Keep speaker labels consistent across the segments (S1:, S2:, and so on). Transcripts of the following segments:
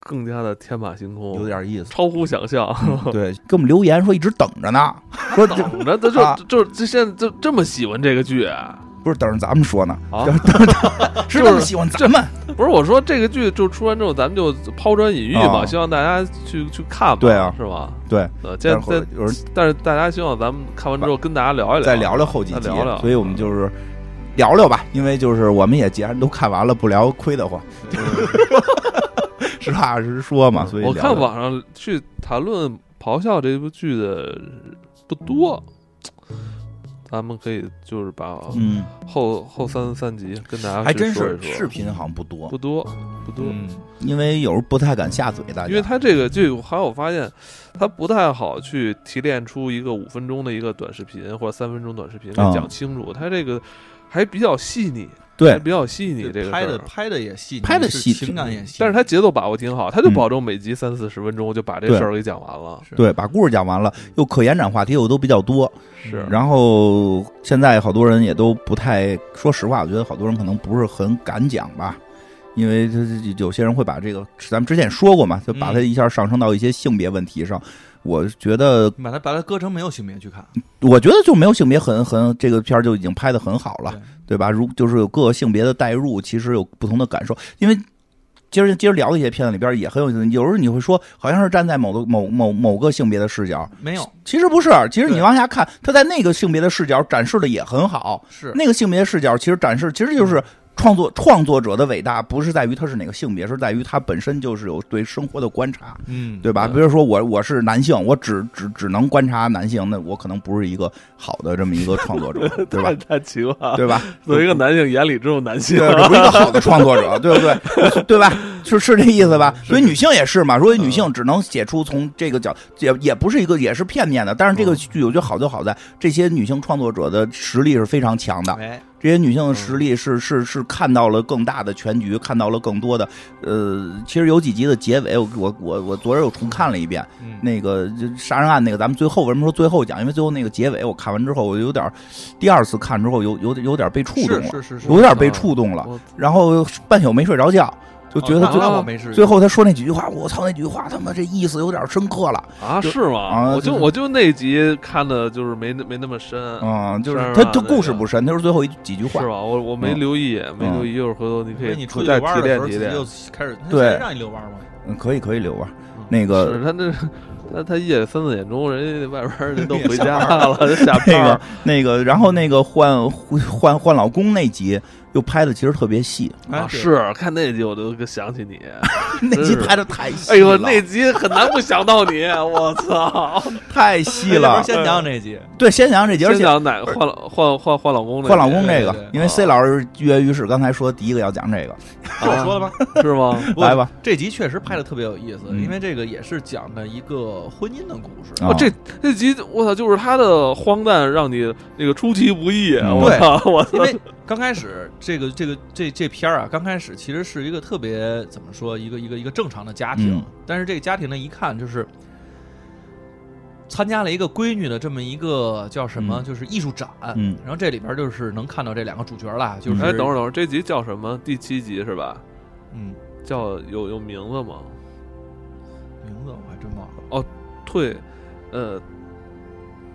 S1: 更加的天马行空，
S2: 有点意嗯思。
S1: 超乎想象。
S2: 对，给我们留言说一直等着呢，说这
S1: 等着，他
S2: 啊
S1: 就就就现在就这么喜欢这个剧啊？
S2: 不是等着咱们说呢，
S1: 啊
S2: 等等着是这么喜欢咱们。
S1: 不是，我说这个剧就出完之后，咱们就抛砖引玉嘛，
S2: 啊
S1: 希望大家去去看嘛，
S2: 对啊
S1: 是吧？
S2: 对，
S1: 呃，现
S2: 待
S1: 在
S2: 会儿有人
S1: 但是大家希望咱们看完之后跟大家聊一聊，
S2: 再聊聊后几
S1: 再
S2: 集
S1: 聊聊，
S2: 所以我们就是聊聊吧，因为就是我们也既然都看完了，不聊亏得慌， 实话实说嘛。所以
S1: 嗯我
S2: 聊
S1: 看
S2: 聊
S1: 网上去谈论《咆哮》这部剧的不多，咱们可以就是把
S2: 嗯，
S1: 后、后三三集跟大家
S2: 还
S1: 去
S2: 真
S1: 说
S2: 是
S1: 一说
S2: 视频好像不多
S1: 不，多不多，
S2: 嗯，因为有时候不太敢下嘴，大家
S1: 因为它这个剧，还有我发现它不太好去提炼出一个五分钟的一个短视频或者三分钟短视频给
S2: 啊
S1: 讲清楚，它这个还比较细腻，还
S2: 对
S1: 比较细腻这个
S3: 拍
S1: 事
S3: 的
S1: 儿啊
S3: 拍的也细腻，
S2: 拍得
S3: 是
S2: 细
S3: 情感也细腻，
S1: 但是它节奏把握挺好，它就
S2: 嗯
S1: 保证每集三四十分钟就把这
S2: 对
S1: 事儿给讲完了。
S3: 是
S2: 对，把故事讲完了，又可延展话题又都比较多，
S1: 是
S2: 然后现在好多人也都不太，说实话，我觉得好多人可能不是很敢讲吧，因为他有些人会把这个，咱们之前也说过嘛，就把它一下上升到一些性别问题上。我觉得，
S3: 你把它把它搁成没有性别去看，
S2: 我觉得就没有性别很很这个片儿就已经拍的很好了，
S3: 对
S2: 对吧？如就是有各个性别的代入，其实有不同的感受，因为。今儿今儿聊的一些片子里边也很有意思，有时候你会说好像是站在某个某某某个性别的视角，
S3: 没有
S2: 其实不是，其实你
S3: 对
S2: 往下看，他在那个性别的视角展示的也很好，
S3: 是
S2: 那个性别视角其实展示，其实就是创作创作者的伟大，不是在于他是哪个性别，是在于他本身就是有对生活的观察，
S3: 嗯
S2: 对吧？
S1: 嗯
S2: 比如说我我是男性，我只只只能观察男性，那我可能不是一个好的这么一个创作 者，对吧
S1: 太？ 太奇怪了。
S2: 对吧？
S1: 作为一个男性，眼里只有男性。
S2: 对，这不是一个好的创作者，对不对？对吧？是是这嗯意思吧？ 所以女性也是嘛，所以女性只能写出从这个角，也也不是一个，也是片面的。但是这个剧我觉得好就好在这些女性创作者的实力是非常强的，
S3: 哎，
S2: 这些女性的实
S3: 嗯
S2: 力是是是看到了更大的全局，看到了更多的。呃，其实有几集的结尾，我我我我昨儿又重看了一遍，
S3: 嗯
S2: 那个就杀人案那个，咱们最后为什么说最后讲？因为最后那个结尾我看完之后，我有点儿第二次看之后有有点有点被触动了。
S3: 是是是是，
S2: 有点被触动了，
S1: 我
S2: 然后半宿没睡着觉，就觉得
S3: 哦
S2: 最、
S3: 那那
S1: 后
S3: 我没事，
S2: 最后他说那几句话，我操，那几句话他妈这意思有点深刻了，
S1: 啊，
S2: 就是
S1: 吗？
S2: 啊
S1: 我就
S2: 就是
S1: 我就那集看的就是没那没那么深，
S2: 嗯，就是
S1: 是吧
S2: 他就故事不深，他就是最后一几句
S1: 是
S2: 话，
S1: 吧？我我没
S2: 嗯
S1: 留意，没
S2: 嗯
S1: 留意，一会儿回头你可
S3: 因为你
S1: 以
S3: 出去
S1: 再
S3: 遛弯
S1: 提
S3: 儿的时
S1: 炼
S3: 候，
S1: 提
S3: 自己
S1: 炼。
S3: 就开始他
S2: 对
S3: 谁让你遛弯儿嘛，
S2: 嗯，可以可以留啊
S3: 嗯，
S2: 那
S1: 是
S2: 个
S1: 他那他他夜里三四点钟，人家外边儿人都
S2: 也
S1: 回
S2: 下
S1: 家
S2: 班
S1: 了，人下班
S2: 那
S1: 儿
S2: 个。那个，然后那个换换换老公那集又拍的其实特别细，
S3: 哎
S1: 啊，
S3: 对
S1: 是看那集我就想起你，
S2: 那集
S1: 是
S2: 拍的太细了，
S1: 哎呦，那集很难不想到你，我 操！
S2: 太
S3: 哎
S2: 细
S3: 要不然
S2: 了，嗯
S3: 先讲讲这集，
S2: 对，先讲这集，而
S1: 先
S2: 且
S1: 讲哪个换老换换换老公那
S2: 换老
S1: 集啊
S2: 公这
S3: 对对
S2: 个
S3: 对，
S2: 因为 C 老师跃跃欲试，刚才说第一个要讲这个，
S3: 我
S1: 啊
S3: 说了吧，
S1: 是吗？
S3: 不
S2: 来吧，
S3: 这集确实拍的特别有意思，
S2: 嗯
S3: 因为这个也是讲的一个婚姻的故事。
S2: 啊
S1: 啊，这这集我操，就是他的荒诞让你那个出其不意，啊
S2: 嗯
S1: 我操，我操
S3: 因，为刚开始这个这个这这片儿啊，刚开始其实是一个特别怎么说一个一个一个正常的家庭，
S2: 嗯
S3: 但是这个家庭呢，一看就是参加了一个闺女的这么一个叫什么，
S2: 嗯
S3: 就是艺术展。
S2: 嗯
S3: 然后这里边就是能看到这两个主角啦，嗯就是
S1: 哎，等会儿等会儿，这集叫什么？第七集是吧？
S3: 嗯，
S1: 叫有有名字吗？
S3: 名字我还真忘了。
S1: 退，呃，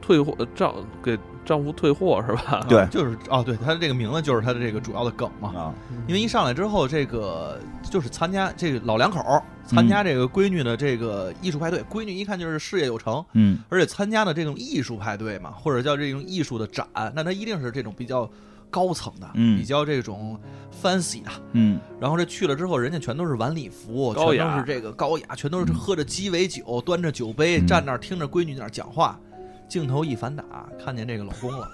S1: 退货呃丈给丈夫退货是吧？
S2: 对
S3: 就是哦，对，他的这个名字就是他的这个主要的梗嘛。
S2: 啊，
S3: 因为一上来之后，这个就是参加这个老两口儿
S2: 嗯
S3: 参加这个闺女的这个艺术派对，闺女一看就是事业有成，
S2: 嗯。
S3: 而且参加的这种艺术派对嘛，或者叫这种艺术的展，那它一定是这种比较高层的，
S2: 嗯
S3: 比较这种 fancy 的。
S2: 嗯
S3: 然后这去了之后，人家全都是晚礼服，全
S1: 高雅
S3: 都是这个高雅，全都是
S2: 嗯
S3: 喝着鸡尾酒，端着酒杯，
S2: 嗯
S3: 站那儿听着闺女那儿讲话。镜头一反打，看见这个老公 了，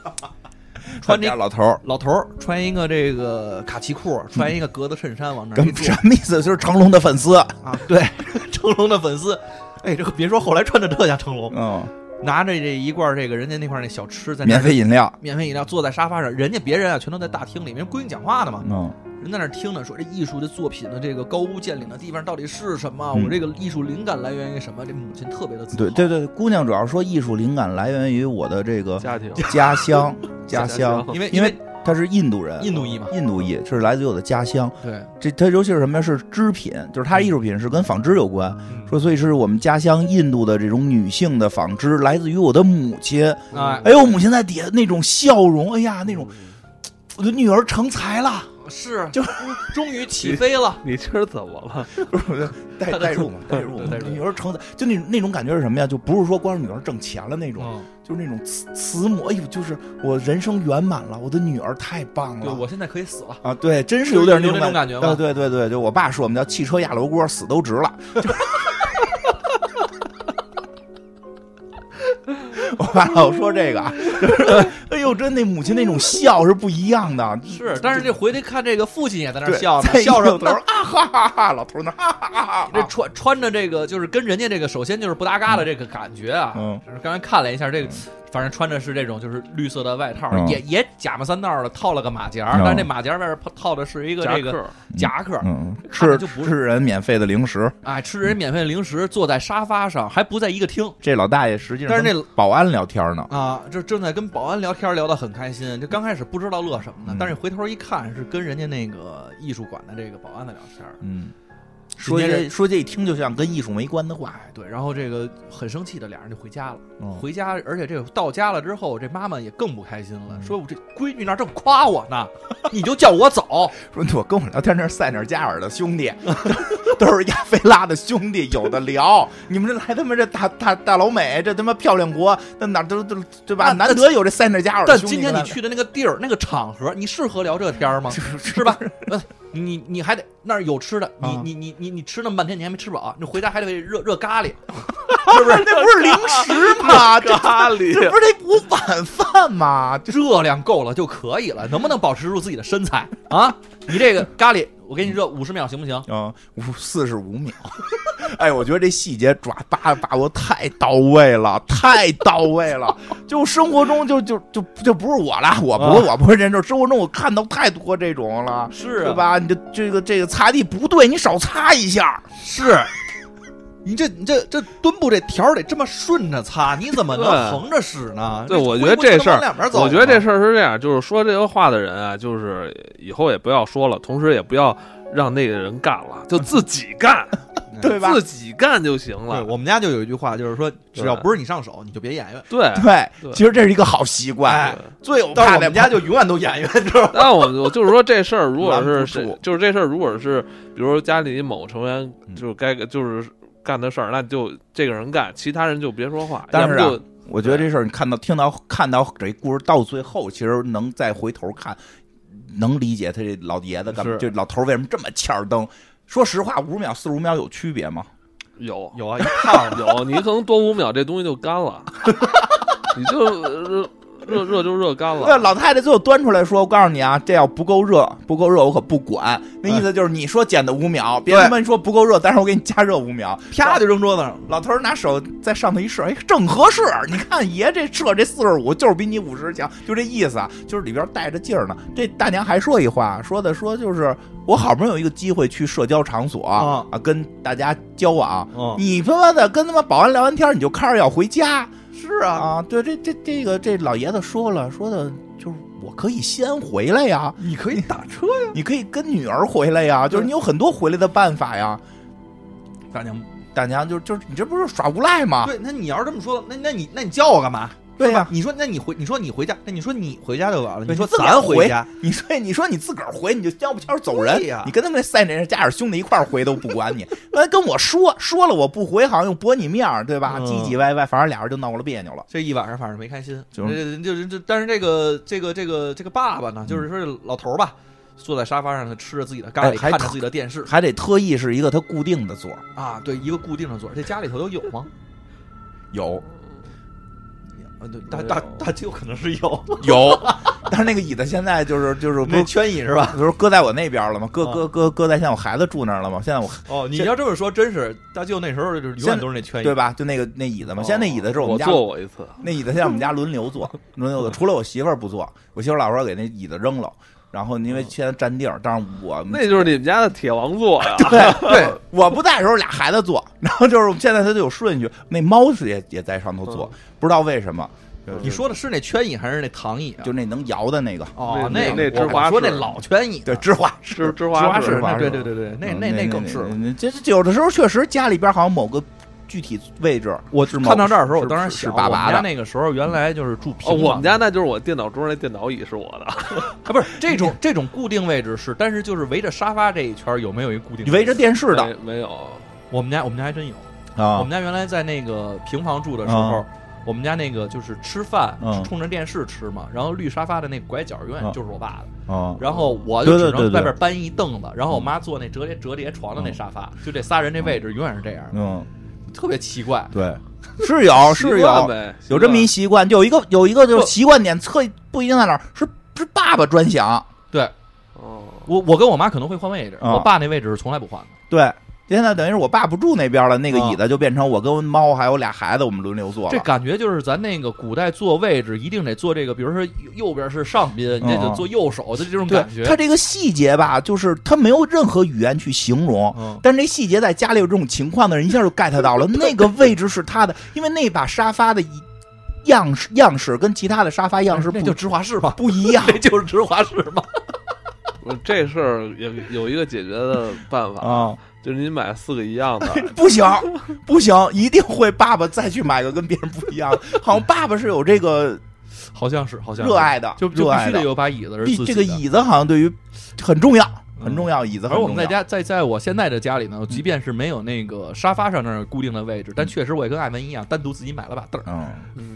S3: 穿这
S2: 老头儿，
S3: 老头儿穿一个这个卡其裤，穿一个格子衬衫往那儿一
S2: 嗯跟
S3: 坐
S2: 什么意思？就是成龙的粉丝。
S3: 啊，对， 成龙的粉丝。哎，这个别说后来穿的特像成龙，
S2: 嗯，
S3: 拿着这一罐儿这个人家那块儿那小吃在那儿
S2: 免费饮料。
S3: 免费饮料，坐在沙发上，人家别人啊全都在大厅里面，人闺女讲话呢嘛，
S2: 嗯
S3: 人在那儿听呢，说这艺术的作品的这个高屋建瓴的地方到底是什么？
S2: 嗯
S3: 我这个艺术灵感来源于什么？这母亲特别的自豪，
S2: 对对对，姑娘主要说艺术灵感来源于我的这个
S1: 家庭
S2: 家乡，家乡
S1: 乡，
S3: 因为
S2: 因为他是印度人，
S3: 印度裔嘛，
S2: 印度裔是来自于我的家乡。
S3: 对，
S2: 这他尤其是什么呀？是织品，就是
S3: 嗯
S2: 他艺术品是跟纺织有关。说，所以是我们家乡印度的这种女性的纺织，来自于我的母亲。
S3: 哎，
S2: 哎呦，我母亲在底下那种笑容，哎呀，那种
S1: 嗯
S2: 我的女儿成才了，
S3: 是
S2: 就
S3: 终于起飞了，
S1: 你今儿怎么了？
S2: 代 代入嘛，代入嘛，
S3: 代入
S2: 女儿成才，就那那种感觉是什么呀？就不是说光是女儿挣钱了那种，
S3: 嗯，
S2: 就是那种慈慈母，哎呦，就是我人生圆满了，我的女儿太棒了。
S3: 对我现在可以死了，
S2: 啊，对，真是有点那
S3: 有那种感觉吧
S2: 啊，对对对，就我爸说我们叫汽车压楼锅，死都值了。 就我爸老说这个啊， 就是哎呦，真那母亲那种笑是不一样的，
S3: 是，但是这回去看这个父亲也在那儿
S2: 对
S3: 笑呢，
S2: 再一
S3: 笑着
S2: 扭头啊哈哈哈，老头儿那哈哈哈
S3: 这
S2: 哈，
S3: 穿穿着这个，就是跟人家这个，首先就是不搭嘎的这个感觉啊。
S2: 嗯，
S3: 刚才看了一下这个，反正穿着是这种就是绿色的外套，
S2: 嗯
S3: 也也假模三道的套了个马甲，
S2: 嗯
S3: 但是这马甲外边套的是一个
S1: 夹
S3: 这个
S1: 克，
S3: 夹克，
S2: 嗯，
S3: 看着
S2: 吃
S3: 就不是
S2: 吃人免费的零食，
S3: 哎，吃人免费零食，坐在沙发上，还不在一个厅
S2: 这老大爷实际上
S3: 但是
S2: 跟保安聊天呢，嗯
S3: 啊，这正在跟保安聊天，聊得很开心。就刚开始不知道乐什么呢，
S2: 嗯
S3: 但是回头一看是跟人家那个艺术馆的这个保安在聊天。
S2: 嗯，说
S3: 紧接着
S2: 这说这一听就像跟艺术没关的话，
S3: 哎，对，然后这个很生气的俩人就回家了。
S2: 嗯
S3: 回家，而且这个到家了之后，这妈妈也更不开心了，
S2: 嗯
S3: 说我这闺女那儿正夸我呢， 你就叫 我走，
S2: 说我跟我聊天那是塞纳加尔的兄弟， 都是亚非拉的兄弟，有的聊。 你们这来他妈这大大大老美，这他妈漂亮国，那哪都都对吧？
S3: 那
S2: 难得有这塞纳加尔的
S3: 但
S2: 兄弟
S3: 今
S2: 跟
S3: 天
S2: 他
S3: 你
S2: 们。
S3: 去的那个地儿、那个场合，你适合聊这天儿 吗？
S2: 是
S3: 是吧？ 呃你你还得那儿有吃的，你
S2: 啊
S3: 你你你你吃那么半天，你还没吃饱，啊你回家还得热热咖喱，
S2: 是不是？ 那不是零 食
S1: 啊
S2: 吗？这
S1: 咖
S2: 这
S1: 喱
S2: 不是得午晚饭 吗？
S3: 热量够了就可 以了，能不能保持住自己的身材啊？你这个咖喱，我给你热五十秒行不行？
S2: 啊，五四十五秒。 哎，我觉得这细节抓把把握太到位了， 太到位了。 就生活中就就就就不是我了，我不、
S3: 啊
S2: 我不是这种。生活中我看到太多这种了，
S3: 是啊
S2: 对吧？你这这个这个擦地不对，你少擦一下。
S3: 是。你这你这这墩布这条儿得这么顺着擦，你怎么能
S1: 对
S3: 横着使呢？
S1: 对，我
S3: 回
S1: 觉得
S3: 不
S1: 这
S3: 能
S1: 事
S3: 往
S1: 儿
S3: 两边儿，走啊
S1: 我觉得
S3: 呢
S1: 这事儿是这样，就是说这个话的人啊，就是以后也不要说了，同时也不要让那个人干了，就自己干，
S2: 对吧
S1: 哎自己干就行
S3: 对，
S1: 了。
S3: 我们家就有一句话，就是说，只要不是你上手，你就别演员。
S1: 对，
S2: 对，
S1: 对
S2: 其实这是一个好习惯。
S3: 哎
S2: 最我
S3: 但是
S2: 怕
S3: 我
S2: 的
S3: 们家就永远都演员，知道吗？
S1: 但我我就是说这事儿，如果是
S2: 拦不
S1: 是
S2: 住
S1: 就是这事儿，如果是比如说家里某成员
S2: 嗯
S1: 就是该就是干的事儿，那就这个人干，其他人就别说话。
S2: 但是啊
S1: 要不就
S2: 我觉得这事儿你看到听到看到这故事到最后，其实能再回头看，能理解他这老爷子干嘛，
S1: 是
S2: 就老头儿为什么这么欠儿蹬。说实话，五秒、四十五秒有区别吗？
S1: 有
S3: 有啊，一看了，
S1: 有，你可能多五秒，这东西就干 了，你就热热热就热干
S2: 对，
S1: 了。
S2: 老太太最后端出来说：“我告诉你啊，这要不够热，不够热，我可不管。”那意思就是你说减的五秒，别
S3: 对
S2: 他妈说不够热，但是我给你加热五秒。
S3: 啪就扔桌子上了。
S2: 老头儿拿手在上头一试，哎，正合适。你看爷这射这四十五，就是比你五十强，就这意思啊，就是里边带着劲儿呢。这大娘还说一话，说的说就是我好不容易有一个机会去社交场所
S3: 啊
S2: 跟大家交往，
S3: 嗯，
S2: 你他妈的跟他妈保安聊完天儿，你就开着要回家，
S3: 是啊，
S2: 啊，对，这这这个这老爷子说了，说的就是我可以先回来呀，
S3: 你可以打车呀。
S2: 你可以跟女儿回来呀，就是
S3: 对
S2: 你有很多回来的办法呀。
S3: 大娘，
S2: 大娘就就是你这不是耍无赖吗？
S3: 对，那你要是这么说，那那你那你叫我干嘛？
S2: 啊对呀、
S3: 你说，那你回，你说你回家，那你说你回家就完了。
S2: 对
S3: 你说
S2: 你自个
S3: 咱
S2: 儿
S3: 回家，
S2: 你说你说你自个儿回，你就悄不悄走人
S3: 对呀
S2: 你跟他们那塞内加尔兄弟一块儿回都不管你， 那跟我说说了我不回，好像又驳你面儿，对吧？
S3: 嗯
S2: 唧唧歪歪，反正俩人就闹了别扭了。
S3: 这一晚上反正没开心。
S2: 就是嗯
S3: 这就是这，但是这个这个这个这个爸爸呢，就是说这老头儿吧，坐在沙发上，他吃着自己的咖
S2: 哎
S3: 喱，
S2: 还
S3: 看着自己的电视
S2: 还得特意是一个他固定的座儿，
S3: 啊，对，一个固定的座儿。这家里头都有吗？
S2: 有
S3: 嗯，对，大大大舅可能是有
S2: 有，但是那个椅子现在就是就是不是
S3: 那圈椅是 吧？
S2: 不是搁在我那边了吗？搁
S3: 啊
S2: 搁搁搁在现在我孩子住那儿了吗？现在我
S3: 哦，你
S2: 这
S3: 要这么说，真是大舅那时候就是永
S2: 现
S3: 远都是那圈椅，
S2: 对吧？就那个那椅
S3: 哦
S2: 子嘛，现在那椅子是我
S1: 我
S2: 们家
S1: 坐过一次，
S2: 那椅子，现在我们家轮流坐，轮流坐，除了我媳妇儿不坐，我媳妇儿老说给那椅子扔了，然后因为
S3: 嗯
S2: 现在占地儿，但是我
S1: 那就是你们家的铁王座 呀。
S2: 对对，我不在的时候俩孩
S3: 嗯
S2: 子坐，然后就是现在他就有顺序，那猫是也也在上头坐，不知道为什么。就是
S3: 你说的是那圈椅还是那躺椅啊？
S2: 就那能摇的那个，
S3: 哦，
S1: 那
S3: 个
S1: 那那
S3: 我
S1: 芝华
S3: 说那
S1: 士
S3: 老圈椅，
S2: 对，芝华
S1: 芝
S2: 士，
S1: 芝
S3: 芝华
S1: 华
S2: 士
S1: 士
S2: 华
S3: 那
S2: 士
S3: 对对对对，那那
S2: 嗯
S3: 那更是。
S2: 那这这有的时候确实家里边好像某个具体位置，
S3: 我
S2: 是
S3: 看到这儿的时候，
S2: 是
S3: 我当时
S2: 是
S3: 想，
S2: 是爸
S3: 我
S2: 爸
S3: 们家
S2: 的
S3: 那个时候原来就是住
S1: 哦，
S3: 平
S1: 我们
S3: 房
S1: 家那就是我电脑桌那电脑椅是我的，
S3: 啊，不是这种这种固定位置是，但是就是围着沙发这一圈儿有没有一固定？
S2: 你围着，电视的
S1: 没没有，
S3: 我们家我们家还真有。我
S2: 啊
S3: 们家原来在那个平房住的时候，我们家那个就是吃饭
S2: 嗯
S3: 是冲着电视吃嘛，然后绿沙发的那个拐角永远
S2: 嗯
S3: 就是我爸的，
S2: 啊
S3: 然后我就
S2: 对对
S3: 只能
S2: 对对
S3: 外边搬一凳子，然后我妈坐那折叠折叠床的那沙发，就这仨人这位置永远是这样的，
S2: 嗯，
S3: 特别奇怪。
S2: 对，
S1: 习惯
S2: 是有是有
S1: 呗，
S2: 有这么一
S1: 习
S2: 习惯，有一个有一个就是
S3: 不
S2: 习惯点特不一定在哪儿，是是爸爸专享，
S3: 对
S1: 惯哦，
S3: 我我跟我妈可能会换位置，
S2: 啊
S3: 我爸那位置是从来不换的。
S2: 对。现在等于是我爸不住那边了，那个
S3: 啊
S2: 椅子就变成我跟猫还有俩孩子，我们轮流坐
S3: 这
S2: 了。
S3: 感觉就是咱那个古代坐位置一定得坐这个，比如说右右边是上宾，你得
S2: 嗯
S3: 坐右手的这种
S2: 对
S3: 感觉。
S2: 他这个细节吧，就是他没有任何语言去形 容，
S3: 嗯，
S2: 但这细节在家里有这种情况的人一下就 get 到了，那个位置是 他的，因为那把沙发的一样式样式跟其他的沙发样式
S3: 那
S2: 不
S3: 就芝华士吧，
S2: 不一样
S3: 。那就是芝华士吧。
S1: 我这事儿有有一个解决的办法，
S2: 啊、
S1: 就是你买四个一样的，
S2: 不行，不行，一定会爸爸再去买个跟别人不一样的。好像爸爸是有这个
S3: 好像是，好像是
S2: 热，爱的，
S3: 就就
S2: 热
S3: 必
S2: 爱
S3: 须得
S2: 的。
S3: 有把椅子是
S2: 必
S3: 自己
S2: 这
S3: 的
S2: 个。椅子好像对于很重要，
S3: 嗯
S2: 很重要，椅子很
S3: 而
S2: 重要。嗯
S3: 我们在家，在在我现在的家里呢，即便是没有那个沙发上那儿固定的位置，但确实我也跟艾文一样，单独自己买了把凳儿。
S2: 嗯，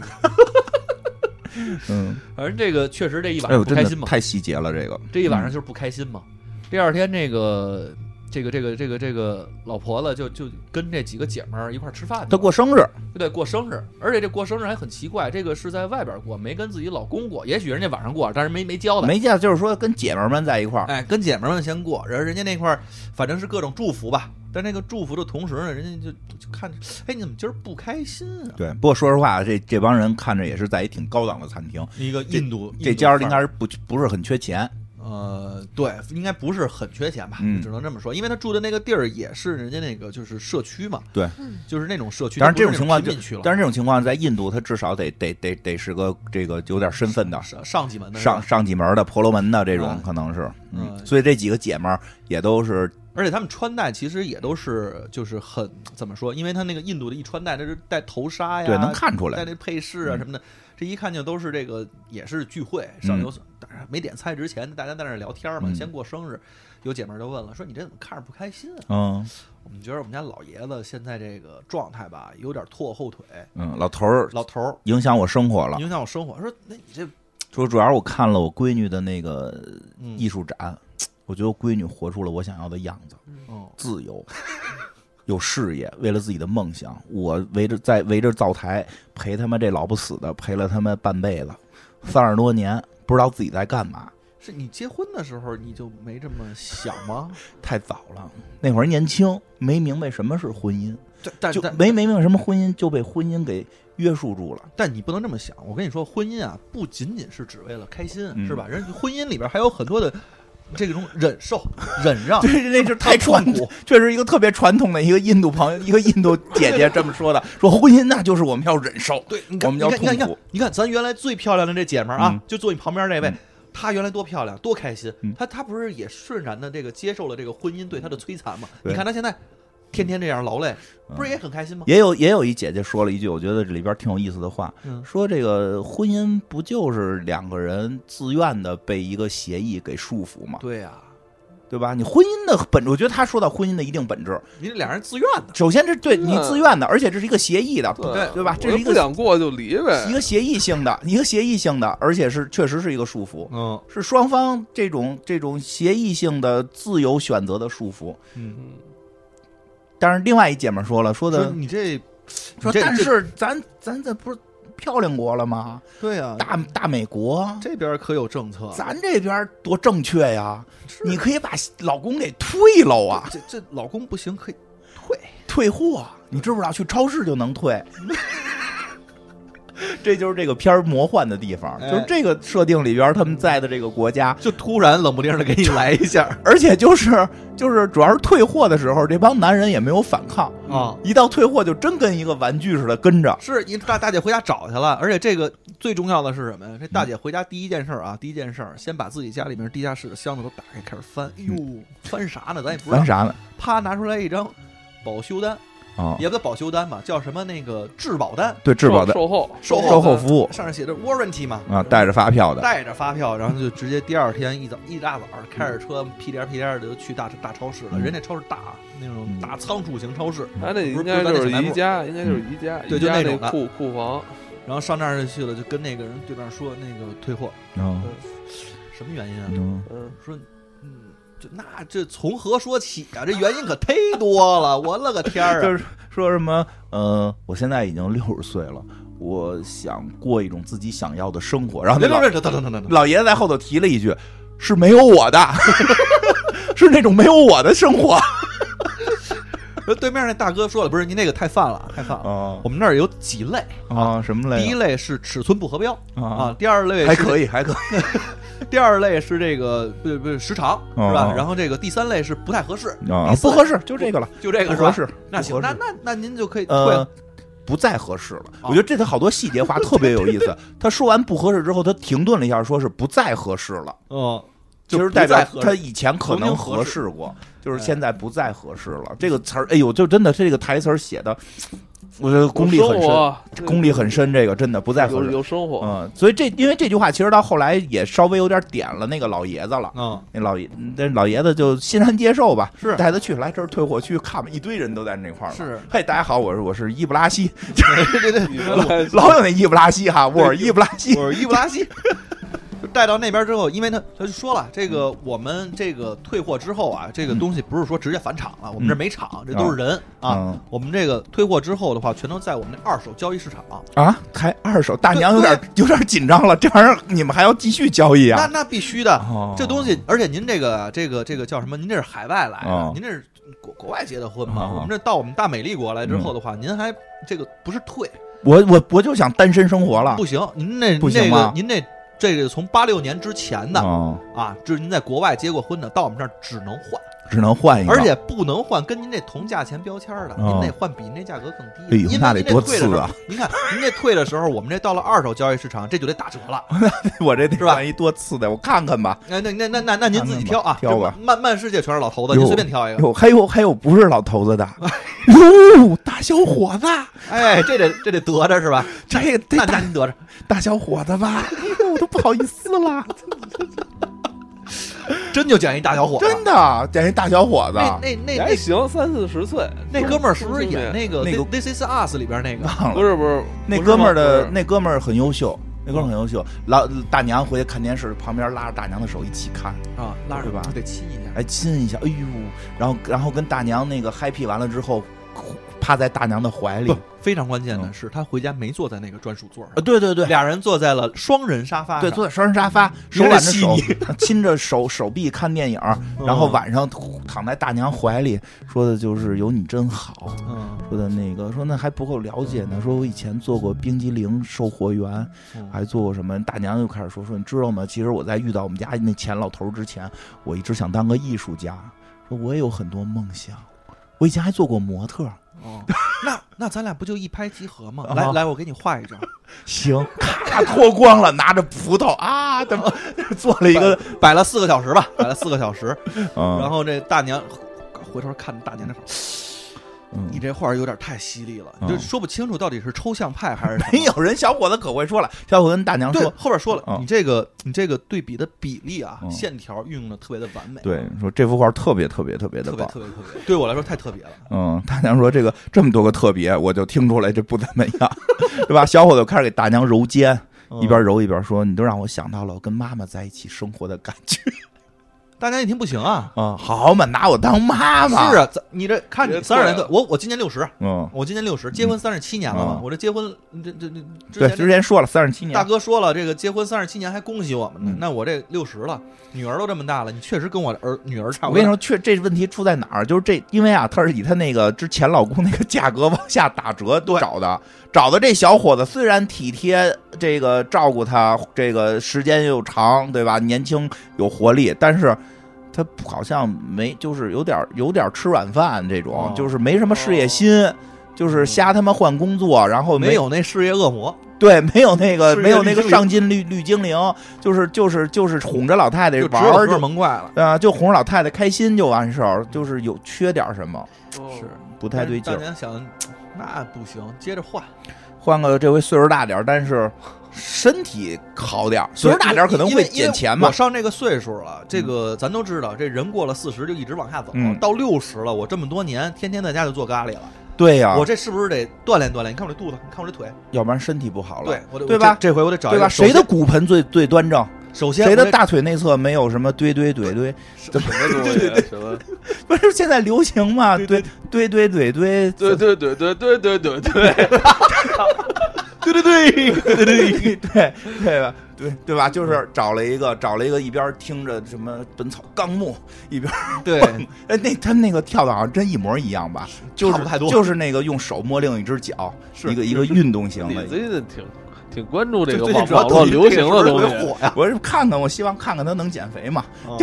S1: 嗯，
S2: 嗯
S3: 反正这个确实这一晚
S2: 哎
S3: 上
S2: 呦，
S3: 不
S2: 真
S3: 开
S2: 的嗯
S3: 心嘛，
S2: 太细节了，这个
S3: 这一晚上就是不开心嘛。第二天这个这个这个这个这个老婆子就就跟这几个姐们儿一块儿吃饭去了，
S2: 他过生日，
S3: 对过生日，而且这过生日还很奇怪，这个是在外边过，没跟自己老公过，也许人家晚上过，但是没没交代。
S2: 没见就是说跟姐妹们在一块儿，
S3: 哎，跟姐们儿们先过，然后人家那块儿反正是各种祝福吧，但那个祝福的同时呢，人家就就看着，哎，你怎么今儿不开心啊？
S2: 对，不过说实话，这这帮人看着也是在一挺高档的餐厅，
S3: 一个
S2: 这
S3: 印度
S2: 这家儿应该
S3: 是
S2: 是不不是很缺钱，
S3: 呃，对，应该不是很缺钱吧，
S2: 嗯
S3: 只能这么说，因为他住的那个地儿也是人家那个就是社区嘛，
S2: 对，
S3: 就是那种社区，
S2: 当然
S3: 它
S2: 这
S3: 不是
S2: 种情况
S3: 那贫民区了，
S2: 但是这种情况在印度，他至少得得得得是个这个有点身份的
S3: 上上几门的是吧
S2: 上，上几门的婆罗门的这种
S3: 嗯
S2: 可能是，嗯，
S3: 嗯
S2: 所以这几个姐们儿也都是
S3: 而且他们穿戴其实也都是就是很怎么说，因为他那个印度的一穿戴，他是戴头纱哎呀，
S2: 对能看出
S3: 带
S2: 来，
S3: 那配饰啊
S2: 嗯
S3: 什么的，这一看就都是这个也是聚会上有，当然没点菜之前，大家在那儿聊天嘛，
S2: 嗯
S3: 先过生日，有姐妹儿就问了，说你这怎么看着不开心啊？
S2: 嗯
S3: 我们觉得我们家老爷子现在这个状态吧，有点拖我后腿，
S2: 嗯，老头儿
S3: 老头儿
S2: 影响我生活了，
S3: 影响我生活。说那你这
S2: 说主要是我看了我闺女的那个
S3: 嗯
S2: 艺术展，我觉得我闺女活出了我想要的样子，
S3: 嗯
S2: 自由， 有事业，为了自己的梦想，我围着在围着灶台陪他们这老不死的陪了他们半辈子，三十多年，不知道自己在干嘛，
S3: 是你结婚的时候你就没这么想吗？
S2: 太早了。那会儿年轻，没明白什么是婚姻，
S3: 但但
S2: 就
S3: 但
S2: 没没明白什么婚姻，就被婚姻给约束住了。
S3: 但你不能这么想。我跟你说，婚姻啊，不仅仅是只为了开心，
S2: 嗯
S3: 是吧？人婚姻里边还有很多的这种忍受、忍 让。
S2: 对，那是太传
S3: 痛
S2: 统，确实一个特别传统的一个印度朋友，一个印度姐姐这么说的，说婚姻那就是我们要忍受。
S3: 对，你
S2: 我
S3: 看，
S2: 们
S3: 你
S2: 要
S3: 看，你看，你
S2: 痛
S3: 看
S2: 苦，
S3: 你看，咱原来最漂亮的这姐们儿啊，
S2: 嗯
S3: 就坐你旁边这位，
S2: 嗯
S3: 她原来多漂亮，多开心，
S2: 嗯
S3: 她她不是也顺然的这个接受了这个婚姻对她的摧残吗？
S2: 对
S3: 你看她现在天天这样劳累，
S2: 嗯
S3: 不是也很开心吗？
S2: 也有也有一姐姐说了一句，我觉得这里边挺有意思的话，
S3: 嗯
S2: 说这个婚姻不就是两个人自愿的被一个协议给束缚吗？
S3: 对呀、
S2: 对吧？你婚姻的本质，我觉得他说到婚姻的一定本质，
S3: 你这俩人自愿的，
S2: 首先这对
S1: 嗯
S2: 你自愿的，而且这是一个协议的，
S3: 对
S2: 对吧
S1: 我
S2: 这是
S1: 就
S2: 一
S1: 不
S2: 个
S1: 想过就离
S2: 一
S1: 呗，
S2: 个协议性的，一个协议性的，而且是确实是一个束缚，
S3: 嗯
S2: 是双方这种这种协议性的自由选择的束缚。
S3: 嗯，
S1: 嗯，
S2: 但是另外一姐们说了，说
S3: 说
S2: 的
S3: 你这
S2: 说，
S3: 这
S2: 但
S3: 这
S2: 是咱咱这不是漂亮国了吗？
S3: 对呀、
S2: 大大美国，
S3: 这边可有政策，
S2: 咱这边多正确呀！
S3: 是
S2: 你可以把老公给退了啊，
S3: 这这老公不行可以退，
S2: 退货，你知不知道？去超市就能退。 这就是这个片儿魔幻的地方，
S3: 哎
S2: 就是这个设定里边儿他们在的这个国家，
S3: 就突然冷不丁的给你来一下
S2: 而且就是就是主要是退货的时候，这帮男人也没有反抗，
S3: 啊。
S2: 一到退货就真跟一个玩具似的跟着。
S3: 是你大大姐回家找去了，而且这个最重要的是什
S2: 嗯
S3: 么呀？这大姐回家第一件事儿啊，第一件事儿先把自己家里面地下室的箱子都打开，开始翻。哎呦，翻啥呢？咱也不知道
S2: 嗯玩。啥呢？
S3: 啪，拿出来一张保修单，
S2: 啊、
S3: 也不叫保修单吧，叫什么那个质保单，
S2: 对，质保的
S1: 售后，
S3: 售
S2: 售后
S3: 后
S2: 服务
S3: 上面写着 warranty 嘛，
S2: 啊，带着发票的，
S3: 带着发票，然后就直接第二天一早一大早开着车屁颠儿屁颠儿的就去大大超市了。
S2: 嗯
S3: 人家超市大啊，那种
S2: 嗯
S3: 大仓储型超市，
S1: 他那
S3: 不
S1: 应
S3: 是
S1: 该就是
S3: 不是咱那小卖部嗯
S1: 宜家，应该就是宜家，
S3: 对
S1: 宜家
S3: 就那种的
S1: 库库房，
S3: 然后上那儿去了，就跟那个人对面说那个退货，
S2: 嗯
S3: 什么原因啊？
S2: 嗯
S1: 嗯，
S3: 说，嗯，这那这从何说起啊？这原因可忒多了， 我了个天儿啊！
S2: 就是说什么，呃，我现在已经六十岁了，我想过一种自己想要的生活。然后那
S3: 别
S2: 老
S3: 别别，等等等等等，
S2: 老爷子在后头提了一句：“是没有我的， 是那种没有我的生活。
S3: 说对面那大哥说了，不是您那个太泛了，太泛了。
S2: 啊
S3: 我们那儿有几类，”
S2: 啊，什么
S3: 第
S2: 来
S3: 一
S2: 着？
S3: 类是尺寸不合标啊
S2: 啊，，
S3: 第二类
S2: 还
S3: 是
S2: 可以，还可以。
S3: 第二类是这个不不时长是吧
S2: 哦？
S3: 然后这个第三类是不太合适，
S2: 啊
S3: 第，四
S2: 不合适，就这个了，
S3: 就这个
S2: 不
S3: 是
S2: 合
S3: 吧？
S2: 适。
S3: 那行，
S2: 不合
S3: 那
S2: 适
S3: 那那您就可以
S2: 呃
S3: 退。，
S2: 不再合适了。
S3: 啊
S2: 我觉得这他好多细节话特别有意思。 他说完不合适之后，他停顿了一下，说是不再合适了。
S3: 嗯，
S2: 其
S3: 就
S2: 实
S3: 不
S2: 代表
S3: 再合
S2: 他
S3: 适
S2: 以前可能合适过，就是
S3: 哎
S2: 现在不再合适了。这个
S3: 嗯
S2: 词儿，哎呦，就真的这个台词儿写的，我觉得功力很深，
S1: 深
S2: 功力很深。这个真的不再合
S1: 有
S2: 适。
S1: 有生活，
S2: 嗯，所以这因为这句话其实到后来也稍微有点点了那个老爷子了。
S3: 嗯
S2: 那老爷，那老爷子就欣然接受吧，
S3: 是
S2: 带他去来这儿退货区看吧，一堆人都在那块儿了。
S3: 是，
S2: 嘿，大家好，我是我是伊布拉西，
S3: 对对
S1: 你
S3: 对，
S2: 嗯
S1: 们来
S2: 老有那伊布拉西哈，我是伊布拉西。
S3: 我是伊布拉西。就 带到那边之后，因为他他就说了，这
S2: 嗯
S3: 个我们这个退货之后啊，这个东西不是说直接返厂了，我们这没厂，这都是人啊。
S2: 嗯
S3: 我们这个退货之后的话，全都在我们那二手交易市场。
S2: 啊，还二手，大娘有点有点紧张了，这玩意儿你们还要继续交易
S3: 那
S2: 啊？
S3: 那必须的，
S2: 哦
S3: 这东西，而且您这个这个这个叫什么？您这是海外来
S2: 哦
S3: 的，您这是国国外结的婚嘛？
S2: 哦嗯
S3: 我们这到我们大美丽国来之后的话，您还这个不是退
S2: 我我我就想单身生活了，
S3: 不行，您那
S2: 不行
S3: 那
S2: 吗
S3: 个您那这个从八六年之前的
S2: 哦
S3: 啊，就是您在国外结过婚的，到我们这儿只能换，
S2: 只能换一个，
S3: 而且不能换跟您这同价钱标签的，
S2: 哦
S3: 您得换比您这价格更低
S2: 哎
S3: 的，
S2: 呦
S3: 因为
S2: 那得
S3: 您这
S2: 多
S3: 退的
S2: 次
S3: 时候
S2: 啊！
S3: 您看您这退的时候，我们这到了二手交易市场，这就得打折 了。
S2: 我这得
S3: 是吧
S2: 换一多次的，我看看吧。
S3: 哎，那那那那那您自己挑啊，
S2: 挑吧挑吧
S3: 这漫漫世界全是老头子，
S2: 哟
S3: 您随便挑一个。
S2: 有还有还有不是老头子的，哟，大小伙子，
S3: 哎，这得这得得着 是吧？
S2: 这这
S3: 那那
S2: 大
S3: 您得着，
S2: 大小伙子吧，哎呦，我都不好意思了，
S3: 真就捡一大小伙子。
S2: 真的，见一大小伙子，
S3: 那 那那
S1: 也还
S3: 那
S1: 行，三四十岁。
S3: 那哥们儿是不是演那个
S2: 那个啊
S3: 《This Is Us》里边那个？
S2: 忘
S1: 不
S2: 了，
S1: 是不是
S2: 那
S1: 不是
S2: 哥们儿
S1: 不
S2: 的
S1: 是
S2: 那哥们儿很优秀，那哥们儿很优秀，老大娘回去看电视，旁边拉着大娘的手一起看，
S3: 啊，拉着
S2: 对吧
S3: 得亲一下。
S2: 哎，亲一下，哎呦，然后然后跟大娘那个 happy 完了之后，趴在大娘的怀里
S3: 不，，非常关键的
S2: 嗯
S3: 是，他回家没坐在那个专属座上
S2: 啊，，对对对。
S3: 俩人坐在了双人沙发上。
S2: 对，坐在双人沙发，手
S3: 有点
S2: 挽着
S3: 细
S2: 手， 亲着手手臂看电影，然后
S3: 嗯
S2: 晚上躺在大娘怀里，说的就是有你真好。
S3: 嗯，
S2: 说的那个，说那还不够了解呢。说我以前做过冰激凌售货员，
S3: 嗯
S2: 还做过什么？大娘又开始说说，你知道吗？其实我在遇到我们家那钱老头之前，我一直想当个艺术家。说我也有很多梦想，我以前还做过模特。
S3: 哦，那那咱俩不就一拍即合吗？
S2: 啊
S3: 来来，我给你画一张，
S2: 行，咔脱光了，拿着葡萄啊，怎么做 了一个？嗯
S3: 摆了四个小时吧，摆了四个小时。然
S2: 然
S3: 后这大娘回头看大娘那会儿，你这画儿有点太犀利了，你就
S2: 嗯
S3: 说不清楚到底是抽象派还是什么
S2: 没有人，小伙子可会说了。小伙子跟大娘
S3: 对
S2: 说，，
S3: 后边说了
S2: 嗯，
S3: 你这个你这个对比的比例啊
S2: 嗯，
S3: 线条运用的特别的完美，
S2: 对，说这幅画特别特别特别的
S3: 特别
S2: 棒。
S3: 特别特别，对我来说太 特别了。
S2: 嗯，大娘说这个这么多个特别，我就听出来这不怎么样， 对吧？小伙子开始给大娘揉
S3: 嗯
S2: 嗯肩，一边揉一边说：“你都让我想到了我跟妈妈在一起生活的感觉。”
S3: 大家一听不行啊，
S2: 啊， 好嘛，拿我当妈
S3: 是
S2: 妈，，
S3: 啊，咱你这看你
S1: 别
S3: 三十来
S1: 退
S3: 岁
S1: 了，
S3: 我我今年六十，
S2: 嗯，
S3: 我今年六十，结婚三十七年了嘛
S2: 嗯，
S3: 我这结婚这这这
S2: 对，
S3: 之
S2: 之
S3: 前。
S2: 前说了三十七年，
S3: 大哥说了，这个结婚三十七年还恭喜我们呢
S2: 嗯。
S3: 那我这六十了，女儿都这么大了，你确实跟啊我儿女儿差
S2: 我
S3: 不多。
S2: 跟你说，确这问题出在哪儿？就是这，因为啊，她是以她那个之前老公那个价格往下打折找的，找的这小伙子虽然体贴，这个照顾他，这个时间又长，对吧？年轻有活力，但是他好像没，就是有点有点吃软饭这种，
S3: 哦嗯
S2: 就是没什么事业心。就是瞎他妈换工作，然后
S3: 没有那事业恶魔，
S2: 对，没有那个
S3: 是一个
S2: 没有那个
S3: 绿精灵
S2: 上进绿绿精灵，就是就是就是哄着老太太
S3: 就只
S2: 玩
S3: 有
S2: 儿
S3: 哥
S2: 就
S3: 蒙怪了。
S2: 啊，就哄着老太太开心就完事儿，就是有缺点什么
S3: 哦
S1: 哦
S3: 是
S2: 不太对劲
S3: 当
S2: 儿。
S3: 年想，那不行，接着换。
S2: 换个这回岁数大点儿，但是身体好点儿，岁数大点儿可能
S3: 因为
S2: 会减钱
S3: 因为
S2: 嘛
S3: 我。上这个岁数了，这个咱都知道，这人过了四十就一直往下走
S2: 嗯，
S3: 到六十了，我这么多年天天在家就做咖喱了，
S2: 对呀、
S3: 我这是不是得锻炼锻炼？你看我这肚子，你看我这腿，
S2: 要不然身体不好了，
S3: 对，我得
S2: 对
S3: 我
S2: 吧
S3: 这这回我得找一
S2: 对
S3: 个
S2: 吧？
S3: 首
S2: 谁
S3: 先
S2: 的骨盆最最端正？
S3: 首先
S2: 谁
S3: 我
S2: 的
S3: 得
S2: 大腿内侧没有什么堆堆堆堆？
S1: 什么 东西啊？什么？
S2: 不是现在流行嘛？
S3: 对
S2: 堆堆堆堆
S1: 对
S2: 堆，
S1: 对对对对对对 对，对对 对对对对。
S2: 对对对吧？对对吧？就是找了一个找了一个一边听着什么《本草纲目》，一边
S3: 对
S2: 哎，那他们那个跳的好像真一模一样吧？就是
S3: 差不太多
S2: 就是那个用手摸另一只脚，
S3: 是
S2: 一个一个运动型
S1: 你
S2: 的。
S1: 最近挺挺关注这
S3: 就
S1: 个
S3: 最近
S1: 网
S3: 主要
S1: 网络
S3: 抖音
S1: 流行的东
S3: 这个事儿特别
S1: 西，
S3: 火呀，
S2: 我是看看，我希望看看他能减肥嘛？
S3: 哦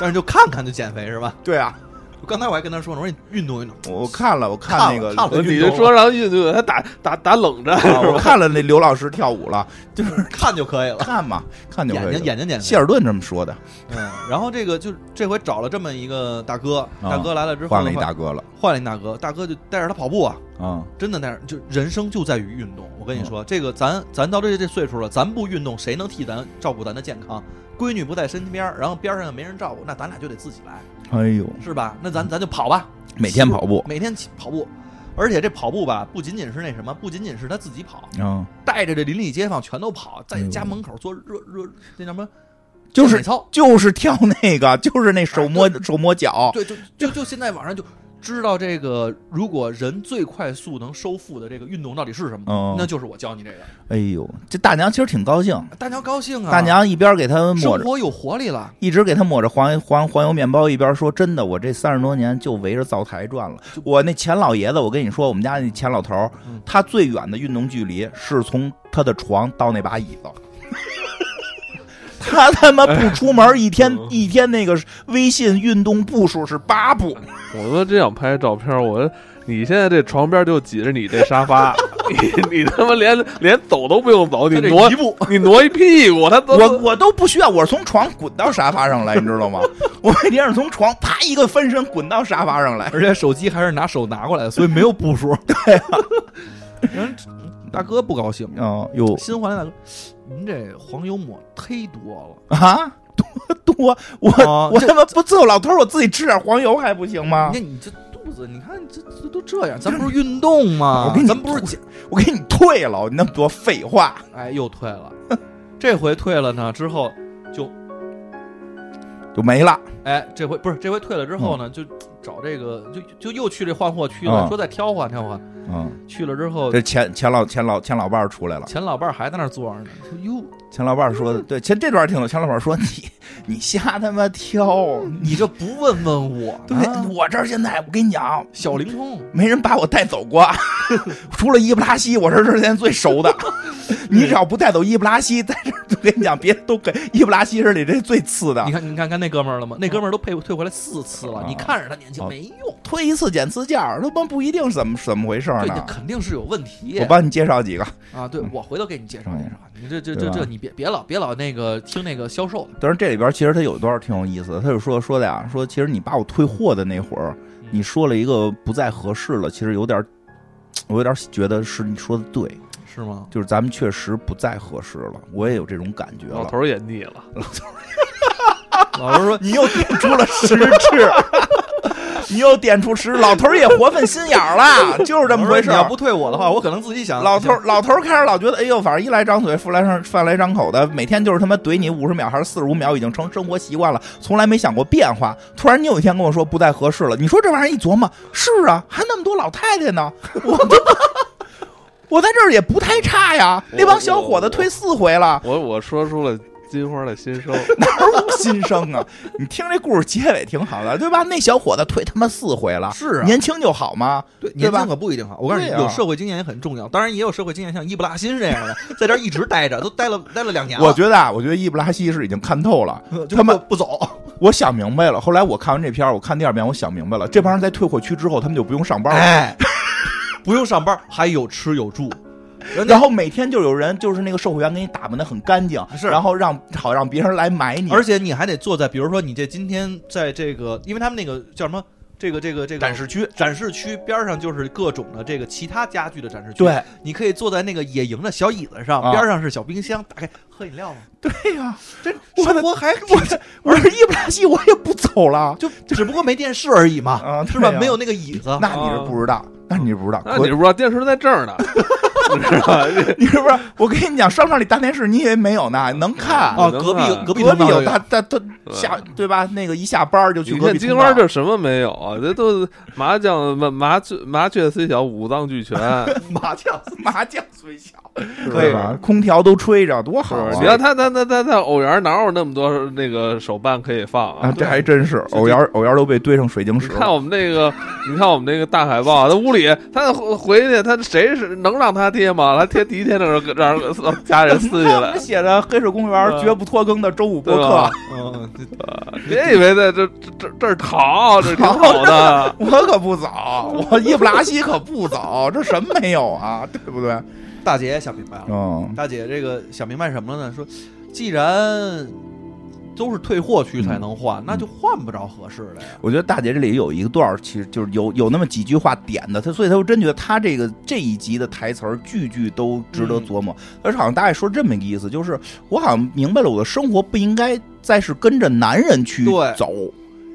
S3: 但是就看看就减肥是吧？
S2: 对啊，
S3: 我刚才我还跟他说呢，我说你运动运动，
S2: 我我看了，我
S3: 看
S2: 看那
S3: 了
S2: 个，
S3: 看了
S1: 你
S3: 运动
S1: 这说让印度他打打打冷战
S2: 啊
S1: 是
S2: 我
S1: 吧？
S2: 看了那刘老师跳舞了，就是
S3: 看就可以了，
S2: 看嘛，看就
S3: 眼
S2: 可以
S3: 睛
S2: 了。
S3: 眼睛减肥
S2: 谢。尔顿这么说的，
S3: 嗯，然后这个就这回找了这么一个大哥，
S2: 啊
S3: 大哥来了之后
S2: 换了一
S3: 的话
S2: 大哥了，
S3: 换了一大哥，大哥就带着他跑步啊，
S2: 嗯，
S3: 真的带着就人生就在于运动。我跟你说，这个咱咱到这这岁数了，咱不运动，谁能替咱照顾咱的健康？闺女不在身边，然后边上也没人照顾，那咱俩就得自己来，
S2: 哎呦，
S3: 是吧？那咱咱就跑吧，
S2: 每天跑步，
S3: 每天起跑步，而且这跑步吧，不仅仅是那什么，不仅仅是他自己跑，
S2: 嗯，
S3: 带着这邻里街坊全都跑，在家
S2: 哎呦
S3: 门口做热热那叫什么
S2: 就
S3: 健美
S2: 是
S3: 操，
S2: 就是跳那个，就是那手摸
S3: 啊对
S2: 手摸脚，
S3: 对，就就就现在网上就知道这个，如果人最快速能收腹的这个运动到底是什么，
S2: 嗯
S3: 那就是我教你这个。
S2: 哎呦，这大娘其实挺高兴，
S3: 大娘高兴啊，
S2: 大娘一边给他抹着。
S3: 生活有活力了，
S2: 一直给他抹着黄黄黄油面包，一边说：“真的，我这三十多年就围着灶台转了。我那钱老爷子，我跟你说，我们家那钱老头儿
S3: 嗯，
S2: 他最远的运动距离是从他的床到那把椅子。 他他妈不出门，一天
S1: 嗯
S2: 一天那个微信运动步数是八步。
S1: 我他妈真想拍照片，我你现在这床边就挤着你这沙发， 你你他妈连连走都不用走，你
S3: 他这
S1: 挪
S3: 一步，
S1: 你挪一屁股，他都
S2: 我我都不需要，我是从床滚到沙发上来，你知道 吗？我每天是从床啪一个翻身滚到沙发上来。
S3: 而且手机还是拿手拿过来的，所以 没有步数。对啊，人大哥不高兴，
S2: 哦哟
S3: 新换来大哥，您这黄油抹忒多
S2: 啊，多多，我、
S3: 啊
S2: 我
S3: 这
S2: 他妈不伺候老头儿，我自己吃点黄油还不行
S3: 了，
S2: 吗
S3: 你？看你这肚子，你看这这都这样，咱不是运动吗？
S2: 我给你
S3: 咱不是减
S2: 我给你退了，你那么多废话。
S3: 哎，又退了， 这回退了呢之后就
S2: 就没了，
S3: 哎，这回不是这回退了之后呢，就找这个，就就又去这换货区
S2: 嗯
S3: 了，说再挑换挑换。
S2: 嗯，
S3: 去了之后，
S2: 这钱钱老钱老钱老伴儿出来了，
S3: 钱老伴儿还在那儿坐着呢，说 哟，
S2: 钱老伴儿说的，对，钱这段儿挺有，钱老伴儿说你你瞎他妈挑，
S3: 你这不问问我
S2: 对、
S3: 呢？
S2: 我这儿现在我跟你讲，
S3: 小灵通，
S2: 没人把我带走过， 除了伊布拉西，我是这现在最熟的。你只要不带走伊布拉西，在这儿我跟你讲，别的都给伊布拉西是里这最次的
S3: 你。看你看看那哥们儿了吗？
S2: 嗯
S3: 那哥们儿都退退回来四次了
S2: 啊，
S3: 你看着他年轻
S2: 啊
S3: 没用，
S2: 推一次减次价，他妈不一定是怎么怎么回事
S3: 对，这
S2: 呢。
S3: 肯定是有问题
S2: 嗯我帮你介绍几个，
S3: 啊！对
S2: 嗯
S3: 我回头给你介绍
S2: 嗯
S3: 介绍，你这这
S2: 对
S3: 这
S2: 吧
S3: 这你别别老别老那个听那个销售的，
S2: 但是这里边其实他有一段挺有意思的，他就说说的呀，说其实你把我退货的那会儿，你说了一个不再合适了，其实有点儿，我有点儿觉得是你说的对，
S3: 是吗？
S2: 就是咱们确实不再合适了，我也有这种感觉
S1: 老
S2: 了。
S1: 头儿也腻了，
S3: 老师说
S2: 你又点出了实质， 你又点出实，老头儿也活分心眼儿了，就是这么回事
S4: 我说你要
S2: 儿。啊
S4: 不退我的话，我可能自己想。
S2: 老头儿老头儿开始老觉得，哎呦，反正一来张嘴，饭来张饭来张口的，每天就是他妈怼你五十秒还是四十五秒，已经成生活习惯了，从来没想过变化。突然你有一天跟我说不太合适了，你说这玩意儿一琢磨，是啊，还那么多老太太呢，我我在这儿也不太差呀，那帮小伙子推四回了，
S1: 我我说出了金花的心 声，
S2: 哪有新生啊？你听这故事结尾挺好的，对吧？那小伙子推他妈四回了，
S4: 是啊，
S2: 年轻就好吗？
S4: 对
S2: 对
S4: 年
S2: 吧
S4: 轻可不一定好。我告诉你，
S2: 对啊
S4: 有社会经验也很重要。当然，也有社会经验像伊布拉欣这样的， 在这儿一直待着，都待了待了两年了。
S2: 我觉得啊，我觉得伊布拉希是已经看透了。
S4: 就不
S2: 他们
S4: 不走，
S2: 我想明白了，后来我看完这片儿，我看第二遍，我想明白了，这帮人在退货区之后，他们就不用上班了，
S4: 哎，不用上班，还有吃有住，人家
S2: 然后每天就有人就是那个售货员给你打扮的很干净，
S4: 是
S2: 然后让好让别人来买你，
S4: 而且你还得坐在，比如说你这今天在这个，因为他们那个叫什么，这个这个这个
S2: 展示区，
S4: 展示区边上就是各种的这个其他家具的展示区，，
S2: 对
S4: 你可以坐在那个野营的小椅子上，
S2: 啊
S4: 边上是小冰箱，打开喝饮料嘛，
S2: 对呀、
S4: 这
S2: 我的
S4: 生活还
S2: 我我是伊布拉希，我也不走了，
S4: 就 只不过没电视而已嘛，
S2: 啊，
S4: 啊是吧？
S2: 对呀
S4: 没有，那个椅子，
S2: 那你是不知道，那你是不知道，
S1: 那
S2: 我
S1: 你不知道电视在这儿呢，你知道吧？
S2: 你是不是？我跟你讲，商场里大电视你以为没有呢，能啊看。
S4: 哦，
S1: 能
S4: 隔壁
S1: 看
S4: 隔壁
S2: 隔
S4: 通
S2: 壁
S4: 道
S2: 有
S4: 有嗯
S2: 大大他下对吧？那个一下班儿就去
S1: 你
S2: 隔
S1: 看
S2: 壁
S1: 金
S2: 通
S1: 花
S2: 道。
S1: 这什么没有啊？这都麻将麻麻雀麻雀虽小，五脏俱全，
S4: 麻将，
S2: 麻将虽小，
S1: 是不
S2: 对
S1: 是？
S2: 吧？空调都吹着，多好
S1: 是
S2: 啊！
S1: 你看他他他他他偶园哪有那么多那个手办可以放
S2: 啊，
S1: 啊？
S2: 这还真是偶园偶园都被堆成水晶
S1: 你
S2: 石
S1: 看
S2: 了。
S1: 我们那个，你看我们那个大海报，他屋里他回回去，他谁是能让他贴吗？他贴第一天的时候，让让家人撕下
S2: 他
S1: 来
S2: 们，写着“黑水公园绝不拖更”的周五播
S1: 对吧
S2: 客，？
S4: 嗯，这
S1: 别以为在这这这这是逃，这挺好 的。
S2: 我可不走，我伊布拉西可不走，这什么没有啊？对不对？
S4: 大姐也想明白了，
S2: 嗯，
S4: 大姐这个想明白什么了呢？说既然都是退货区才能
S2: 嗯
S4: 换，那就换不着合适的呀。
S2: 我觉得大姐这里有一个段儿，其实就是有有那么几句话点的，她所以她就真觉得她这个这一集的台词儿句句都值得琢磨。而且好像大概说这么一个意思，就是我好像明白了，我的生活不应该再是跟着男人去
S4: 对
S2: 走，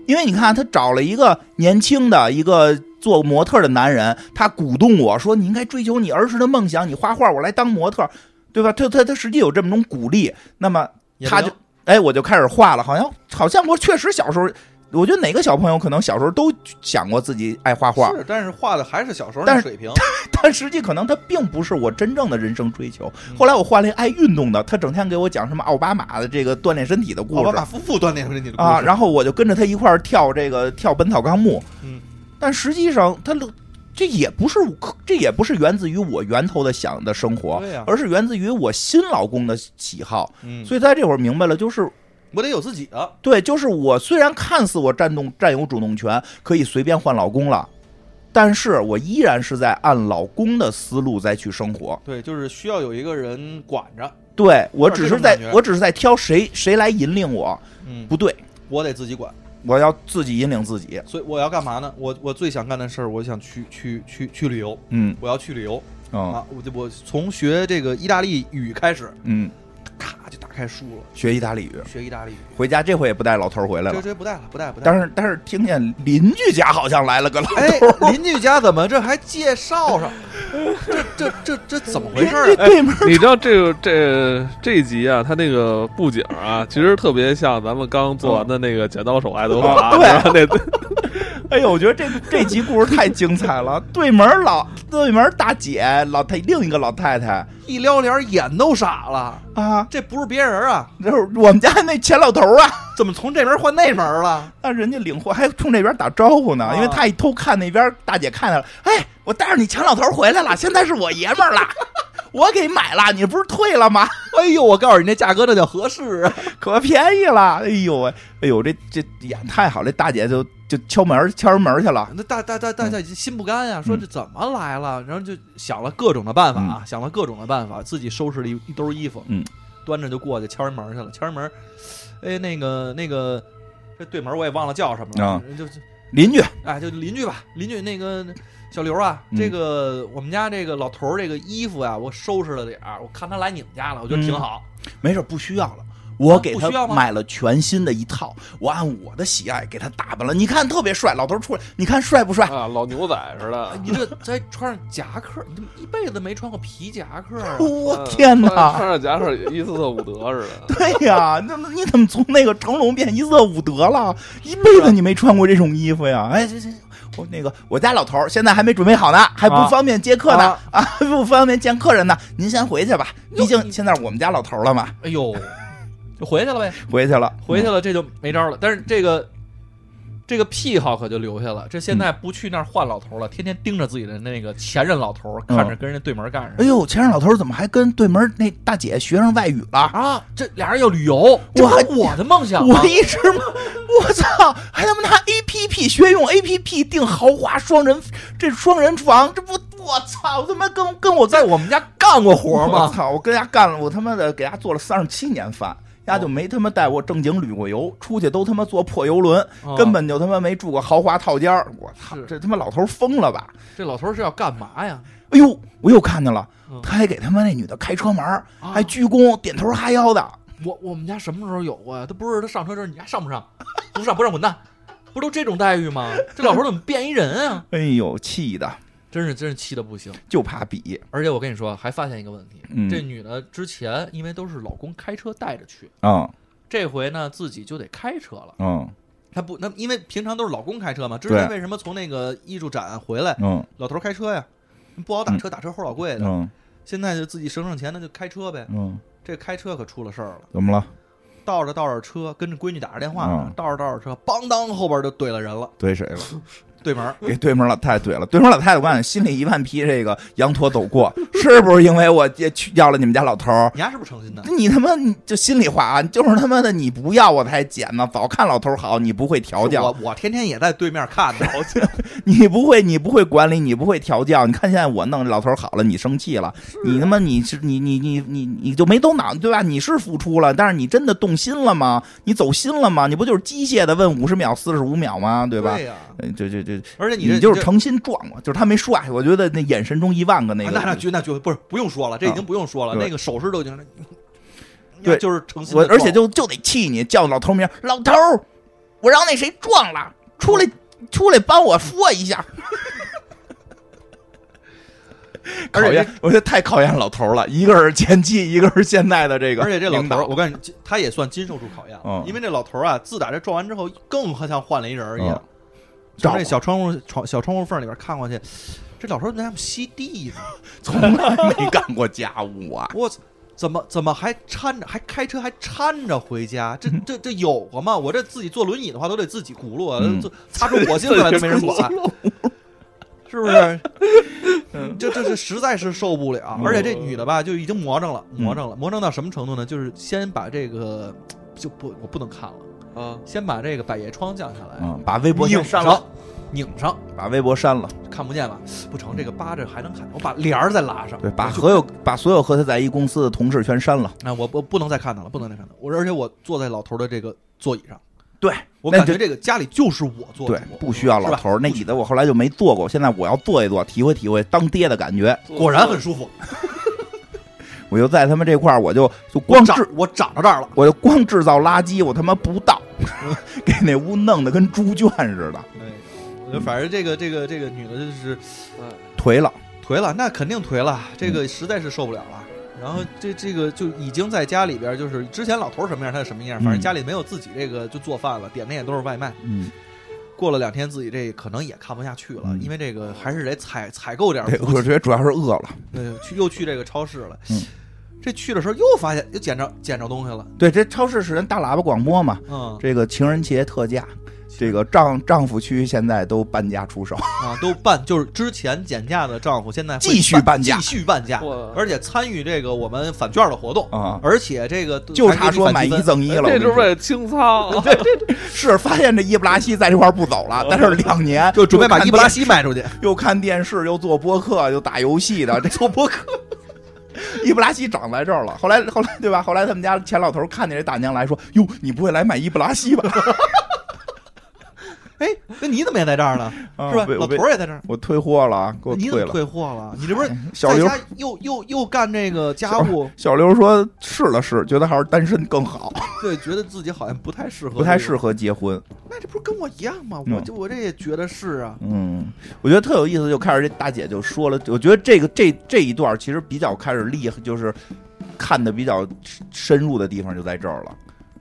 S2: 因为你看她找了一个年轻的一个。做模特的男人，他鼓动我说：“你应该追求你儿时的梦想，你画画，我来当模特，对吧？”他他他实际有这么种鼓励，那么
S4: 也不
S2: 他
S4: 能
S2: 就哎，我就开始画了，好像好像我确实小时候，我觉得哪个小朋友可能小时候都想过自己爱画画，
S4: 是，但是画的还是小时候
S2: 但
S4: 那
S2: 是
S4: 水平。
S2: 但实际可能他并不是我真正的人生追求。
S4: 嗯
S2: 后来我画了一个爱运动的，他整天给我讲什么奥巴马的这个锻炼身体的故
S4: 奥巴
S2: 事
S4: 马夫妇锻炼出来你的故事
S2: 啊，然后我就跟着他一块儿跳这个跳《本草纲目》，
S4: 嗯，
S2: 但实际上他这也不是这也不是源自于我源头的想的生活，
S4: 对呀啊
S2: 而是源自于我新老公的喜好。
S4: 嗯，
S2: 所以在这会儿明白了，就是
S4: 我得有自己的。
S2: 对，就是我虽然看似我占动占有主动权，可以随便换老公了，但是我依然是在按老公的思路再去生活。
S4: 对，就是需要有一个人管着。
S2: 对我
S4: 有
S2: 只
S4: 这
S2: 是
S4: 种
S2: 在
S4: 感觉
S2: 我只是在挑谁谁来引领我，
S4: 嗯，
S2: 不对，
S4: 我得自己管。
S2: 我要自己引领自己。
S4: 所以我要干嘛呢？我我最想干的事儿，我想去去去去旅游。
S2: 嗯
S4: 我要去旅游
S2: 嗯
S4: 啊！我就我从学这个意大利语开始，
S2: 嗯，
S4: 咔就打开书了，
S2: 学意大利语，
S4: 学意大利语。
S2: 回家这回也不带老头儿回来
S4: 这
S2: 了。
S4: 这不带了，不带了不带了。
S2: 但是但是听见邻居家好像来了个老 头
S4: 哎
S2: 儿，，
S4: 邻居家怎么这还介绍上？这这这这怎么回
S2: 邻
S4: 事儿
S2: 居
S4: 啊？
S2: 对门儿
S1: 你知道这个这这一集啊，他那个布景啊，其实特别像咱们刚做完的那个《剪刀手爱德华》啊对，那
S2: 哎呦，我觉得这这集故事太精彩了。对门儿老对门儿大姐老太另一个老太太
S4: 一撩帘眼都傻了，
S2: 啊，
S4: 这不是别人啊，
S2: 就是我们家那钱老头儿啊，
S4: 怎么从这门换那门了？
S2: 那人家领货还冲这边打招呼呢，
S4: 啊
S2: 因为他一偷看那边，大姐看见了，哎，我带着你钱老头儿回来了，现在是我爷们儿了， 我给买了，你不是退了吗？
S4: 哎呦，我告诉你，那价格那叫合适啊！
S2: 可便宜了，哎呦喂，哎呦，这这演太好了，这大姐就就敲门敲人门去了，
S4: 那大大大大家已经心不甘呀、说这怎么来了？然后就想了各种的办法啊，想了各种的办法，自己收拾了一一兜衣服，
S2: 嗯，
S4: 端着就过去敲人门去了，敲人门，哎，那个那个，这对门我也忘了叫什么了，
S2: 啊
S4: 就
S2: 邻居，
S4: 哎，就邻居吧，邻居那个小刘啊，
S2: 嗯
S4: 这个我们家这个老啊头儿这个衣服呀、我收拾了点儿，我看他来你们家了，我觉得挺好。
S2: 没事，不需要了，我给他
S4: 啊不需要吗
S2: 买了全新的一套，我按我的喜爱给他打扮了。你看特别帅，老头出来，你看帅不帅？
S1: 啊，老牛仔似
S2: 哎
S1: 的。
S4: 啊
S1: 嗯
S4: 你这再穿上夹克，你怎么一辈子没穿过皮夹克啊？
S2: 我天
S1: 穿
S2: 哪！
S1: 穿上夹克伊斯特伍德似的。
S2: 对呀、那那你怎么从那个成龙变伊瑟伍德了？一辈
S1: 啊
S2: 子你没穿过这种衣服呀？哎，这这，我那个我家老头儿现在还没准备好呢，还不
S1: 啊
S2: 方便接客呢
S1: 啊
S2: 啊不方便见客人呢。您先回去吧，
S4: 哟
S2: 毕竟现在我们家老头儿了嘛，
S4: 哎呦，就回去了呗，
S2: 回去了，
S4: 回去了这就没招了。但是这个这个癖好可就留下了，这现在不去那儿换老头了，天天盯着自己的那个前任老头，
S2: 嗯
S4: 看着跟人家对门干上。
S2: 哎呦，前任老头儿怎么还跟对门那大姐学上外语了？
S4: 啊，这俩人要旅游，这不是
S2: 我
S4: 我的梦
S1: 哎
S4: 想吗
S2: 我？一直，我操，还他妈拿 A P P 学用 A P P 订豪华双人，这双人床，这不，我操，我他妈跟跟我
S4: 我在我们家干 过活
S2: 我
S4: 吗？
S2: 操， 我跟人家干了，我他妈的给人家做了三十七年饭。丫就没他妈带我正经旅过
S4: 哦
S2: 游，出去都他妈坐破游轮，
S4: 啊
S2: 根本就他妈没住过豪华套间儿我操，
S4: 是
S2: 这他妈老头儿疯了吧？
S4: 这老头是要干嘛呀？
S2: 哎呦，我又看见了
S4: 嗯，
S2: 他还给他妈那女的开车门儿，
S4: 啊
S2: 还鞠躬、点头哈腰的。
S4: 我我们家什么时候有过呀？他不是他上车之后，你还上不上？不上不上滚蛋！不都这种待遇吗？这老头怎么变一人啊？
S2: 哎呦，气的
S4: 真是真是气的不行。
S2: 就怕比，
S4: 而且我跟你说，啊还发现一个问题，
S2: 嗯
S4: 这女的之前因为都是老公开车带着去，
S2: 嗯
S4: 这回呢自己就得开车了。
S2: 嗯
S4: 她不，那因为平常都是老公开车嘛，之
S2: 对
S4: 前为什么从那个艺术展回来，
S2: 嗯
S4: 老头开车呀？不好打车，打车齁老贵的。
S2: 嗯
S4: 现在就自己省省钱，那就开车呗。
S2: 嗯，
S4: 这开车可出了事儿了，
S2: 怎么了？
S4: 倒着倒着车，跟着闺女打着电话呢
S2: 嗯，
S4: 倒着倒着车，梆当后边就怼了人了，
S2: 怼谁 了？
S4: 对门儿。
S2: 给对门老太太怼了。对门老太太，我告诉你，心里一万匹这个羊驼走过，是不是因为我也去要了你们家老头儿？
S4: 你丫是不是诚心的？
S2: 你他妈你就心里话啊，你就是他妈的你不要我才捡呢，早看老头儿好，你不会调
S4: 我
S2: 教，
S4: 我天天也在对面看着，
S2: 你不会你不会管理，你不会调教。你看现在我弄老头儿好了，你生气了，你
S4: 啊
S2: 他妈你是你你你你你就没动脑对吧？你是付出了，但是你真的动心了吗？你走心了吗？你不就是机械的问五十秒、四十五秒吗？对吧？
S4: 对呀，
S2: 呃这这这
S4: 而且
S2: 你
S4: 这
S2: 就是
S4: 这
S2: 诚心撞我，就是他没帅，我觉得那眼神中一万个那
S4: 啊
S2: 个，
S4: 那那绝那绝不是不用说了，这已经不用说了，
S2: 对
S4: 那个手势都已经，
S2: 对
S4: 就是诚心
S2: 我
S4: 的撞，
S2: 而且就就得气你，叫老头名，老头儿，我让那谁撞了，出来出来帮我说一下。
S4: 而且
S2: 考验，我觉得太考验老头儿了，一个是前妻，一个是现在的这个
S4: 而且这老
S2: 领
S4: 头
S2: 导
S4: 儿，我告诉你，这他也算经受住考验了
S2: 嗯，
S4: 因为这老头儿啊，自打这撞完之后，更像换了一人儿一样，
S2: 照顾
S4: 从这小窗户窗小窗户缝里边看过去，这老头儿怎么还吸地呢？，
S2: 从来没干过家务啊
S4: 我操！怎么怎么还搀着，还开车还搀着回家？这这这有过吗？我这自己坐轮椅的话，都得自己轱辘啊，
S2: 嗯
S4: 就擦出火星来都没人管，啊 是不是？这这这实在是受不了。
S2: 嗯
S4: 而且这女的吧，就已经魔怔了，
S2: 嗯
S4: 魔怔了，魔怔到什么程度呢？就是先把这个就不我不能看了，
S1: 啊，
S4: 先把这个百叶窗降下来，
S2: 嗯，把微博先
S4: 拧
S2: 删
S4: 上，拧上，
S2: 把微博删了，
S4: 看不见吧？不成，这个扒着还能看，我把帘儿再拉上，
S2: 对，把
S4: 我就
S2: 所有把所有和他在一公司的同事全删了。
S4: 那啊我我不能再看他了，不能再看他了。我而且我坐在老头的这个座椅上，
S2: 对，
S4: 我
S2: 那
S4: 感
S2: 就
S4: 觉这个家里就是我做主，
S2: 对，不需要
S4: 是
S2: 老
S4: 吧
S2: 头儿。那椅子我后来就没坐过，现在我要坐一坐，体会体会当爹的感觉。
S4: 果然很舒服。
S2: 我就在他们这块儿，我就就光
S4: 长
S2: 制，
S4: 我长到这儿了，
S2: 我就光制造垃圾，我他妈不倒， 给那屋弄得跟猪圈似的，
S4: 哎，我觉得反正这个这个这个女的就是
S2: 颓了。
S4: 颓了，那肯定颓了，这
S2: 嗯
S4: 个实在是受不了了。然后这这个就已经在家里边，就是之前老头什么样，他就什么样，反正
S2: 嗯
S4: 家里没有自己这个就做饭了，点的也都是外卖。
S2: 嗯，
S4: 过了两天，自己这可能也看不下去了，
S2: 嗯
S4: 因为这个还是得采采购点儿
S2: 对，
S4: 补
S2: 我觉得主要啊是饿了。
S4: 对，去又去这个超市了。
S2: 嗯
S4: 这去的时候又发现又捡着捡着东西了。
S2: 对，这超市是人大喇叭广播嘛，
S4: 嗯，
S2: 这个情人节特价，这个丈丈夫区现在都半价出手，
S4: 啊都半就是之前减价的丈夫，现在会
S2: 继续半价
S4: 继续半价
S1: 哇，
S4: 而且参与这个我们返券的活动
S2: 啊
S4: 而且这个
S2: 就
S4: 还给
S2: 差
S4: 你
S2: 说
S4: 返
S2: 买
S4: 积
S2: 一
S4: 分
S2: 赠一 了。
S1: 这
S2: 我跟
S1: 就是
S2: 你说
S1: 为了清仓，啊
S2: 是发现这伊布拉西在这块儿不走了，但是两年
S4: 就准备把
S2: 看
S4: 伊布拉
S2: 电
S4: 西卖出去，
S2: 又看电视，又做播客，又打游戏 的，这
S4: 做博客。
S2: 伊布拉西长在这儿了。后来，后来，对吧？后来他们家前老头看见这大娘来说：“哟，你不会来买伊布拉西吧？
S4: 哎，那你怎么也在这儿呢？
S2: 啊
S4: 是吧？
S2: 被
S4: 老头
S2: 被
S4: 儿也在这儿，
S2: 我退货了啊，给我
S4: 你
S2: 退
S4: 怎么
S2: 了。哎
S4: 退货了？你这不是
S2: 小
S4: 在
S2: 刘，
S4: 家又又又干这个家务？
S2: 小刘说试了试，觉得还是单身更好。
S4: 对，觉得自己好像不太适合，
S2: 不太适。合结婚。
S4: 那这不是跟我一样吗？
S2: 嗯
S4: 我就我这也觉得是啊。
S2: 嗯，我觉得特有意思，就开始这大姐就说了，我觉得这个这这一段其实比较开始厉害，就是看的比较深入的地方就在这儿了。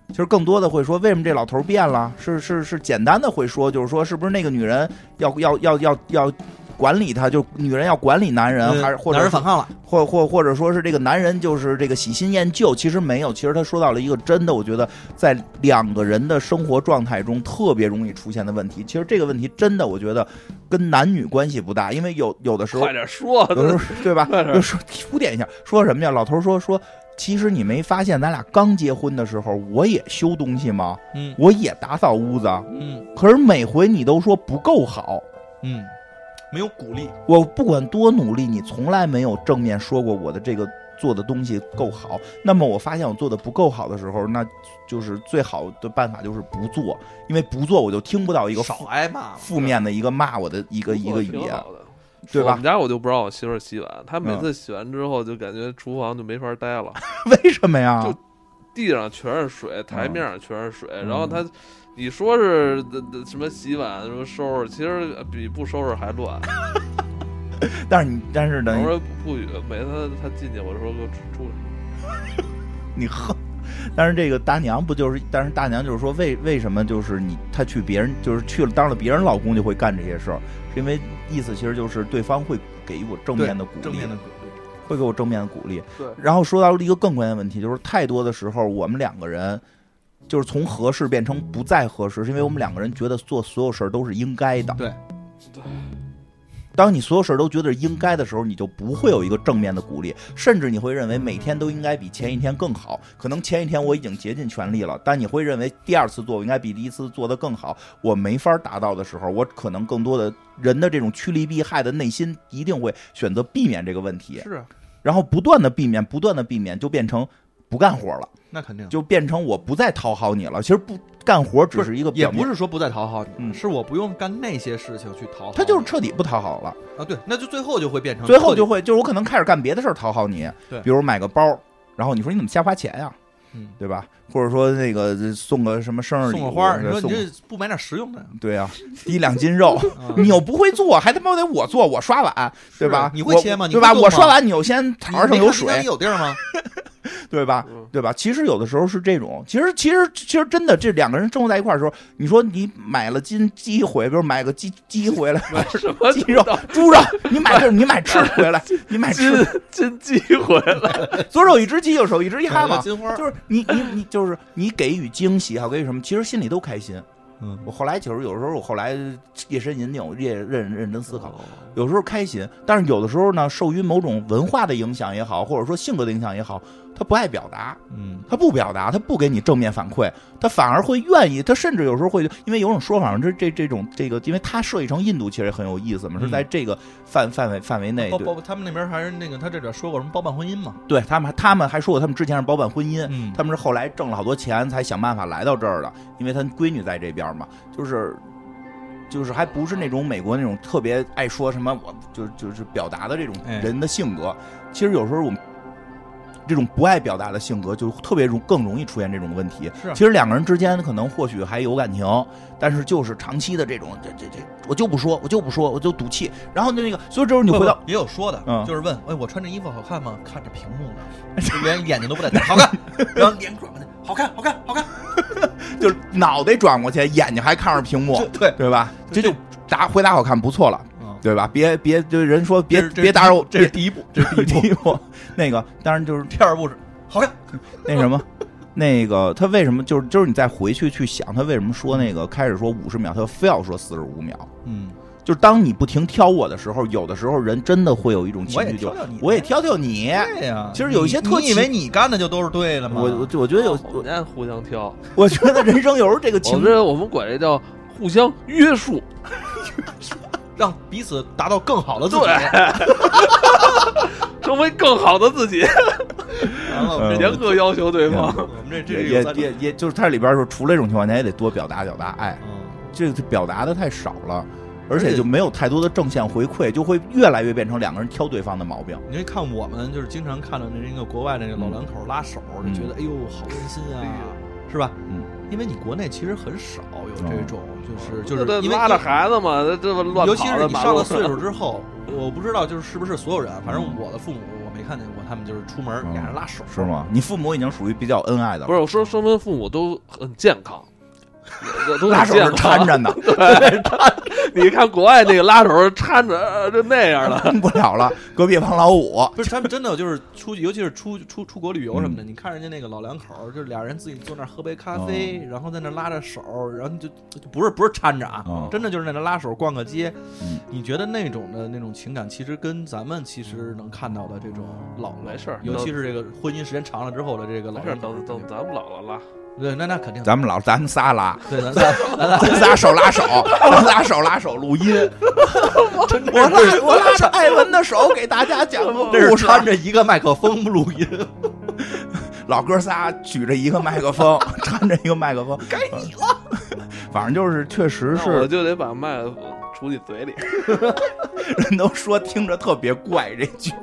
S2: 其实更多的会说，为什么这老头儿变了？是是是，简单的会说，就是说是不是那个女人要要要要要管理他，就女人要管理男人，还是或者
S4: 男呃人
S2: 是
S4: 反抗了，
S2: 或或或者说是这个男人就是这个喜新厌旧，其实没有，其实他说到了一个真的，我觉得在两个人的生活状态中特别容易出现的问题。其实这个问题真的，我觉得跟男女关系不大，因为有有的时候
S1: 快，点说，
S2: 有时候对吧？
S1: 快点
S2: 就说铺垫一下，说什么呀？老头说说，其实你没发现咱俩刚结婚的时候，我也修东西吗？
S4: 嗯
S2: 我也打扫屋子，
S4: 嗯
S2: 可是每回你都说不够好。
S4: 嗯，没有鼓励，
S2: 我不管多努力，你从来没有正面说过我的这个做的东西够好。那么我发现我做的不够好的时候，那就是最好的办法就是不做，因为不做我就听不到一个
S4: 少
S2: 负
S4: 挨骂嘛，
S2: 负面的一个骂我的一个一个语
S1: 挺
S2: 言，
S1: 好的。
S2: 对
S1: 我
S2: 吧嗯
S1: 们？家我就不让我媳妇儿洗碗，她每次洗完之后就感觉厨房就没法待了，
S2: 为什么呀？
S1: 就地上全是水，台面上全是水，
S2: 嗯
S1: 然后她。你说是的的什么洗碗什么收拾，其实比不收拾还乱。
S2: 但是你但是呢
S1: 我，说不不许，每次她进去，我说给我出出去。
S2: 你喝。但是这个大娘不就是？但是大娘就是说为为什么就是你她去别人就是去了当了别人老公就会干这些事儿，是因为意思其实就是对方会给予我正面的鼓励，
S4: 正面的鼓励。
S2: 会给我正面的鼓励。
S1: 对
S2: 然后说到了一个更关键的问题，就是太多的时候我们两个人就是从合适变成不再合适，是因为我们两个人觉得做所有事儿都是应该的。
S4: 对
S1: 对
S2: 当你所有事儿都觉得是应该的时候，你就不会有一个正面的鼓励，甚至你会认为每天都应该比前一天更好。可能前一天我已经竭尽全力了，但你会认为第二次做我应该比第一次做得更好。我没法达到的时候，我可能更多的人的这种趋利避害的内心一定会选择避免这个问题。
S4: 是啊，
S2: 然后不断的避免，不断的避免，就变成不干活了，
S4: 那肯定
S2: 就变成我不再讨好你了。其实不干活只
S4: 不
S2: 是一个
S4: 也
S2: 表面，
S4: 不是说不再讨好你，
S2: 嗯
S4: 是我不用干那些事情去讨好你。
S2: 他就是彻底不讨好了。
S4: 啊，对，那就最后就会变成
S2: 嗯最后
S4: 彻底
S2: 就会就是我可能开始干别的事儿讨好你，
S4: 嗯对
S2: 比如买个包，然后你说你怎么瞎花钱呀、
S4: 嗯
S2: 对吧？或者说那个呃送个什么生日礼
S4: 送
S2: 物
S4: 个花儿，你
S2: 对
S4: 说你
S2: 送
S4: 这不买点实用的 呀，
S2: 对啊，滴两斤 肉。
S4: 啊
S2: 你又不会做，还他妈得我做，我刷碗，对吧？
S4: 你会
S2: 我
S4: 切吗你
S2: 对
S4: 会
S2: 吧？
S4: 动
S2: 我
S4: 吗
S2: 刷碗，你就先盘上有水，
S4: 有地儿 吗？
S2: 对吧？
S1: 嗯，
S2: 对吧？其实有的时候是这种，其实其实其实真的，这两个人生活在一块儿的时候，你说你买了斤鸡回，比如买个鸡鸡回来，
S1: 买什么
S2: 鸡肉、 猪肉，你买这你买翅回来，你买
S1: 金
S2: 翅，
S1: 金鸡回来？
S2: 左手一只鸡，右手一只鸭嘛，
S4: 金花儿，
S2: 就是你你你就是你给予惊喜，还有给予什么，其实心里都开心。
S4: 嗯，
S2: 我后来其实有时候我后来夜深人静，我夜认认真思考，有时候开心，但是有的时候呢，受于某种文化的影响也好，或者说性格的影响也好，他不爱表达，
S4: 嗯，
S2: 他不表达，他不给你正面反馈，他反而会愿意，他甚至有时候会，因为有种说法，这这这种这个，因为他设计成印度其实也很有意思嘛，
S4: 嗯
S2: 是在这个范范围范围内，
S4: 包
S2: 哎对
S4: 包他们那边还是那个，他这里边说过什么包办婚姻嘛？
S2: 对他们还他们还说过，他们之前是包办婚姻，
S4: 嗯
S2: 他们是后来挣了好多钱才想办法来到这儿的，因为他闺女在这边嘛，就是。就是还不是那种美国那种特别爱说什么我就就是表达的这种
S4: 哎
S2: 人的性格，其实有时候我们这种不爱表达的性格就特别容更容易出现这种问题。
S4: 是啊
S2: 其实两个人之间可能或许还有感情，但是就是长期的这种这这这我就不说我就不说我就赌气，然后那个所以这时候你
S4: 不
S2: 回到
S4: 不也有说的，
S2: 嗯
S4: 就是问，哎，我穿这衣服好看吗？看着屏幕呢，就连眼睛都不带抬，好看，然后脸转过去，好看，好看，好看，
S2: 就是脑袋转过去，眼睛还看着屏幕，
S4: 这对，
S2: 对吧？这
S4: 对
S2: 就答回答好看不错了，
S4: 嗯，
S2: 对吧？别别，就人说别
S4: 这是
S2: 别打扰我，
S4: 这是第一步，
S2: 别这是 第一步。那个当然就是
S4: 第二步是好看，
S2: 那什么，那个他为什么就是就是你再回去去想他为什么说那个开始说五十秒，他非要说四十五秒。
S4: 嗯，
S2: 就是当你不停挑我的时候，有的时候人真的会有一种情
S4: 我也
S2: 绪，就
S4: 挑挑你
S2: 我也挑挑你。
S4: 对呀，
S2: 其实有一些
S4: 你
S2: 特
S4: 你以为你干的就都是对的吗？
S2: 我我我觉得有，
S1: 哎我
S4: 哦
S2: 我
S1: 们家互相挑，
S2: 我觉得人生有时候这个
S1: 我
S2: 情
S1: 们这我们管这叫互相约束。
S4: 让彼此达到更好的自己，
S1: 对 成为更好的自己，
S4: 然啊后我们这
S1: 严格要求对方。
S4: 我们这这
S2: 也
S4: 是有
S2: 也
S4: 三
S2: 也也就是它里边说，除了这种情况下，也得多表达表达爱。
S4: 嗯
S2: 这个表达的太少了，而
S4: 而
S2: 且
S4: 且
S2: 就没有太多的正向回馈，就会越来越变成两个人挑对方的毛病。
S4: 你看我们就是经常看到那那个国外那个老两口拉手，就
S2: 嗯
S4: 觉得哎呦好温馨啊
S1: 哎，
S4: 是吧？
S2: 嗯，
S4: 因为你国内其实很少有这种，就是就
S1: 那
S4: 是因为
S1: 拉着孩子嘛，这这么乱跑
S4: 尤其是
S1: 的
S4: 你
S1: 马
S4: 上
S1: 路
S4: 了 岁数之后，我不知道就是是不是所有人啊，反正我的父母我没看见过，他们就是出门
S2: 嗯
S4: 俩人拉手，
S2: 是？吗？你父母已经属于比较恩爱的了，
S1: 不是我说，说明父母都很健康，都
S2: 拉
S1: 很
S2: 手是
S1: 健康
S2: 搀着 呢，
S1: 你看国外那个拉手搀着呃就那样的，
S2: 动不了了。隔壁王老五，
S4: 不是，他们真的就是出去，尤其是出出出国旅游什
S2: 嗯
S4: 么的，你看人家那个老两口儿，就俩人自己坐那儿喝杯咖啡，
S2: 哦
S4: 然后在那儿拉着手，然后就就不是不是搀着啊，
S2: 哦
S4: 真的就是在那儿拉手逛个街。
S2: 嗯
S4: 你觉得那种的那种情感，其实跟咱们其实能看到的这种老
S2: 嗯
S4: 了
S1: 没事儿
S4: 尤其是这个婚姻时间长了之后的这个老
S1: 没事，
S4: 两口儿
S1: 等等咱们老了拉。
S4: 对，那那肯定
S2: 咱们老咱们仨拉，
S4: 对 咱咱咱咱
S2: 咱仨手拉 手，咱仨手拉手录音。我拉我拉着艾文的手给大家讲个
S4: 这
S2: 故
S4: 是
S2: 事。
S4: 搀着一个麦克风录音，
S2: 老哥仨举着一个麦克 风，搀着一个麦克风，该你了。 反正就是，确实
S1: 那我
S2: 是
S1: 就得把麦杵你嘴 里。
S2: 人都说听着特别怪这句。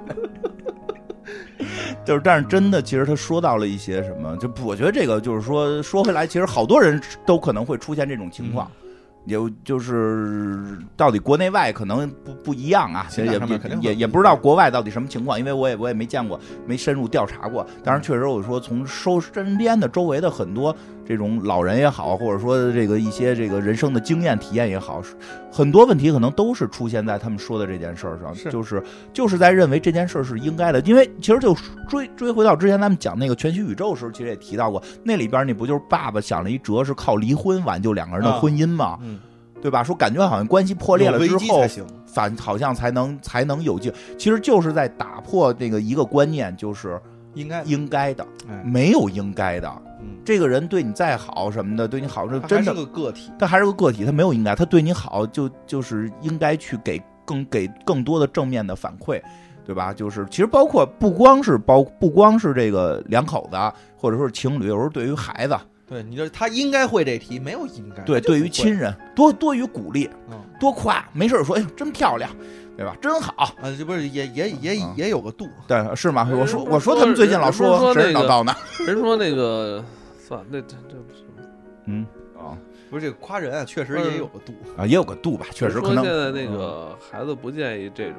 S2: 就是，但是真的，其实他说到了一些什么，就不我觉得这个就是说，说回来，其实好多人都可能会出现这种情况，
S4: 嗯
S2: 也就是到底国内外可能不不一样啊，
S4: 情
S2: 也
S4: 感
S2: 也
S4: 上面肯定会
S2: 也
S4: 不
S2: 也
S4: 一
S2: 不知道
S4: 样
S2: 国外到底什么情况，因为我也我也没见过，没深入调查过。当然，确实我说从收身边的周围的很多这种老人也好，或者说这个一些这个人生的经验体验也好，是很多问题可能都是出现在他们说的这件事儿上，
S4: 是
S2: 就是就是在认为这件事儿是应该的，因为其实就追追回到之前咱们讲那个全息宇宙的时候，其实也提到过，那里边儿你不就是爸爸想了一辙，是靠离婚挽救两个人的
S4: 啊
S2: 婚姻吗？
S4: 嗯，
S2: 对吧？说感觉好像关系破裂了
S4: 有危
S2: 之
S4: 机
S2: 后
S4: 才，行，
S2: 反好像才能才能有救，其实就是在打破那个一个观念，就是
S4: 应该
S2: 应该的，
S4: 哎
S2: 没有应该的。
S4: 嗯，
S2: 这个人对你再好什么的，对你好，这
S4: 他还
S2: 真
S4: 是
S2: 的
S4: 个个体，
S2: 他还是个个体，他没有应该，他对你好就就是应该去给更给更多的正面的反馈，对吧？就是其实包括不光是包不光是这个两口子，或者说是情侣，有时候对于孩子，
S4: 对，你这他应该会这题，没有应该，
S2: 对
S4: 他就
S2: 对于
S4: 不会
S2: 亲人多多于鼓励，
S4: 嗯
S2: 多夸，没事儿说哎呦真漂亮，对吧？真好。
S4: 啊，这不是也也也
S2: 啊
S4: 也有个度，
S2: 对，是吗？
S1: 哎
S2: 我说
S1: 人
S2: 我说
S1: 说
S2: 他们最近
S1: 人
S2: 老
S1: 人不是说
S2: 神神
S1: 那
S2: 叨
S1: 个
S2: 叨呢，
S1: 人说那个，算了，那这这不是
S2: 嗯啊
S4: 不是这个夸人啊，确实
S1: 嗯
S4: 也有个度，
S2: 啊也有个度吧，确实
S1: 人说
S2: 可能嗯
S1: 现在那个孩子不建议这种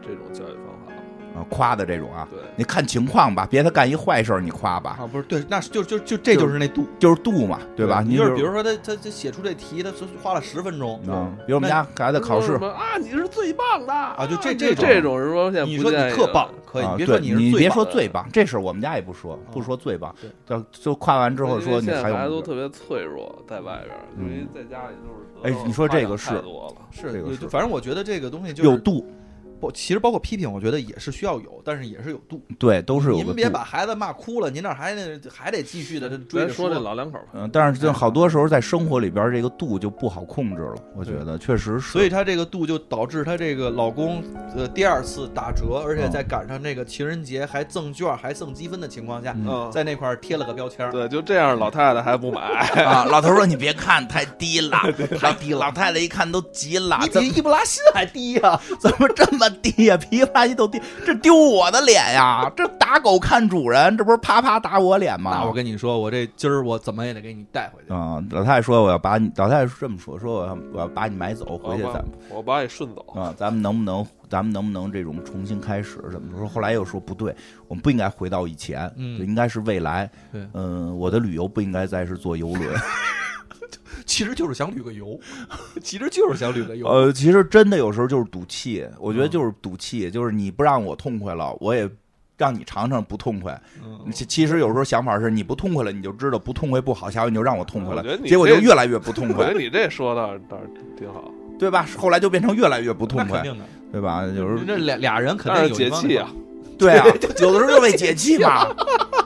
S1: 这种教育方法了。
S2: 嗯啊夸的这种啊，
S1: 对，
S2: 你看情况吧，别他干一坏事儿你夸吧，
S4: 啊，不是对，那是就就就这就是那度，
S2: 就是度嘛，对吧？你
S4: 你就是比
S2: 如
S4: 如说他他他写出这题，他他花了十分钟，
S2: 啊，比如我们家孩子
S1: 说
S2: 考试
S1: 什么啊，你是最棒的啊
S4: 就这
S1: 这
S4: 这种
S1: 这种人说现在
S4: 你
S1: 不
S4: 说你
S1: 建议
S4: 特
S1: 了
S4: 棒，可以，
S2: 啊，
S4: 你别说
S2: 对
S4: 是
S2: 你
S4: 最
S2: 别
S4: 棒嗯
S2: 说
S1: 的
S2: 最棒，这事儿我们家也不说，不说最棒
S4: 对，
S2: 就就夸完之后
S1: 因
S2: 说
S1: 为
S2: 你
S1: 现在
S2: 还
S1: 孩子
S2: 有
S1: 都。特别脆弱，在外边儿，因为
S2: 嗯
S1: 在家里都是
S2: 哎
S1: 得到
S2: 你说这
S1: 夸
S2: 个
S1: 奖太
S2: 是
S1: 多了，
S4: 是
S2: 这个
S4: 有
S2: 是
S4: 反正我觉得这个东西就
S2: 有
S4: 是
S2: 度，
S4: 不，其实包括批评，我觉得也是需要有，但是也是有度。
S2: 对，都是有个
S4: 您别
S2: 度。
S4: 把孩子骂哭了，您那还得还得继续的这追
S1: 咱
S4: 着
S1: 说这老两口儿吧，
S2: 嗯，但
S4: 哎
S2: 是这好多时候在生活里边，这个度就不好控制了。我觉得确实是，
S4: 所以她这个度就导致她这个老公呃第二次打折，而且在赶上这个情人节还赠券还赠积分的情况下，
S2: 嗯
S1: 嗯，
S4: 在那块儿贴了个标签儿。
S1: 对，就这样，老太太还不买，
S2: 啊，老头说你别看太低 了，太低了。老太太一看都急了，
S4: 你
S2: 怎么
S4: 比伊布拉欣还低呀、
S2: 怎么这么低呀、琵琶一都低，这丢我的脸呀！这打狗看主人，这不是啪啪打我脸吗
S4: 那？我跟你说，我这今儿我怎么也得给你带回去。
S2: 啊、老太太说我要把你，老太太是这么说，说我要 我要把你买走，回去
S1: 我把
S2: 咱
S1: 我把你顺走，
S2: 们啊，咱们能不能，咱们能不能这种重新开始？怎么说？后来又说不对，我们不应该回到以前，
S4: 嗯
S2: 就应该是未来。
S4: 对
S2: 嗯、我的旅游不应该再是坐游 轮。
S4: 其实就是想旅个 游，其实就是想旅个游。
S2: 呃，其实真的有时候就是赌气，我
S1: 嗯
S2: 觉得就是赌气，就是你不让我痛快了，我也让你尝尝不痛快。
S4: 嗯
S2: 其其实有时候想法是你不痛快了，你就知道不痛快不好，下回你就让我痛快
S1: 我觉得
S2: 了，
S1: 你
S2: 结果就
S1: 这
S2: 越来越不痛
S1: 我觉
S2: 快，
S1: 得你这说的倒是挺好，
S2: 对吧？后来就变成越来越不
S4: 那
S2: 痛
S4: 肯
S2: 快，
S4: 定的，
S2: 对吧？有 时候
S4: 这俩俩人肯定
S1: 但是
S4: 有
S1: 解
S4: 一方
S1: 气啊，
S2: 嗯对啊，有的时候就为解气 嘛。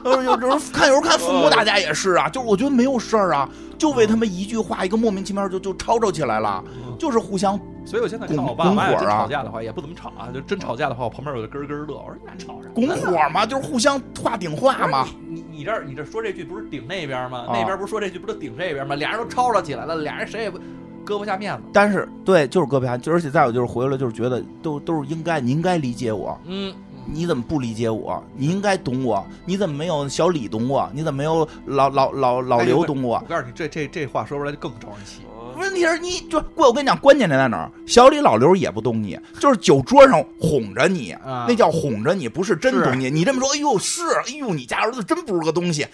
S2: 有有时候看，有时候看父母打架也是啊，就是我觉得没有事儿啊，就为他们一句话，一个莫名其妙就就吵吵起来了，就是互相
S4: 所以我现在看
S2: 拱
S4: 我爸妈
S2: 拱
S4: 要
S2: 火
S4: 真
S2: 啊
S4: 吵架的话，也不怎么吵啊，就真吵架的话，我旁边我就咯咯乐，我说你俩吵啥？
S2: 拱火嘛，就是互相话顶话嘛。
S4: 你你这儿你这说这句不是顶那边吗？
S2: 啊
S4: 那边不是说这句不是顶这边吗？俩人都吵吵起来了，俩人谁也不胳膊下面子。
S2: 但是对，就是搁别就是而且再有就是回来就是觉得都都是应该，你应该理解我，
S4: 嗯，
S2: 你怎么不理解我？你应该懂我，你怎么没有小李懂我？你怎么没有老老老老刘懂我
S4: 我？告诉你，这这这话说出来就更招人气。
S2: 问题是你就怪我跟你讲，关键点在哪儿？小李老刘也不懂你，就是酒桌上哄着你，
S4: 啊
S2: 那叫哄着你，不是真
S4: 是
S2: 懂你。你这么说，哎呦是，哎呦你家儿子真不是个东西，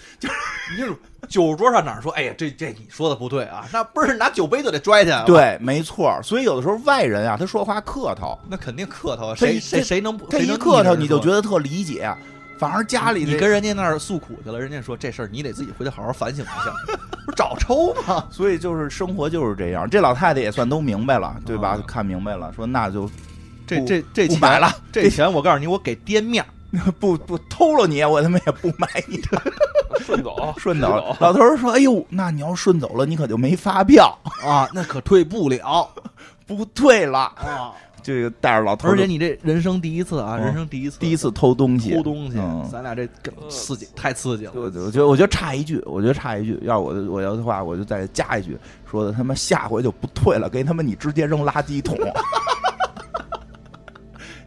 S4: 你就是酒桌上哪儿说，哎呀，这这你说的不对啊，那不是拿酒杯就得拽去，，啊
S2: 对，没错儿。所以有的时候外人啊，他说话客套，
S4: 那肯定客套啊，
S2: 他
S4: 谁
S2: 一
S4: 谁谁能不
S2: 他
S4: 谁
S2: 一
S4: 能
S2: 客套
S4: 逆着
S2: 你就
S4: 说
S2: 觉得特理解，反而家里
S4: 你
S2: 那
S4: 跟人家那儿诉苦去了，人家说这事儿你得自己回去好好反省 一下，不是找抽吗？
S2: 所以就是生活就是这样。这老太太也算都明白了，对吧？
S4: 啊
S2: 看明白了，说那就
S4: 这
S2: 不
S4: 这这
S2: 不
S4: 钱
S2: 买了，
S4: 这钱我告诉你，我给爹面儿，
S2: 不不偷了你，我他妈也不买你。
S1: 顺走，
S2: 顺走了，老头儿说：“哎呦，那你要顺走了，你可就没发票，
S4: 啊，那可退不了
S2: 不退了。
S4: 啊！”
S2: 这个带着老头儿
S4: 而
S2: 就，
S4: 且你这人生第一次啊，
S2: 嗯
S4: 人生第一次，
S2: 第一次偷东西，
S4: 偷东西，
S2: 嗯
S4: 咱俩这更
S1: 呃
S4: 刺激，太刺激了。
S2: 我我觉得我觉得差一句，我觉得差一句，要我我要的话，我就再加一句，说的他妈下回就不退了，给他妈你直接扔垃圾 桶。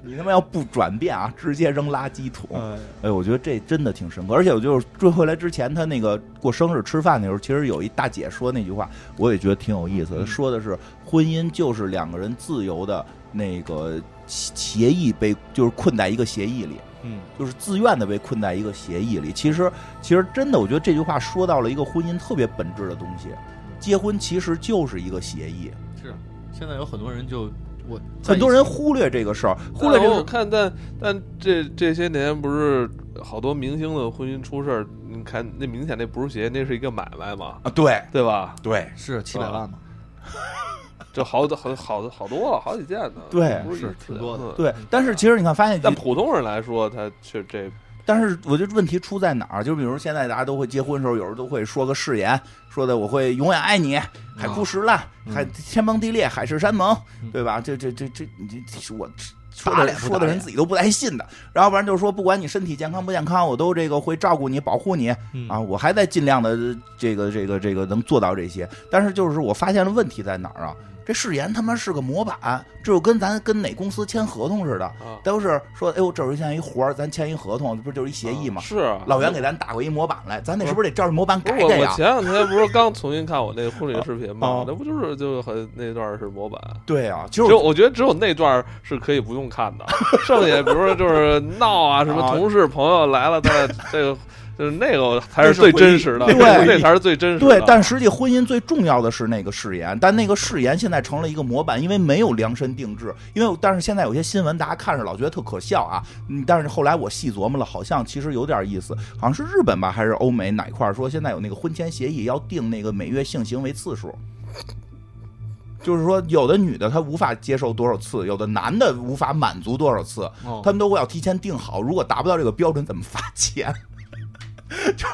S2: 你他妈要不转变啊，直接扔垃圾桶。
S4: 哎，
S2: 哎，我觉得这真的挺深刻，而且我就是追回来之前，他那个过生日吃饭的时候，其实有一大姐说那句话，我也觉得挺有意思的，
S4: 嗯
S2: 说的是婚姻就是两个人自由的那个协协议被就是困在一个协议里，
S4: 嗯，
S2: 就是自愿的被困在一个协议里。其实，其实真的，我觉得这句话说到了一个婚姻特别本质的东西，结婚其实就是一个协议，
S4: 现在有很多人就我
S2: 很多人忽略这个事儿，忽
S1: 后
S2: 略
S1: 来
S2: 这个
S4: 哦
S1: 我看，但但这这些年不是好多明星的婚姻出事儿，你看那明显那不是协议，那是一个买卖嘛，
S2: 啊，对
S1: 对吧？
S2: 对。
S4: 是七百万嘛，
S1: 这好多好好好多了，好几件呢。
S2: 对
S1: 不
S4: 是
S1: 一次
S4: 挺多的
S1: 嗯
S2: 对，但是其实你看，发现
S1: 但普通人来说，他却这
S2: 但是我觉得问题出在哪儿？就比如现在大家都会结婚的时候，有时候都会说个誓言，说的我会永远爱你，海枯石烂，
S4: 嗯
S2: 海天崩地裂，海誓山盟，
S4: 嗯
S2: 对吧？这这这这，你这这是我说
S4: 打
S2: 的
S4: 脸不打
S2: 说的人
S4: 脸
S2: 自己都不带信的。然后不然就是说，不管你身体健康不健康，我都这个会照顾你、保护你
S4: 嗯
S2: 啊，我还在尽量的这个这个这个能做到这些。但是就是我发现了问题在哪儿啊？这誓言他妈是个模板，这就跟咱跟哪公司签合同似的，
S1: 啊
S2: 都是说，哎呦，这有一现在一活儿，咱签一合同，这不就是一协议吗？
S1: 是啊
S2: 老袁给咱打过一模板来，咱得是不是得照着模板
S1: 不是
S2: 改
S1: 我，
S2: 改
S1: 我
S2: 呀
S1: 前？两天不是刚重新看我那个婚礼视频
S2: 哦
S1: 嘛，那不就是就很那段是模板。
S2: 对啊，就
S1: 只
S2: 是
S1: 有我觉得只有那段是可以不用看的，剩下比如说就是闹啊，什么
S2: 啊
S1: 同事朋友来了，大家这个就是那个才
S4: 那
S1: 是
S4: 是
S1: 最
S4: 回忆
S1: 真实的，
S2: 对
S1: 那才是最真实的。
S2: 对，但实际婚姻最重要的是那个誓言，但那个誓言现在成了一个模板，因为没有量身定制。因为但是现在有些新闻，大家看着老觉得特可笑啊，嗯，但是后来我细琢磨了，好像其实有点意思，好像是日本吧，还是欧美哪块儿说现在有那个婚前协议要定那个每月性行为次数。就是说，有的女的她无法接受多少次，有的男的无法满足多少次，
S4: 哦
S2: 他们都会要提前定好，如果达不到这个标准，怎么罚钱？就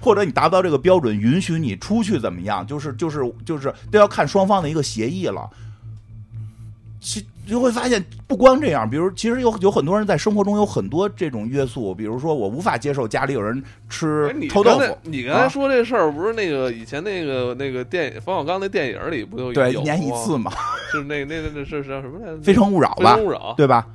S2: 或者你达不到这个标准，允许你出去怎么样？就是就是就是都要看双方的一个协议了。其就会发现，不光这样，比如其实有有很多人在生活中有很多这种约束，比如说我无法接受家里有人吃
S1: 哎你
S2: 臭豆
S1: 刚
S2: 腐
S1: 才，你
S2: 啊
S1: 刚才说这事儿，不是那个以前那个那个电影冯小刚那电影里不就
S2: 对，一
S1: 有
S2: 年一
S1: 吗
S2: 次嘛，
S1: 是那那那那是叫什么来着？
S2: 《非诚勿扰》
S1: 非
S2: 吧
S1: 诚，勿扰。
S2: 对吧？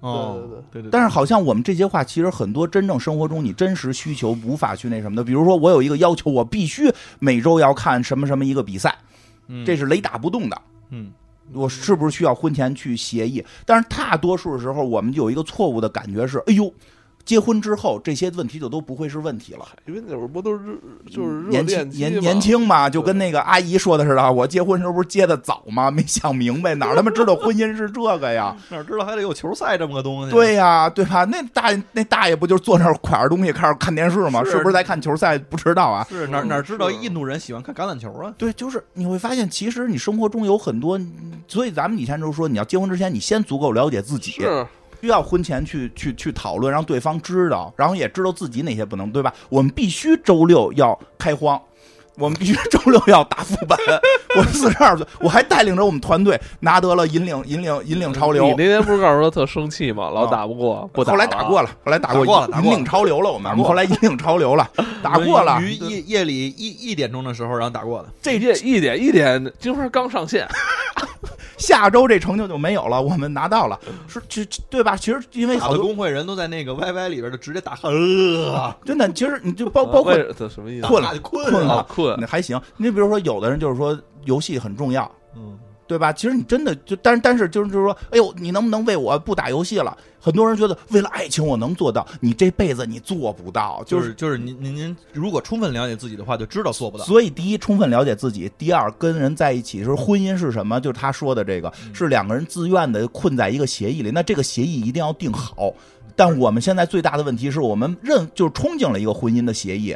S4: 哦，对对，
S2: 但是好像我们这些话，其实很多真正生活中你真实需求无法去那什么的。比如说，我有一个要求，我必须每周要看什么什么一个比赛，
S4: 嗯
S2: 这是雷打不动的。
S4: 嗯
S2: 我是不是需要婚前去协议？但是大多数的时候，我们有一个错误的感觉是：哎呦，结婚之后这些问题就都不会是问题了。嗯
S1: 因为那会儿不都是就是热
S2: 年
S1: 恋
S2: 轻
S1: 期
S2: 年
S1: 嘛
S2: 年，轻嘛，就跟那个阿姨说的似的，我结婚时候不是结的早吗？没想明白，哪儿他妈知道婚姻是这个呀？
S4: 哪知道还得有球赛这么个东西？啊
S2: 对呀、对吧？那大那大爷不就是坐那儿挎着东西开始看电视吗？
S4: 是
S2: 是不是在看球赛？不知道啊。
S4: 是哪哪知道
S1: 是
S4: 印度人喜欢看橄榄球啊？
S2: 对，就是你会发现，其实你生活中有很多，所以咱们以前就说，你要结婚之前，你先足够了解自己，
S1: 是
S2: 需要婚前去去去讨论，让对方知道，然后也知道自己哪些不能，对吧？我们必须周六要开荒。我们必须周六要打副本。我四十二岁，我还带领着我们团队拿得了引领引领引领潮
S1: 你
S2: 流
S1: 那。天不是告诉我特生气吗？老
S2: 啊
S1: 打不过，不打。
S2: 后来打过
S1: 了，啊
S2: 了，后来打过
S4: 打过了打过
S2: 引
S4: 了
S2: 领潮流了。我们
S4: 打
S2: 我
S4: 过
S2: 们
S4: 了
S2: 后来引领潮流 了，打过了。
S4: 于夜夜里一一点钟的时候，然后打过的。
S1: 这届一点一点，金花刚上线，
S2: 下周这成就就没有了，我们拿到了，是这这对吧？其实因为
S4: 好
S2: 好
S4: 的
S2: 多
S4: 工会人都在那个 YY 里边就直接大喊，呃，
S2: 真的，其实你就包
S4: 啊
S2: 包括
S1: 为了这什么意思？
S2: 困了
S4: 大大就困
S2: 困了
S1: 啊困
S2: 那还行，你比如说有的人就是说游戏很重要，
S4: 嗯，
S2: 对吧？其实你真的就，但是但是就是就是说，哎呦，你能不能为我不打游戏了？很多人觉得为了爱情我能做到，你这辈子你做不到，
S4: 就
S2: 就是
S4: 就是您您您如果充分了解自己的话，就知道做不到。
S2: 所以，第一，充分了解自己；第二，跟人在一起的时候，婚姻是什么？就是他说的这个，是两个人自愿的困在一个协议里。那这个协议一定要定好。但我们现在最大的问题是我们认就是憧憬了一个婚姻的协议，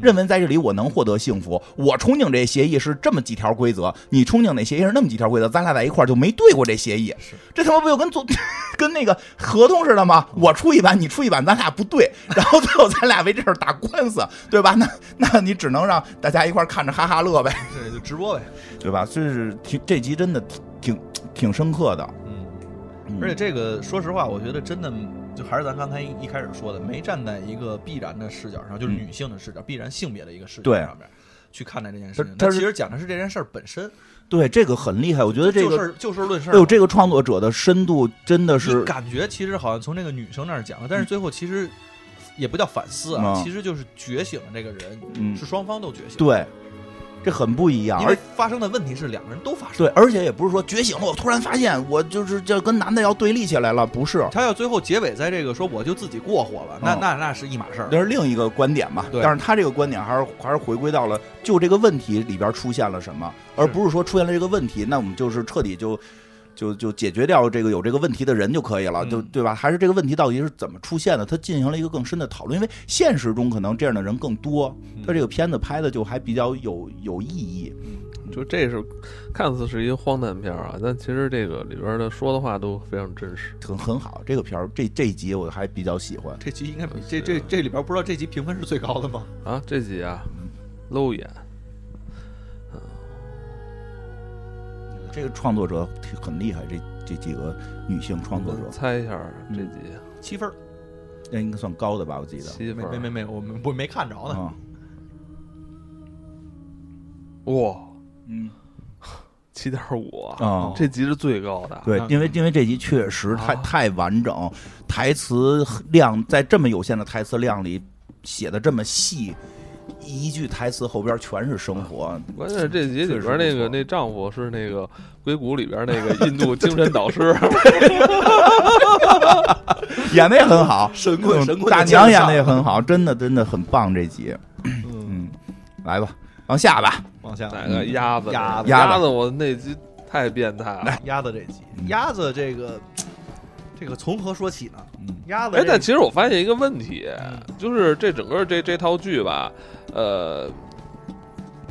S2: 认为在这里我能获得幸福。我憧憬这协议是这么几条规则，你憧憬那协议是那么几条规则，咱俩在一块儿就没对过这协议。
S4: 是
S2: 这他妈不就跟做 跟那个合同似的吗？我出一版，你出一版，咱俩不对，然后最后咱俩为这事儿打官司，对吧？那那你只能让大家一块儿看着哈哈乐呗，
S4: 这就直播呗，
S2: 对吧？这是挺这集真的挺挺挺深刻的，
S4: 嗯。
S2: 嗯
S4: 而且这个，说实话，我觉得真的就还是咱刚才一开始说的，没站在一个必然的视角上，就是
S2: 嗯
S4: 女性的视角，必然性别的一个视角
S2: 对
S4: 上面去看待这件事情。
S2: 它
S4: 它
S2: 它
S4: 其
S2: 是
S4: 实讲的是这件事儿本身，
S2: 对这个很厉害，我觉得这
S4: 就
S2: 个。
S4: 事就事论事
S2: 哎
S4: 儿。
S2: 呦，这个创作者的深度真的
S4: 你
S2: 是，
S4: 感觉其实好像从这个女生那儿讲的，但是最后其实也不叫反思啊，
S2: 嗯
S4: 其实就是觉醒了这个人，
S2: 嗯
S4: 是，双方都觉醒。，
S2: 对，这很不一样。
S4: 因
S2: 而
S4: 为发生的问题是两个人都发生。
S2: 对，而且也不是说觉醒了，我突然发现我就是就跟男的要对立起来了，不是，
S4: 他要最后结尾在这个说我就自己过火了，那
S2: 嗯
S4: 那那是一码事儿。
S2: 那是另一个观点嘛。
S4: 对
S2: 但是他这个观点还是还是回归到了就这个问题里边出现了什么，而不是说出现了这个问题，那我们就是彻底就就就解决掉这个有这个问题的人就可以了，
S4: 嗯
S2: 就对吧？还是这个问题到底是怎么出现的？他进行了一个更深的讨论，因为现实中可能这样的人更多，他这个片子拍的就还比较有有意义。
S1: 就这是看似是一个荒诞片儿啊，但其实这个里边儿的说的话都非常真实。
S2: 很很好，这个片儿这这一集我还比较喜欢，
S4: 这集应该
S1: 呃
S4: 比这这这里边不知道这集评分是最高的吗？
S1: 啊，这集啊，搂眼，
S2: 这个创作者挺很厉害，这这几个女性创作者
S1: 你们，猜一下儿这
S2: 嗯
S1: 集
S4: 七分儿，
S2: 那应该算高的吧？我记得，
S1: 七分
S4: 没
S1: 儿？
S4: 没没没，我没我没看着呢。
S2: 啊，
S1: 哇，
S2: 嗯
S1: 七点五，
S2: 啊。
S1: 这集是最高的。
S2: 对
S4: 啊，
S2: 因为因为这集确实太
S1: 啊
S2: 太完整，台词量在这么有限的台词量里写的这么细，一句台词后边全是生活。
S1: 关键是这集里边
S2: 确
S1: 那
S2: 实不
S1: 个
S2: 错
S1: 那丈夫是那个硅谷里边那个印度精神导 师，
S2: 演的也很好，
S4: 神
S2: 嗯大娘演的也很好，真的真的很棒这集。
S4: 嗯，
S2: 嗯，来吧，往下吧。
S4: 往下
S1: 哪个鸭子？
S4: 鸭
S2: 子
S1: 鸭子，我那集太变态了。
S4: 鸭子这集，
S2: 嗯
S4: 鸭子这个这个从何说起呢？
S2: 嗯
S4: 鸭子
S1: 哎，
S4: 这
S1: 但其实我发现一个问题
S4: 嗯，
S1: 就是这整个这这套剧吧，呃，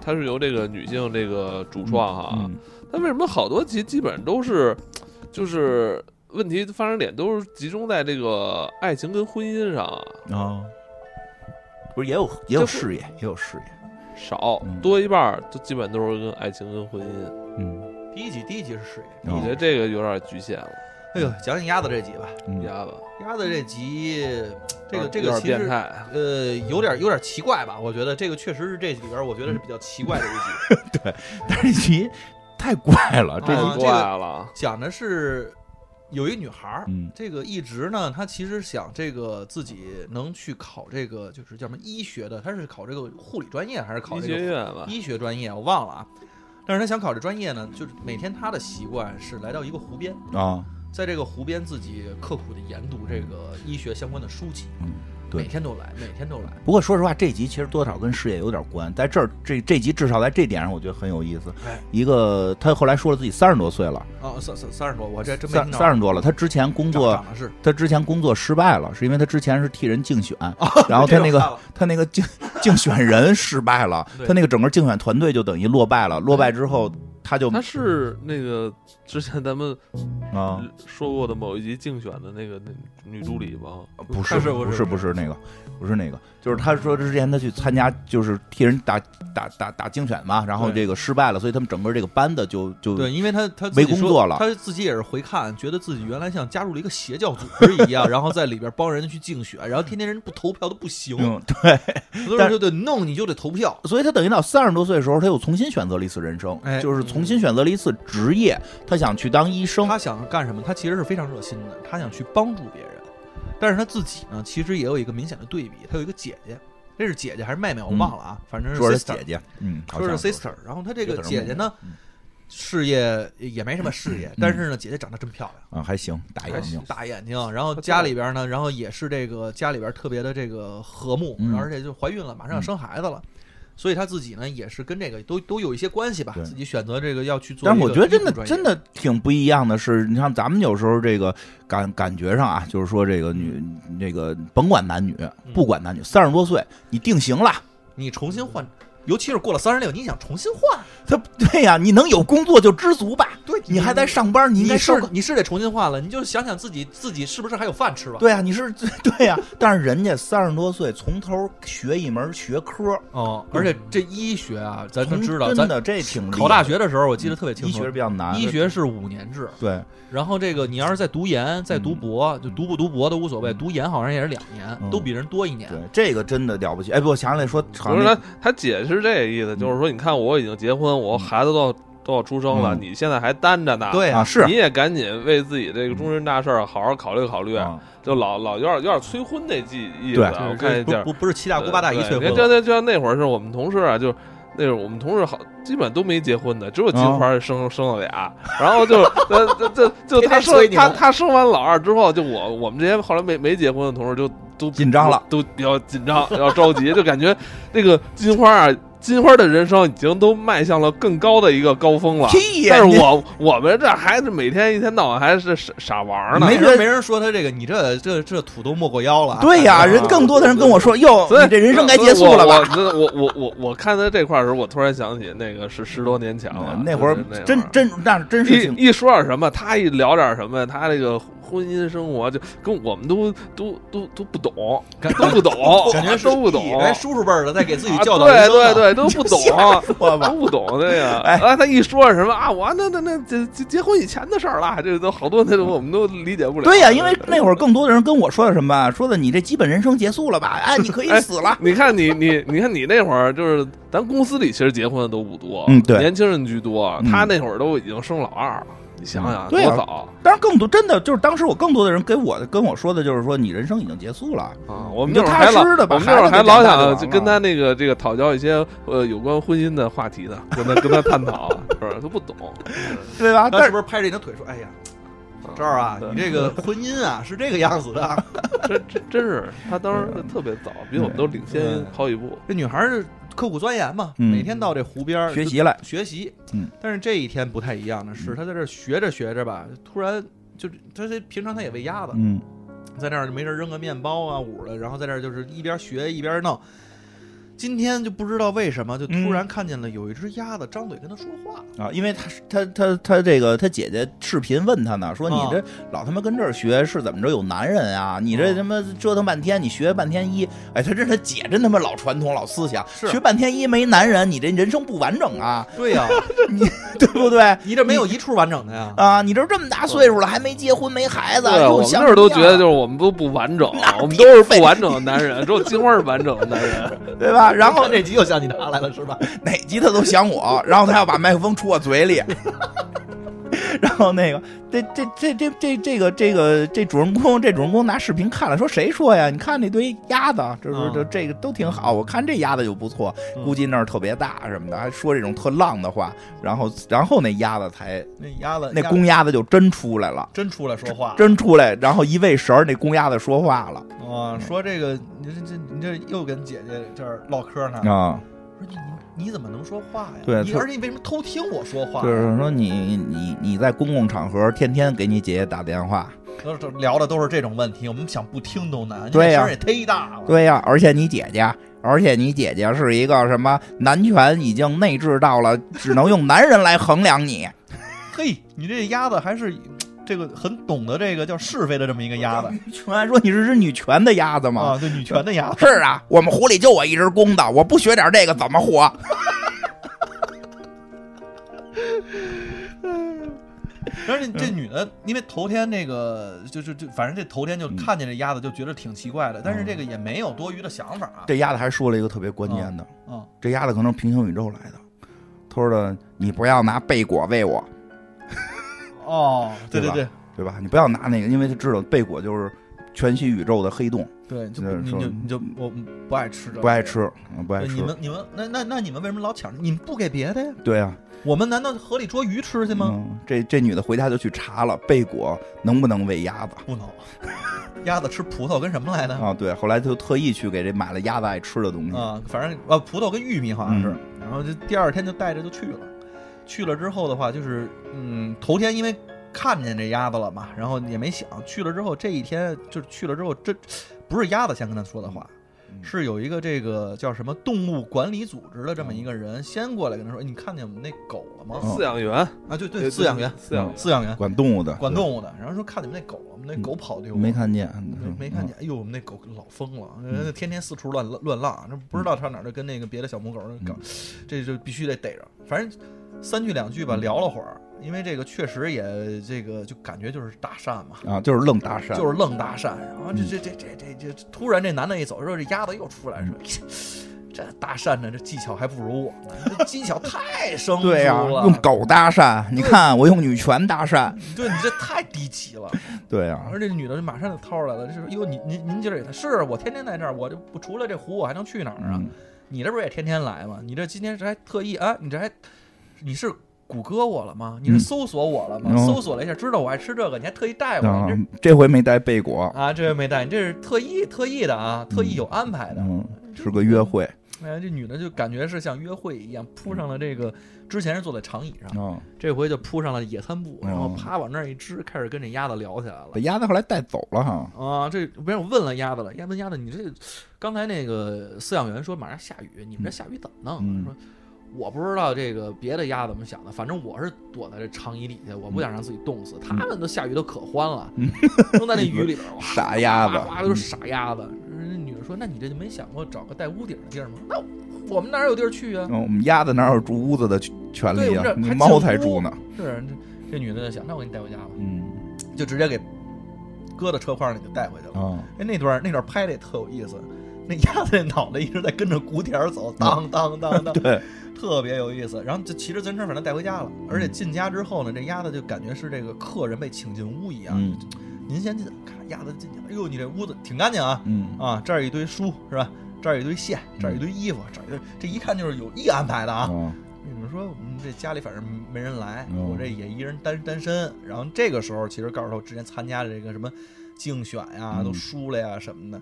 S1: 它是由这个女性这个主创哈，
S2: 嗯
S1: 那、为什么好多集基本上都是，就是问题发生点都是集中在这个爱情跟婚姻上啊，
S2: 啊，不是也有也有
S1: 就是
S2: 事业，也有事业。
S1: 少
S2: 嗯
S1: 多一半儿都基本都是跟爱情跟婚姻，
S2: 嗯，
S4: 第一集第一集是事业，
S2: 嗯
S1: 我觉得这个有点局限了，
S4: 哎呦，讲讲鸭子这集吧。
S2: 嗯
S1: 鸭子，
S4: 鸭子这集，这个这
S1: 啊有
S4: 个
S1: 点
S4: 其
S1: 变
S4: 实
S1: 态。
S4: 呃有点有点奇怪吧？我觉得这个确实是这里边我觉得是比较奇怪的一 集，
S2: 但是这集太怪了，
S1: 太
S2: 这
S4: 啊
S2: 集
S4: 这
S1: 怪
S4: 个
S1: 了，
S4: 讲的是有一女孩儿，
S2: 嗯
S4: 这个一直呢，他其实想这个自己能去考这个就是叫什么医学的，他是考这个护理专业还是考
S1: 医
S4: 这个
S1: 学院吧，
S4: 医学专业？我忘了啊。但是他想考这专业呢，就是每天他的习惯是来到一个湖边，
S2: 啊，
S4: 在这个湖边自己刻苦的研读这个医学相关的书籍，
S2: 嗯，对
S4: 每天都来，每天都来。
S2: 不过说实话，这集其实多少跟事业有点关，在这儿这这集至少在这点上，我觉得很有意思
S4: 哎。
S2: 一个他后来说了自己三十多岁了，
S4: 哦，三三三十多，我这真没
S2: 三
S4: 听着。
S2: 三十多了，他之前工作
S4: 长长得是，
S2: 他之前工作失败了，是因为他之前是替人竞选，
S4: 哦
S2: 然后他那
S4: 这我看
S2: 个
S4: 了
S2: 他那个竞竞选人失败了
S4: 啊 对，
S2: 他那个整个竞选团队就等于落败了，落败之后他就
S1: 他是那个之前咱们
S2: 啊。
S1: 说过的某一集竞选的那个那女助理吧？
S2: 不是
S4: 但呃是我
S2: 不
S4: 是
S2: 是不是那个不是那个，就是他说之前他去参加就是替人打打打打竞选嘛，然后
S1: 对
S2: 这个失败了，所以他们整个这个班子就就
S4: 对，因为他他
S2: 没工作了
S4: 自己说他自己也是回看，觉得自己原来像加入了一个邪教组织一样，然 后在里边帮人去竞选，然后天天人不投票都不行，
S2: 嗯
S4: 所以
S2: 但
S4: 说就得弄你就得投票。
S2: 所以他等于到三十多岁的时候，他又重新选择了一次人生，
S4: 哎
S2: 就是重新选择了一次职业。他他想去当医生，
S4: 他想干什么？他其实是非常热心的，他想去帮助别人，但是他自己呢，其实也有一个明显的对比，他有一个姐姐，这是姐姐还是妹妹？我忘了啊，反正
S2: 嗯
S4: 是
S2: 说是
S4: sister，
S2: 姐姐，嗯，好
S4: 说
S2: 像
S4: 是
S2: 是
S4: sister。然后他这
S2: 有
S4: 个
S2: 点儿
S4: 姐姐呢
S2: 嗯，
S4: 事业也没什么事 业，但是呢，姐姐长得真漂亮。
S2: 啊，还行，大眼睛，
S4: 哎大眼睛，然后家里边呢，然后也是这个家里边特别的这个和睦，
S2: 嗯
S4: 然后而且就怀孕了，马上要生孩子了，所以她自己呢也是跟这个都都有一些关系吧，
S2: 对
S4: 自己选择这个要去做
S2: 但
S4: 一
S2: 是
S4: 个
S2: 我
S4: 艺术专
S2: 觉
S4: 业。
S2: 得真的真的挺不一样的是，你像咱们有时候这个感感觉上啊，就是说这个女这个甭管男女，
S4: 嗯
S2: 不管男女，三十多岁你定型了，
S4: 你重新换，尤其是过了三十六，你想重新换，
S2: 他对呀、你能有工作就知足吧。
S4: 对
S2: 你还在上班，你
S4: 你
S2: 应该
S4: 是
S2: 上
S4: 你是得重新换了，你就想想自己自己是不是还有饭吃吧？
S2: 对啊呀、你是 对呀、但是人家三十多岁从头学一门学科，
S4: 哦，而且这医学啊，咱都
S2: 从
S4: 知道，
S2: 真
S4: 咱
S2: 的这挺厉害
S4: 考大学的时候我记得特别清
S2: 医
S4: 楚
S2: 学，比较难，
S4: 医学是五年制，
S2: 对，
S4: 然后这个你要是在读研、在读博，就读不读博都无所谓，读研好像也是两
S2: 嗯
S4: 年，都比人多一年。
S2: 对，这个真的了不起。哎，不，我想起来说，好
S1: 不是
S2: 像那
S1: 他他解释这个意思，就是说，你看我已经结婚，我孩子都要都要出生了，
S2: 嗯
S1: 你现在还单着呢，
S4: 对
S2: 啊，是
S1: 你也赶紧为自己这个终身大事儿好好考虑考虑，
S2: 啊
S1: 就老老有点有点催婚那意意思
S2: 对
S1: 啊，我看一
S4: 不
S1: 下，
S4: 不不是七大姑八大姨催
S1: 呃对
S4: 婚
S1: 就，就就像那会儿是我们同事啊，就那会儿我们同事好，基本都没结婚的，只有金
S2: 嗯
S1: 花生、生了俩，然后就呃就就就
S4: 天天
S1: 他生
S4: 催你
S1: 他
S4: 们
S1: 他生完老二之后，就我我们这些后来没没结婚的同事就都
S2: 紧张了，
S1: 都比较紧张，比较着急，就感觉那个金花啊，金花的人生已经都迈向了更高的一个高峰了。
S2: 屁呀！
S1: 但
S2: 你
S1: 是我我们这还是每天一天到晚还是傻傻玩儿呢，
S2: 没
S4: 没
S2: 人
S4: 人没人说他这个，你这这这土豆没过腰了啊。
S2: 对呀、
S1: 啊
S2: 人更多的人跟我说，哟，
S1: 所以
S2: 哦你这人生该结束了吧？
S1: 所以我？我我我我我看到这块儿的时候，我突然想起那个是十多年前了
S2: 嗯，那会儿
S1: 就是那
S2: 真真那真是挺
S1: 一一说点什么，他一聊点什么，他这个婚姻生活就跟我们都都都都不懂，
S4: 感
S1: 都不懂，
S4: 感觉是
S1: 哦
S4: 哎
S1: 都不懂，
S4: 人家叔叔辈儿的在给自己
S1: 啊
S4: 教导人
S1: 对
S4: 生呢
S1: 对，对，都不懂，啊
S2: 我吧
S1: 都不懂这个。
S2: 哎
S1: 啊，他一说什么啊，我那那那结结结婚以前的事儿了，这都好多那种我们都理解不了。
S2: 对呀、因为那会儿更多的人跟我说的什么啊，说的你这基本人生结束了吧？哎，你可以死了。
S1: 你看你你你看你那会儿就是咱公司里其实结婚的都不多，
S2: 嗯对
S1: 年轻人居多。
S2: 嗯
S1: 他那会儿都已经生老二了，你想想
S2: 嗯对
S1: 多
S2: 啊
S1: 早
S2: 当然，更多真的就是当时我更多的人跟我跟我说的就是说，你人生已经结束了。
S1: 啊！我们
S2: 嗯你就
S1: 那会儿还老
S2: 踏实地把
S1: 我们那会儿还老
S2: 孩子给养大就完了
S1: 想就跟他那个这个讨教一些呃有关婚姻的话题呢，跟他 跟他探讨，是不是都不懂？
S2: 对吧？
S4: 他
S2: 但
S4: 是
S2: 是
S4: 不是拍着你的腿说：“哎呀，小赵啊，
S1: 对
S4: 你这个婚姻啊是这个样子的啊。
S1: 嗯真真真是他当时特别早，比我们都领先
S4: 对
S1: 好几步”。
S4: 这女孩儿刻苦钻研嘛，
S2: 嗯
S4: 每天到这湖边儿
S2: 学习来，
S4: 学习。
S2: 嗯，
S4: 但是这一天不太一样的是，她在这儿学着学着吧，突然就她这平常她也喂鸭子，
S2: 嗯，
S4: 在那儿没事扔个面包啊捂了，然后在那儿就是一边学一边闹。今天就不知道为什么，就突
S2: 嗯
S4: 然看见了有一只鸭子张嘴跟他说 话，
S2: 啊，因为他是他他他这个他姐姐视频问他呢，说你
S4: 啊
S2: 这老他妈跟这儿学是怎么着有男人啊？你这
S4: 啊
S2: 他妈折腾半天，你学半天医，哎，他这他姐真他妈老传统老思想，
S4: 是
S2: 学半天医没男人，你这人生不完整啊，
S4: 对呀、
S2: 对不对？
S4: 你这没有一处完整的呀。
S2: 啊，你这这么大岁数了还没结婚没孩子，
S1: 对，啊我
S2: 又
S1: 们
S2: 想
S1: 那会儿都
S2: 什
S1: 觉
S2: 么呀
S1: 得就是我们都不完整
S2: 那，
S1: 我们都是不完整的男人，只有金花是完整的男 人。
S2: 对吧？然后
S4: 这集又想起他来了，是吧？
S2: 哪集他都想我，然后他要把麦克风杵我嘴里，然后那个这这这这这这个这个这主人公这主人公拿视频看了，说谁说呀？你看那堆鸭子，这不是
S4: 嗯
S2: 这这个都挺好，我看这鸭子就不错，估计那儿特别大什么的，还说这种特浪的话，然后然后那鸭子才
S4: 那鸭子
S2: 那
S4: 鸭子
S2: 公鸭子就真出来了。
S4: 真出来说话了
S2: 真出来，然后一喂食儿，那公鸭子说话了
S4: 啊，说这个你这这你这又跟姐姐这儿唠嗑呢，
S2: 啊！
S4: 说你你你怎么能说话呀？
S2: 对
S4: 你
S2: 特
S4: 而且你为什么偷听我说话？
S2: 就是说你你你在公共场合天天给你姐姐打电话，
S4: 都是聊的都是这种问题，我们想不听都难。
S2: 对呀
S4: 你这声儿也忒大了。
S2: 对呀、而且你姐姐，而且你姐姐是一个什么男权已经内置到了，只能用男人来衡量 你。
S4: 嘿，你这鸭子还是这个很懂得这个叫是非的这么一个 鸭子
S2: 女权说你是只女权的鸭子吗？
S4: 啊，对女权的鸭子。
S2: 是啊，我们湖里就我一只公的，我不学点这个怎么活？
S4: 但是这女的，因为头天那个就就就，反正这头天
S2: 嗯
S4: 就看见这鸭子就觉得挺奇怪的，但是这个也没有多余的想法啊。
S2: 这鸭子还说了一个特别关键的，
S4: 啊，
S2: 这鸭子可能是平行宇宙来的。他说的，你不要拿贝果喂我。
S5: 哦，
S4: 对
S2: 对吧
S4: 对
S2: 对吧？你不要拿那个，因为他知道贝果就是全息宇宙的黑洞，
S5: 对，就
S2: 那
S5: 不你
S2: 说
S5: 就你就我不爱吃这，
S2: 不爱。吃，嗯不爱
S4: 对，
S2: 吃
S4: 你。们你们那那那你们为什么老抢？你们不给别的呀？
S2: 对啊，
S4: 我们难道河里捉鱼吃去吗？
S2: 嗯，这这女的回家就去查了贝果能不能喂鸭子
S4: 不能， 鸭子吃葡萄跟什么来的？
S2: 啊？对，后来她就特意去给这买了鸭子爱吃的东西。
S4: 啊，反正呃，葡萄跟玉米好像是
S2: 嗯，
S4: 然后就第二天就带着就去了，去了之后的话就是，嗯，头天因为看见这鸭子了嘛，然后也没想，去了之后这一天就是去了之后，这不是鸭子先跟他说的话，
S2: 嗯
S4: 是有一个这个叫什么动物管理组织的这么一个人先过来跟他说，哎你看见我们那狗了
S2: 嗯
S4: 吗？
S1: 饲养员，
S4: 啊，
S1: 呃
S4: 对对， 饲养员，
S1: 饲养员，
S4: 饲养员
S2: 管动物的，
S4: 管动物的，然后说看见我们那狗了，我们那狗跑丢了，
S2: 没看见，
S4: 没没
S2: 嗯
S4: 看见，哎呦，我们那狗老疯了，呃天天四处乱乱浪，那不知道上哪儿就跟那个别的小母狗
S2: 嗯
S4: 儿搞，这就必须得逮着。反正三句两句
S2: 嗯
S4: 吧，聊了会儿，因为这个确实也这个就感觉就是搭讪嘛，
S2: 嗯啊，就是愣搭讪，嗯
S4: 就是愣搭讪。然后这这这这这这，突然这男的一走，说这鸭子又出
S2: 嗯
S4: 来说。 这搭讪呢，这技巧还不如我呢， 这技巧太生疏
S2: 对呀、
S4: 了。
S2: 用狗搭讪，你看我用女权搭讪，
S4: 对你这太低级了。
S2: 对呀、
S4: 然后这女的就马上就掏出来了，就是哟，您您您今儿也在是我天天在这儿，我这不除了这湖我还能去哪儿啊？
S2: 嗯
S4: 你这不是也天天来吗？你这今天这还特意啊？你这还你是谷歌我了吗？你是搜索我了吗？
S2: 嗯
S4: 搜索了一下，知道我爱吃这个，你还特意带我，
S2: 啊
S4: 你
S2: 这回没带贝果
S4: 这，啊这位没带，你这是特意特意的啊，特意有安排的。
S2: 嗯，是个约会，
S4: 哎，这女的就感觉是像约会一样扑上了这个，之前是坐在长椅上，
S2: 嗯，
S4: 这回就扑上了野餐布，然后
S2: 嗯
S4: 啪往那儿一支，开始跟这鸭子聊起来了
S2: 把。鸭子后来带走了哈，
S4: 啊，这不是我问了鸭子了，鸭问鸭子，你这刚才那个饲养员说马上下雨，你们这下雨怎么弄？啊
S2: 嗯
S4: 说我不知道这个别的鸭怎么想的，反正我是躲在这长椅底下，我不想让自己冻死。
S2: 嗯
S4: 他们都下雨都可欢了，弄在那雨 里边，哇
S2: 傻鸭
S4: 哇哇都是
S2: 子，
S4: 傻鸭子。人家女的说：“那你这就没想过找个带屋顶的地儿吗？”那我们哪有地儿去啊？
S2: 嗯，我们鸭子哪有住屋子的权利
S4: 对
S2: 啊
S4: 我？们这还
S2: 猫才住呢，
S4: 是啊这这女的就想，那我给你带回家吧，
S2: 嗯
S4: 就直接给搁到车筐里就带回去了。
S2: 啊，
S4: 哎，那段儿那段儿拍的也特有意思，那鸭子那脑袋一直在跟着鼓点儿走，当当当 当，
S2: 对，
S4: 特别有意思。然后就骑着自行车反正带回家了，而
S2: 嗯
S4: 且进家之后呢，这鸭子就感觉是这个客人被请进屋一样。
S2: 嗯
S4: 您先进，咔，鸭子进去了，哎呦，你这屋子挺干净啊
S2: 嗯
S4: 啊，这儿一堆书是吧？这儿一堆线，这儿一堆衣服，这儿一堆这一看就是有意安排的啊。
S2: 啊，
S4: 你们说，嗯，这家里反正没人来，
S2: 嗯
S4: 我这也一人单单身。然后这个时候，其实告诉他我之前参加的这个什么竞选呀、
S2: 嗯
S4: 都输了呀什么的。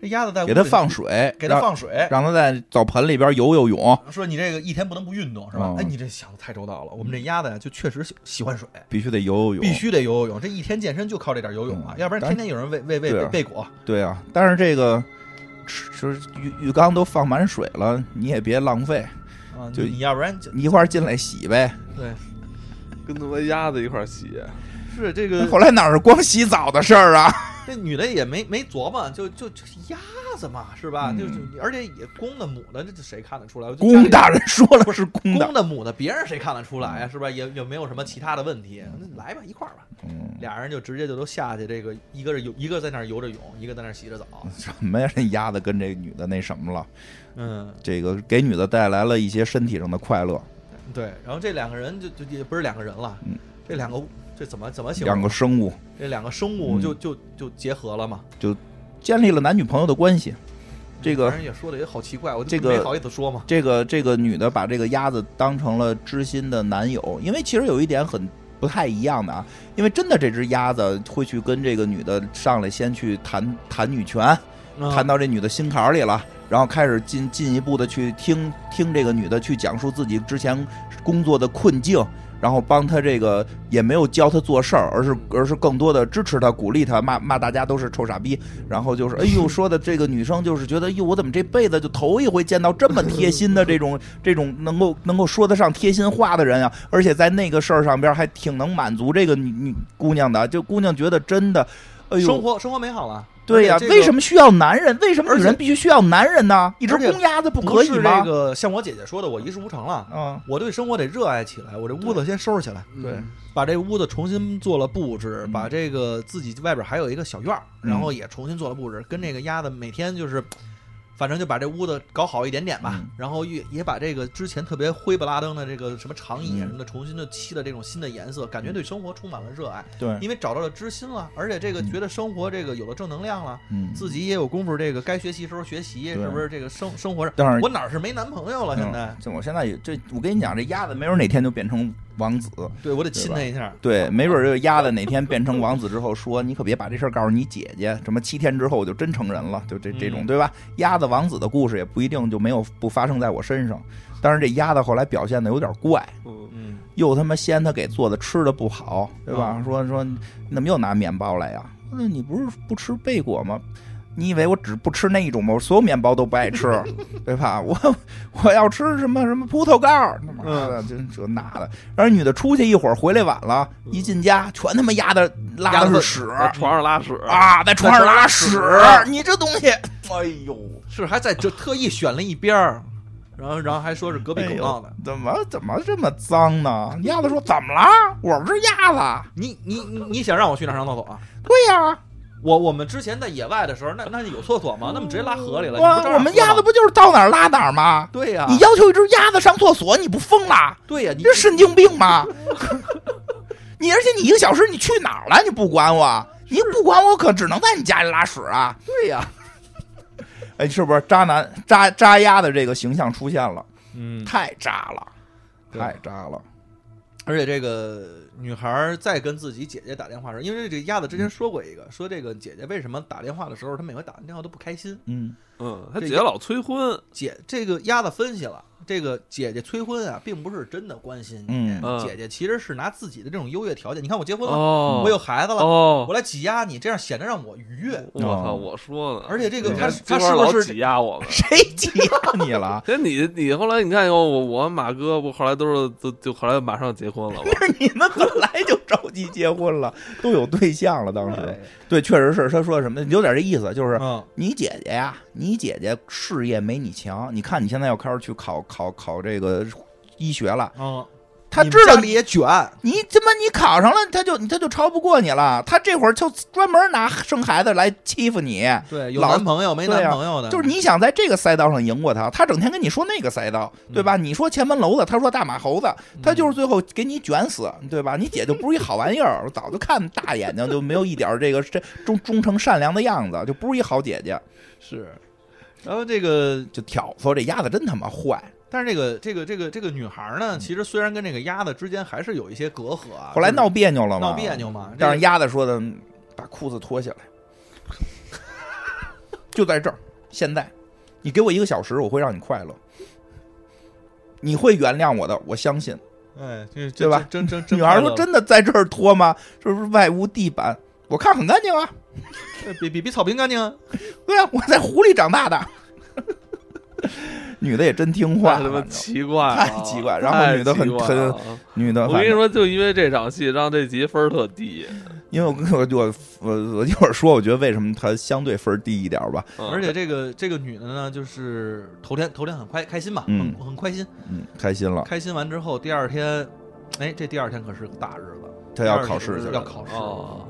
S4: 这鸭子在屋
S2: 给它
S4: 里
S2: 放，水，
S4: 给它
S2: 让，
S4: 放水，
S2: 让它在澡盆里边游游泳，
S4: 说你这个一天不能不运动是吧？
S2: 嗯
S4: 哎，你这想的太周到了。我们这鸭子呀，就确实喜喜欢水，
S2: 必须得游游泳，
S4: 必须得游游泳。这一天健身就靠这点游泳啊，
S2: 嗯
S4: 要不然天天有人喂喂喂
S2: 对
S4: 喂
S2: 啊
S4: 贝果。
S2: 对啊，但是这个。吃就是浴浴缸都放满水了，你也别浪费，
S4: 啊，
S2: 就
S4: 你你要不然就
S2: 你一块儿进来洗呗。
S4: 对，
S1: 跟他妈鸭子一块儿洗，
S4: 是这个
S2: 后来哪是光洗澡的事儿啊？
S4: 那女的也没没琢磨，就就就鸭子嘛，是吧？
S2: 嗯
S4: 就就而且也公的母的，这这谁看得出来？我就家
S2: 公
S4: 里
S2: 大人说了是公嗯的
S4: 公，的母的，别人谁看得出来啊呀？是吧？也也没有什么其他的问题，那来吧，一块儿吧。
S2: 嗯，
S4: 俩人就直接就都下去，这个一个是游，一个在那儿游着泳，一个在那儿洗着澡。
S2: 什么呀？这鸭子跟这女的那什么了？
S4: 嗯，
S2: 这个给女的带来了一些身体上的快乐，
S4: 对。然后这两个人就就也不是两个人了
S2: 嗯，
S4: 这两个这怎么怎么形
S2: 两
S4: 容？
S2: 个生物
S4: 这两个生物
S2: 嗯
S4: 就就就结合了嘛。
S2: 建立了男女朋友的关系。这
S4: 反
S2: 个
S4: 正也说的也好奇怪，我就
S2: 这个
S4: 没好意思说嘛。
S2: 这个这个女的把这个鸭子当成了知心的男友，因为其实有一点很不太一样的啊，因为真的这只鸭子会去跟这个女的上来先去谈谈女权，谈
S4: 嗯
S2: 到这女的心坎儿里了，然后开始进进一步的去听听这个女的去讲述自己之前工作的困境，然后帮她这个也没有教她做事儿，而是而是更多的支持她、鼓励她，骂骂大家都是臭傻逼，然后就是哎 呦说的这个女生就是觉得哎哟我怎么这辈子就头一回见到这么贴心的这种这种能够能够说得上贴心话的人啊，而且在那个事儿上边还挺能满足这个女女姑娘的，啊就姑娘觉得真的。哎呦，
S4: 生活生活美好了。
S2: 对呀、
S4: 而且这个
S2: 为什么需要男人？为什么女
S4: 而
S2: 人
S4: 且
S2: 必须需要男人呢？一只
S4: 而且
S2: 公鸭子不
S4: 不
S2: 可以
S4: 是
S2: 吗？
S4: 这个像我姐姐说的，我一事无成了。
S2: 嗯，
S4: 我对生活得热爱起来，我这屋子先收拾起来，
S1: 对，
S4: 把这屋子重新做了布置，
S2: 嗯
S4: 把这个自己外边还有一个小院儿，
S2: 嗯
S4: 然后也重新做了布置，跟这个鸭子每天就是反正就把这屋子搞好一点点吧，
S2: 嗯
S4: 然后也也把这个之前特别灰不拉登的这个什么长
S2: 嗯
S4: 椅什么的，重新就漆了这种新的颜色，感觉对生活充满了热爱，
S2: 嗯对，
S4: 因为找到了知心了，而且这个
S2: 嗯
S4: 觉得生活这个有了正能量了，
S2: 嗯，
S4: 自己也有功夫，这个该学习时候学习，
S2: 对
S4: 是不是？这个生生活上，
S2: 但是
S4: 我哪儿是没男朋友了？现在
S2: 嗯这我现在也这，我跟你讲，这鸭子没准哪天就变成王子，
S4: 对我得亲他一下，
S2: 对，没准这鸭子哪天变成王子之后说，你可别把这事儿告诉你姐姐，什么七天之后我就真成人了，就这这种，
S4: 嗯
S2: 对吧？鸭子王子的故事也不一定就没有不发生在我身上，但是这鸭子后来表现的有点怪，
S1: 嗯，
S4: 嗯，
S2: 又他妈嫌他给做的吃的不好，对吧？说说你怎么又拿面包来呀、那你不是不吃贝果吗？你以为我只不吃那一种吗？我所有面包都不爱 吃，对吧？我我要吃什么什么葡萄干儿，他妈的这这那的。然后女的出去一会儿回来晚了，一进家全他妈压的拉的是嗯屎
S1: 在床上拉屎，
S2: 啊，在床上拉屎
S4: 在床上拉，屎
S2: 你这东西，哎呦，
S4: 是还在这特意选了一边儿，然后然后还说是隔壁
S2: 哎
S4: 狗
S2: 呦
S4: 闹的，
S2: 怎么怎么这么脏呢？鸭子说怎么了？我是鸭子，
S4: 你你你你想让我去哪儿上厕所啊？
S2: 对呀、
S4: 我我们之前在野外的时候，那那有厕所吗？那么直接拉河里了。你不照
S2: 嗯我
S4: 样
S2: 我们
S4: 说吗
S2: 鸭子不就是到哪儿拉哪儿吗？
S4: 对呀、
S2: 你要求一只鸭子上厕所，你不疯啦？
S4: 对呀、
S2: 你
S4: 你
S2: 这神经病吗？ 你而且你一个小时你去哪儿了？你不管我，你不管我可只能在你家里拉屎啊！
S4: 对呀、
S2: 哎，是不是渣男渣渣鸭的这个形象出现了？
S1: 嗯，
S2: 太渣了，
S4: 对
S2: 太渣了！
S4: 而且这个女孩儿在跟自己姐姐打电话时，因为这鸭子之
S2: 嗯
S4: 前说过一个，说这个姐姐为什么打电话的时候，她每回打完电话都不开心。
S2: 嗯，
S1: 嗯，他
S4: 这
S1: 姐
S4: 个
S1: 老催婚，
S4: 姐，这个鸭子分析了，这个姐姐催婚啊，并不是真的关心你，
S1: 嗯
S4: 姐姐其实是拿自己的这种优越条件，你看我结婚了，
S1: 哦，
S4: 我有孩子了，
S1: 哦
S4: 我，来挤压你，这样显得让我愉悦。
S1: 我操，我说
S2: 嗯
S1: 呢，
S4: 而且这个
S1: 你
S4: 他
S1: 看
S4: 他
S1: 这
S4: 是
S1: 块老
S4: 不是
S1: 挤压我 们？
S2: 谁急了你了？
S1: 可是你你后来你看我我我马哥不后来都是都就后来马上结婚了嘛，
S2: 不是你们本来就着急结婚了，都有对象了，当时对，确实是他说什么有点这意思，就是
S4: 嗯
S2: 你姐姐呀，你姐姐事业没你强，你看你现在要开始去考考考这个医学了，
S4: 嗯，
S2: 她
S4: 你们
S2: 知道
S4: 家里也卷，
S2: 你他妈你考上了，她就她就超不过你了，她这会儿就专门拿生孩子来欺负你，
S4: 对，有
S2: 老
S4: 男朋友没
S2: 对
S4: 男
S2: 啊
S4: 朋友的，
S2: 就是你想在这个赛道上赢过她，她整天跟你说那个赛道，对
S4: 嗯
S2: 吧？你说前门楼子，她说大马猴子，她就是最后给你卷死，对吧？你姐就不是一好玩意儿，我早就看大眼睛就没有一点儿这个这忠忠诚善良的样子，就不是一好姐姐，
S4: 是。然后这个，
S2: 就挑唆这丫头真他妈坏。
S4: 但是这个这个这个这个女孩儿呢，其实虽然跟这个鸭子之间还是有一些隔阂啊，
S2: 后来
S4: 就是
S2: 闹别扭了嘛，
S4: 闹别扭嘛，
S2: 但
S4: 这
S2: 是
S4: 个
S2: 鸭子说的，嗯把裤子脱下来， 就在这儿，现在，你给我一个小时，我会让你快乐，你会原谅我的，我相信。
S4: 哎，这
S2: 对吧？
S4: 这这真真真
S2: 女孩
S4: 快
S2: 说
S4: 乐：“
S2: 真的在这儿脱吗？是不是外屋地板？我看很干净啊，
S4: 比比比草坪干净啊。
S2: 对啊，我在湖里长大的。” 女的也真听
S4: 哎
S2: 话，
S1: 太他妈
S2: 反正
S1: 奇怪了，啊
S2: 太奇怪然后
S1: 太
S2: 女的很
S1: 奇怪了啊
S2: 女的，
S1: 我跟你说，就因为这场戏让这集分儿特低，
S2: 因为我跟我我我我一会儿说，我觉得为什么她相对分儿低一点儿吧，
S1: 嗯
S4: 而且这个这个女的呢，就是头天头天很快开心嘛，
S2: 嗯
S4: 很很开心，
S2: 嗯，开心了，
S4: 开心完之后第二天，哎，这第二天可是个大日子，
S2: 她要考试去
S4: 要
S2: 了，
S4: 考试。
S1: 哦，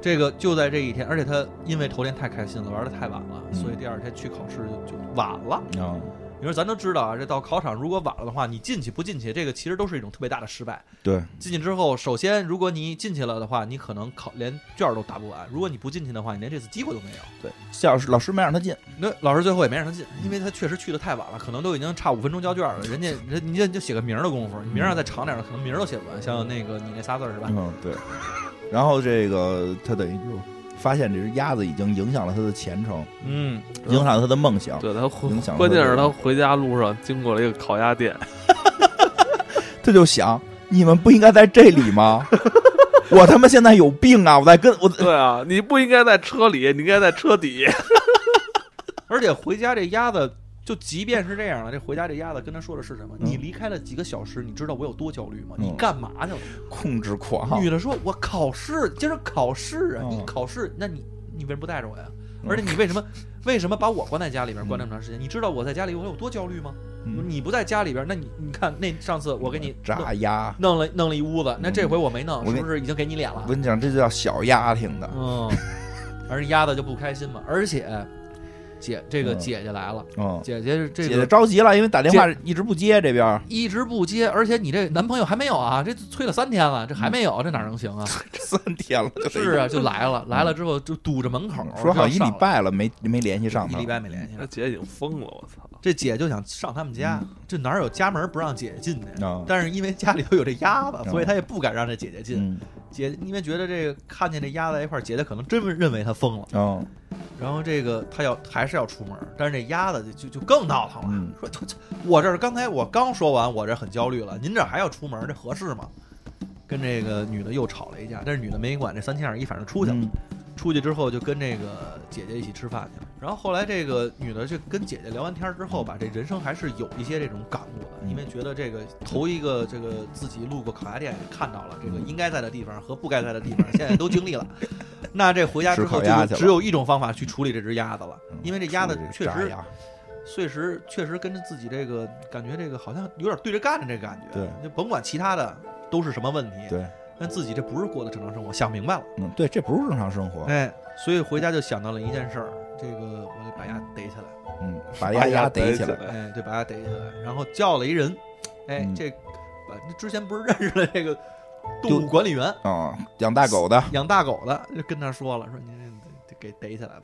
S4: 这个就在这一天，而且她因为头天太开心了，玩的太晚了，
S2: 嗯
S4: 所以第二天去考试就就晚了。
S2: 啊，
S4: 你说咱都知道啊，这到考场如果晚了的话，你进去不进去，这个其实都是一种特别大的失败。
S2: 对，
S4: 进去之后，首先如果你进去了的话，你可能考连卷儿都答不完；如果你不进去的话，你连这次机会都没有。
S2: 对，教老师没让他进，
S4: 那老师最后也没让他进，因为他确实去的太晚了，可能都已经差五分钟交卷了。人家人人家就写个名儿的功夫，你名儿要再长点儿，可能名儿都写不完。像那个你那仨字儿是吧？
S2: 嗯，对。然后这个他等于就发现这只鸭子已经影响了他的前程，
S4: 嗯，
S2: 影响了他的梦想。
S1: 对他回
S2: 影响
S1: 关键
S2: 特
S1: 是
S2: 别
S1: 他回家路上经过了一个烤鸭店，
S2: 他就想，你们不应该在这里吗？我他妈现在有病啊！我在跟我
S1: 对啊，你不应该在车里，你应该在车底，
S4: 而且回家这鸭子，就即便是这样了，这回家这鸭子跟他说的是什么？
S2: 嗯
S4: 你离开了几个小时，你知道我有多焦虑吗？
S2: 嗯
S4: 你干嘛去了？
S2: 控制狂
S4: 女，的说：“我考试，今儿考试啊，
S2: 嗯
S4: 你考试，那你你为什么不带着我呀？
S2: 嗯
S4: 而且你为 什么为什么把我关在家里边关这么长时间？你知道我在家里我有多焦虑吗？
S2: 嗯
S4: 你不在家里边，那你你看那上次我给你
S2: 炸鸭。
S4: 弄了弄了一屋子，那这回我没弄，
S2: 我给
S4: 是不是已经给你脸了
S2: 我？跟你讲，这就叫小鸭挺的。
S4: 嗯，而鸭子就不开心嘛，而且
S3: 姐这个
S2: 嗯
S3: 姐姐来了，
S2: 嗯，
S3: 姐姐是这
S2: 姐
S3: 个
S2: 姐着急了，因为打电话一直不接这边儿。
S3: 一直不接，而且你这男朋友还没有啊？这催了三天了，这
S2: 嗯
S3: 还没有，这哪能行啊？
S2: 三天 了，这
S3: 是啊，就来了，来了之后就堵着门口，
S2: 说好
S3: 就
S2: 一
S3: 要上
S2: 礼
S3: 来，
S2: 拜了，没没联系上
S4: 一
S2: 他
S4: 礼。拜没联系
S1: 那
S4: 了。
S1: 姐已经疯了，我 操！
S4: 这姐就想上他们家，
S2: 嗯
S4: 这哪有家门不让姐姐进的呀？
S2: 啊
S4: 但是因为家里头有这鸭子，
S2: 嗯
S4: 所以她也不敢让这姐姐进。
S2: 嗯
S4: 姐因为觉得这个看见这鸭子在一块儿，姐姐可能真认为她疯了。
S2: 嗯
S4: 然后这个她要还是要出门，但是这鸭子就就就更闹腾了，
S2: 嗯
S4: 说这这我这儿刚才我刚说完，我这很焦虑了，您这儿还要出门，这合适吗？跟这个女的又吵了一架，但是女的没管这三七二十一，反正出去了。
S2: 嗯
S4: 出去之后就跟这个姐姐一起吃饭去了。然后后来这个女的就跟姐姐聊完天儿之后吧，这人生还是有一些这种感悟的，
S2: 嗯
S4: 因为觉得这个头一个这个自己路过烤鸭店也看到了这
S2: 嗯
S4: 个应该在的地方和不该在的地方，现在都经 历了。那这回家之后
S2: 吃烤鸭去
S4: 就
S2: 了
S4: 只有一种方法去处理这只鸭子了，
S2: 嗯
S4: 因为这鸭子
S2: 处理这
S4: 确
S2: 炸
S4: 实
S2: 鸭
S4: 碎石确实跟着自己这个感觉，这个好像有点对着干的这个感觉。
S2: 对，
S4: 就甭管其他的都是什么问题，
S2: 对，
S4: 但自己这不是过的正常生活，想明白了。
S2: 嗯，对，这不是正常生活。
S4: 哎，所以回家就想到了一件事儿，这个我得把鸭逮起来，
S2: 嗯，把鸭鸭逮起来。
S4: 哎，对，把鸭逮起来，然后叫了一人，哎，
S2: 嗯
S4: 这把之前不是认识了这个
S2: 就
S4: 动物管理员，
S2: 啊，养大狗的，
S4: 养大狗的，就跟他说了，说您这给逮起来吧，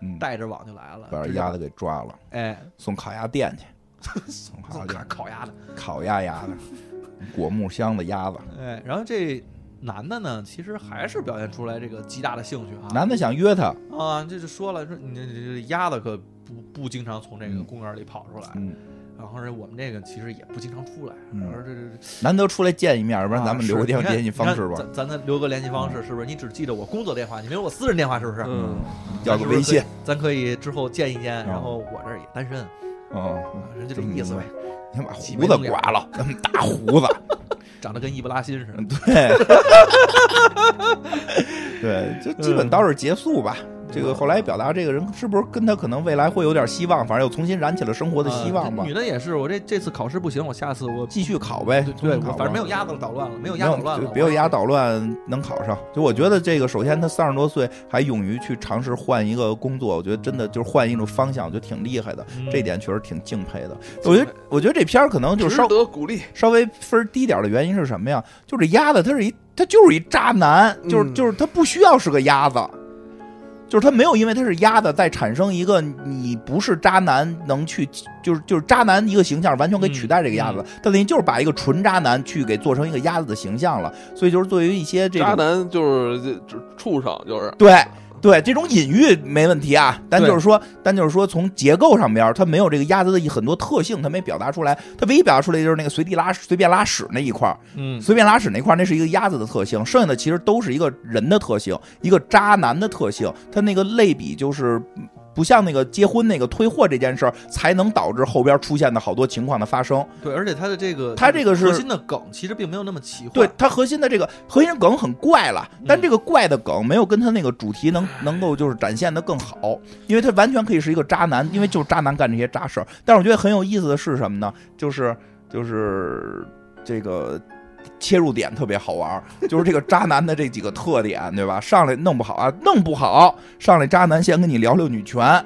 S2: 嗯，
S4: 带着网就来了，
S2: 把
S4: 直接
S2: 鸭子，给抓了，
S4: 哎，
S2: 送烤鸭店去， 送烤
S4: 烤
S2: 鸭
S4: 烤
S2: 店，
S4: 烤鸭的，
S2: 烤鸭鸭子，果木香的鸭子。
S4: 哎，然后这。男的呢，其实还是表现出来这个极大的兴趣啊。
S2: 男的想约他，
S4: 啊，这就说了，说你这这这鸭子可不不经常从这个
S2: 嗯
S4: 公园里跑出来，
S2: 嗯，
S4: 然后这我们这个其实也不经常出来，
S2: 嗯
S4: 然后这这这
S2: 难得出来见一面，要不然
S4: 啊
S2: 咱们留个
S4: 是
S2: 电
S4: 你
S2: 话
S4: 看
S2: 联系方式
S4: 你
S2: 吧嗯
S4: 看，咱咱咱留个联系方式是不是？你只记得我工作电话，你没有我私人电话是不是？
S1: 嗯，
S2: 要个微信，
S4: 咱可以之后见一见。
S2: 嗯
S4: 然后我这儿也单身，啊
S2: 嗯，
S4: 人就这意思呗，
S2: 先把胡子刮了，咱们大胡子，
S4: 长得跟伊布拉欣似
S2: 嗯
S4: 的。
S2: 对，对，就基本
S4: 嗯
S2: 到这儿结束吧。这个后来表达，这个人是不是跟他可能未来会有点希望，反正又重新燃起了生活的希望吧
S4: 啊这？女的也是，我这这次考试不行，我下次我
S2: 继续考呗，
S4: 对
S2: 重
S4: 对，
S2: 新
S4: 我
S2: 考吧
S4: 反正没有鸭子捣乱了，没有
S2: 没
S4: 鸭捣乱
S2: 就
S4: 了，
S2: 别有压捣乱，能考上。就我觉得这个，首先他三十多岁还勇于去尝试换一个工作，我觉得真的就是换一种方向，我觉得挺厉害的。
S4: 嗯
S2: 这点确实挺敬佩的。我觉得，我觉得这片儿可能
S1: 嗯
S2: 就是稍
S1: 得鼓励。
S2: 稍微分儿低点儿的原因是什么呀？就是鸭子，他是一他就是一渣男，就是
S1: 嗯
S2: 就是他不需要是个鸭子。就是他没有因为他是鸭子，再产生一个你不是渣男能去，就是就是渣男一个形象完全可以取代这个鸭子，他等于就是把一个纯渣男去给做成一个鸭子的形象了。所以就是对于一些这
S1: 渣
S2: 种
S1: 男就是这这畜生，就是
S2: 对对这种隐喻没问题啊，但
S4: 对
S2: 就是说，但就是说从结构上边儿，他没有这个鸭子的很多特性，他没表达出来。他唯一表达出来就是那个随地拉随便拉屎那一块儿，
S4: 嗯
S2: 随便拉屎那块儿，那是一个鸭子的特性，剩下的其实都是一个人的特性，一个渣男的特性。他那个类比就是嗯不像那个结婚那个退货这件事儿，才能导致后边出现的好多情况的发生。
S4: 对，而且他的这个
S2: 他这个是
S4: 核心的梗，其实并没有那么奇幻。
S2: 对，它核心的这个核心梗很怪了，但
S4: 嗯哎
S2: 这个怪的梗没有跟他那个主题能能够就是展现的更好，因为他完全可以是一个渣男，因为就是渣男干这些渣事儿。但是我觉得很有意思的是什么呢？就是就是这个。切入点特别好玩儿，就是这个渣男的这几个特点，对吧？上来弄不好啊，弄不好上来渣男先跟你聊聊女权，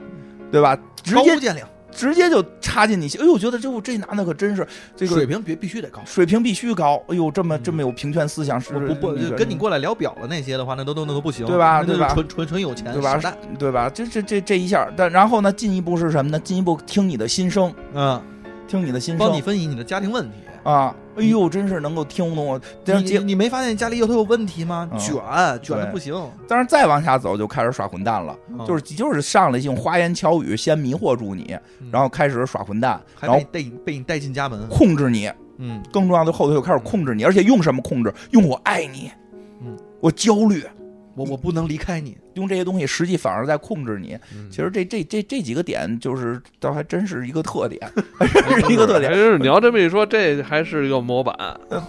S2: 对吧？直
S4: 高
S2: 接
S4: 屋建瓴，
S2: 直接就插进你心，哎呦，我觉得这这男的可真是这个
S4: 水平别必须得高。
S2: 水平必须高。哎呦，这么
S4: 嗯
S2: 这么有平权思想是
S4: 我不不，
S2: 那
S4: 就
S2: 个
S4: 跟你过来聊表了那些的话，那都都那都不行，
S2: 对吧
S4: 那都是
S2: 对吧
S4: 纯纯纯有钱，
S2: 对吧
S4: 傻蛋
S2: 对吧？这这这这一下，但然后呢，进一步是什么呢？进一步听你的心声，
S4: 嗯，
S2: 听你的心
S4: 帮你
S2: 声
S4: 分析你的家庭问题。
S2: 啊！哎呦，真是能够听懂我。但是
S4: 你
S2: 结，
S4: 你没发现家里有他有问题吗？
S2: 啊嗯
S4: 卷卷的
S2: 对
S4: 不行，
S2: 但是再往下走就开始耍混蛋了，就是就是上来用花言巧语先迷惑住你，
S4: 嗯
S2: 然后开始耍混蛋，
S4: 还
S2: 然后
S4: 被被被你带进家门。
S2: 控制你。
S4: 嗯，
S2: 更重要的后头又开始控制你，而且用什么控制？用我爱你，
S4: 嗯，
S2: 我焦虑，
S4: 我我不能离开你。
S2: 用这些东西实际反而在控制你。其实这这这这几个点，就是倒还真是一个特点，还真是一个特点嗯
S1: 还。是你要这么一说，这还是一个模板。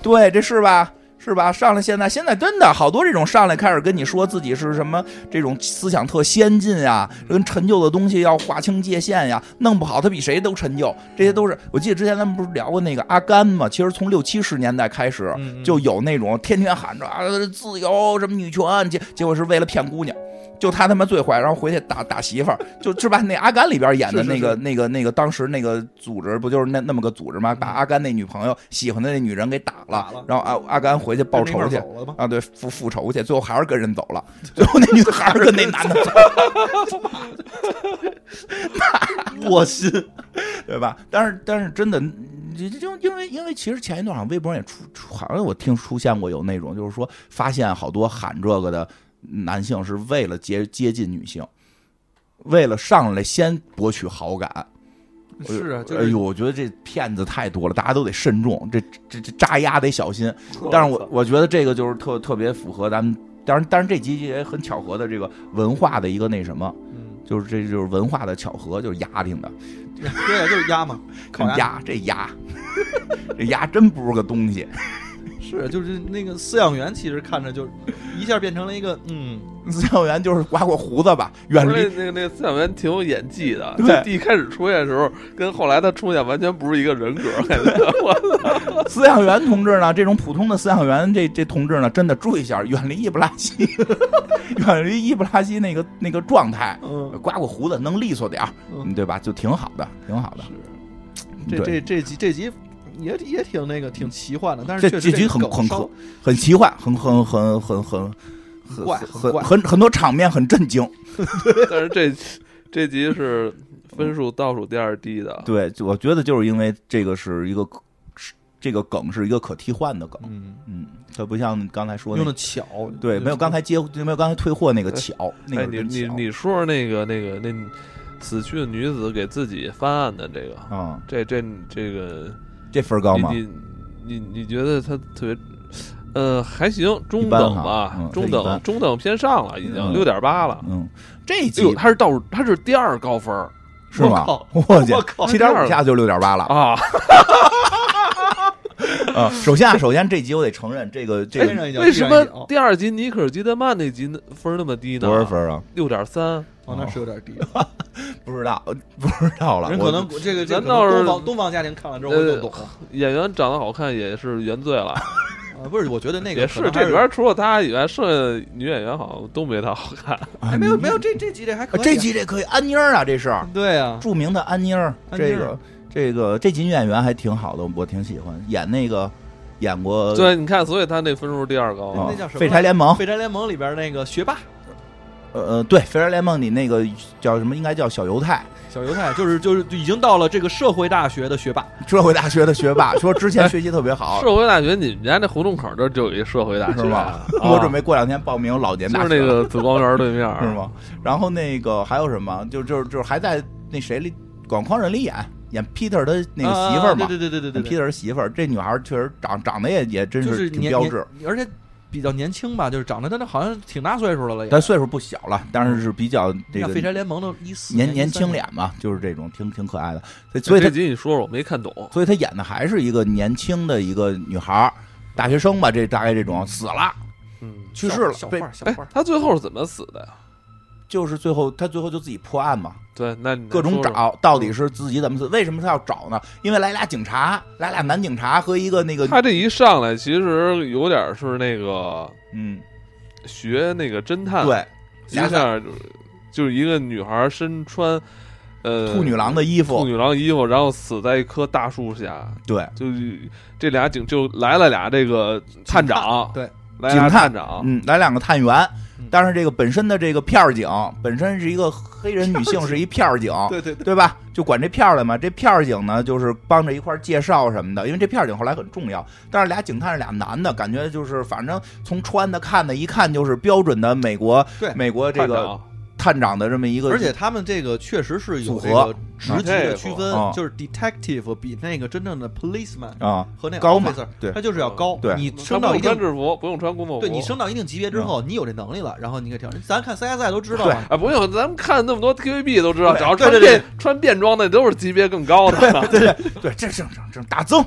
S2: 对，这是吧？是吧？上来现在现在真的好多这种上来开始跟你说自己是什么这种思想特先进呀，跟陈旧的东西要划清界限呀，弄不好他比谁都陈旧。这些都是我记得之前咱们不是聊过那个阿甘嘛？其实从六七十年代开始，
S4: 嗯嗯
S2: 就有那种天天喊着啊自由什么女权，结结果是为了骗姑娘。就他他妈最坏，然后回去打打媳妇儿，就是吧？那阿甘里边演的
S4: 是是
S2: 那个那个那个当时那个组织不就是那那么个组织吗？把阿甘那女朋友喜欢的那女人给打了，
S4: 嗯打了
S2: 然后阿阿甘回去报
S4: 跟那
S2: 仇
S4: 块
S2: 去
S4: 儿。走了吗？
S2: 啊，对，复复仇去，最后还是跟人走了，最后那女的还是跟那男的走了，
S4: 我心
S2: 对吧？但是但是真的，就就因为因为其实前一段好像微博上也出出，好像我听出现过有那种，就是说发现好多喊这个的男性是为了接接近女性，为了上来先博取好感。
S3: 是啊，就
S2: 哎
S3: 是
S2: 呦，我觉得这骗子太多了，大家都得慎重，这这这扎压得小心。但是我我觉得这个就是特特别符合咱们，当然当然这集也很巧合的这个文化的一个那什么，
S4: 嗯
S2: 就是这就是文化的巧合，就是压挺的，
S4: 对呀，就是鸭嘛，烤鸭。
S2: 鸭这鸭， 这鸭真不是个东西，
S4: 是，啊就是那个饲养员，其实看着就一下变成了一个嗯，
S2: 饲养员就是刮过胡子吧，远
S1: 不
S2: 离
S1: 是那那个那个饲养员挺有演技的，
S2: 对
S1: 在一开始出现的时候，跟后来他出现完全不是一个人格，感 觉我
S2: 饲养员同志呢，这种普通的饲养员，这这同志呢，真的注意一下，远离伊布拉西， 远离伊布拉西那个那个状态，
S4: 嗯
S2: 刮过胡子能利索点儿，
S4: 嗯
S2: 对吧？就挺好的，挺好的。
S4: 这
S2: 对
S4: 这这集这集也也挺那个挺奇幻的，但
S2: 这
S4: 是确
S2: 这集
S4: 实个
S2: 很
S4: 梗
S2: 很
S4: 稍
S2: 很很奇幻，很很很很很很
S4: 怪
S2: 很
S4: 怪
S2: 很很多场面很震惊。
S1: 但是这这集是分数倒数第二低的，
S2: 对，就我觉得就是因为这个是一个可是这个梗是一个可替换的梗，
S4: 嗯，
S2: 嗯，它不像刚才说那
S4: 用的巧，
S2: 对，没有刚才接没有刚才退货那个巧，那
S1: 哎，
S2: 个
S1: 你
S2: 真
S1: 你
S2: 巧
S1: 你说说那个那个那死去的女子给自己翻案的这个，
S2: 啊，
S1: 这这这个
S2: 这分儿高吗？
S1: 你你你你觉得他特别，呃，还行，中
S2: 一般
S1: 等
S2: 哈
S1: 吧，
S2: 嗯
S1: 中
S2: 这一般
S1: 等中等偏上了，已经
S2: 嗯
S1: 六点八了。
S2: 嗯，这
S1: 哎呦，
S2: 集
S1: 他是倒数，他是第二高分儿
S2: 是吗
S4: 靠？
S2: 我去
S4: 我，靠
S2: 七点五下就六点八了
S1: 啊！
S2: 啊！首先啊，首先这集我得承认，这个这 个
S4: 天上一脚，
S1: 为
S4: 地
S1: 什
S4: 上一
S1: 么
S4: 脚？
S1: 第二集尼可尔基德曼那集分儿那么低呢？
S2: 哦多少？分啊？
S1: 六点三。
S4: 哦，那是有点低。
S2: 不知道，呃不知道了。
S4: 人
S2: 我
S4: 可能这个这
S1: 咱
S4: 个可
S1: 倒是
S4: 能东方东方家庭看完之后会更懂了。
S1: 演员长得好看也是原罪了，
S4: 啊，不是，我觉得那个
S1: 也
S4: 可
S1: 是
S4: 能还
S1: 这里边除了他以外，剩下女演员好像都没他好看。
S4: 哎没有没有这这集这还可以啊，
S2: 这集这可以，安妮儿啊，这是
S4: 对啊，
S2: 著名的安妮儿，
S4: 安妮
S2: 这
S4: 儿
S2: 个这个这集女演员还挺好的，我挺喜欢，演那个演过
S1: 对，你看，所以他那分数第二高
S2: 啊
S1: 了。
S4: 那叫什么
S2: 废柴联盟》
S4: 《废柴联盟》里边那个学霸
S2: 呃呃，对《废柴联盟》里那个叫什么？应该叫小犹太，
S4: 小犹太，就是就是就已经到了这个社会大学的学霸，
S2: 社会大学的学 霸，说之前学习特别好，
S1: 社会大学，你们家那胡同口这儿就有一社会大学，
S2: 哦是吗
S1: 啊？
S2: 我准备过两天报名老年
S1: 就
S2: 大
S1: 是
S2: 学，
S1: 那个紫光园对面，
S2: 是？吗？然后那个还有什么？就就就是还在那谁里，广匡人里演演 Peter 的那个媳妇儿嘛
S4: 啊，对对对对对对，
S2: ，Peter 媳妇儿，这女孩儿确实长长得也也真
S4: 就是
S2: 挺
S4: 年
S2: 标志，，
S4: 年而且比较年轻吧，就是长得真的好像挺大岁数的了也。
S2: 但岁数不小了，但是是比较
S1: 嗯
S2: 这
S4: 像废
S2: 个
S4: 柴联盟的一四
S2: 年
S4: 年
S2: 年轻，脸嘛，就是这种挺挺可爱的，所以所以
S1: 这
S2: 她
S1: 集你说说，我没看懂。
S2: 所以她演的还是一个年轻的一个女孩儿，大学生吧，这大概这种死了
S1: 嗯，
S2: 去世了
S4: 小，
S2: 被
S4: 画小
S1: 哎
S4: 画，，
S1: 他最后是怎么死的呀？
S2: 就是最后她最后就自己破案嘛，
S1: 对，那你
S2: 各种
S1: 嗯说嗯说，
S2: 找，到底是自己怎么死？为什么他要找呢？因为来俩警察，来俩男警察和一个那个，
S1: 他这一上来其实有点是那个
S2: 嗯，
S1: 学那个侦探，，
S2: 对，
S1: 一
S2: 俩
S1: 下就就是一个女孩身穿呃
S2: 兔女郎的衣
S1: 兔
S2: 服，
S1: 女郎衣服，然后死在一棵大树下，
S2: 对，
S1: 就这俩警就来了俩这个探长，
S4: 对，
S1: 来俩
S2: 警探
S1: 探长，
S2: 嗯，来两个探员
S4: 嗯。
S2: 但是这个本身的这个片儿警本身是一个黑人女性，是一片儿警，
S4: 对对对，
S2: 对吧？就管这片儿来嘛。这片儿警呢，就是帮着一块儿介绍什么的，因为这片儿警后来很重要。但是俩警探是俩男的，感觉就是反正从穿的看的，一看就是标准的美国
S4: 对
S2: 美国这
S1: 探
S2: 个
S1: 长
S2: 探长的这么一个，
S4: 而且他们这个确实是
S2: 组
S4: 有
S2: 合
S4: 这个职级
S1: 啊这
S4: 的
S1: 个
S4: 区
S2: 啊
S4: 分，就是 detective 比那个真正的 policeman
S2: 啊，
S4: 和那个
S2: 高嘛
S4: officer，
S2: 对
S4: 他就是要高。
S2: 对
S4: 你
S1: 他
S4: 升
S1: 不
S4: 到一
S1: 用穿
S4: 定，
S1: 制服，不用穿工作服，
S4: 对你升到一定级别之后，你有这能力了，然后你可以调。咱看 CSI 都知道嘛，
S1: 啊，不用，咱们看那么多 TVB 都知道，
S2: 对
S1: 只要穿
S2: 对对
S1: 便穿便装的都是级别更高的。
S2: 对对对，这正正正打增，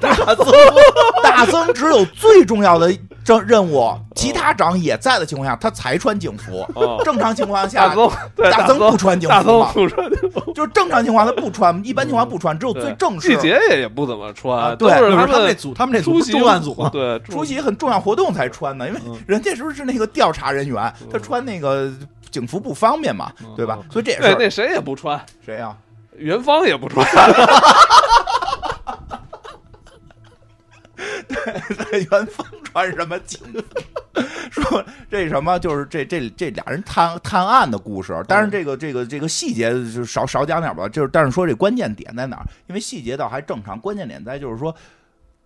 S2: 大增只有最重要的任任务，其他长也在的情况下，他才穿警服。
S1: 哦，
S2: 正常情况下
S1: 大，增对
S2: 大
S1: 大
S2: 增
S1: 增
S2: 不穿警
S1: 大
S2: 服
S1: 增
S2: 嘛，
S1: 不穿
S2: 就是正常情况下他不穿，一般情况下不穿，只有最正式
S1: 季节也也不怎么
S2: 啊
S1: 穿，
S2: 对
S1: 都
S4: 就是是他们这
S1: 们
S4: 组，他们这组
S1: 出
S4: 不
S1: 席
S4: 是重案组嘛，
S1: 对
S2: 出席很重要活动才穿呢，因为
S1: 嗯
S2: 人家是不是那个调查人员，他穿那个警服不方便嘛，对吧？所以这也
S1: 对
S2: 是
S1: 那谁也不穿，
S2: 谁啊 呀？
S1: 元芳也不穿，
S2: 在元芳穿什么警服？ 说这什么就是这这这俩人探探案的故事，当然这个这个这个细节就少少讲点吧。就是但是说这关键点在哪儿？因为细节倒还正常，关键点在就是说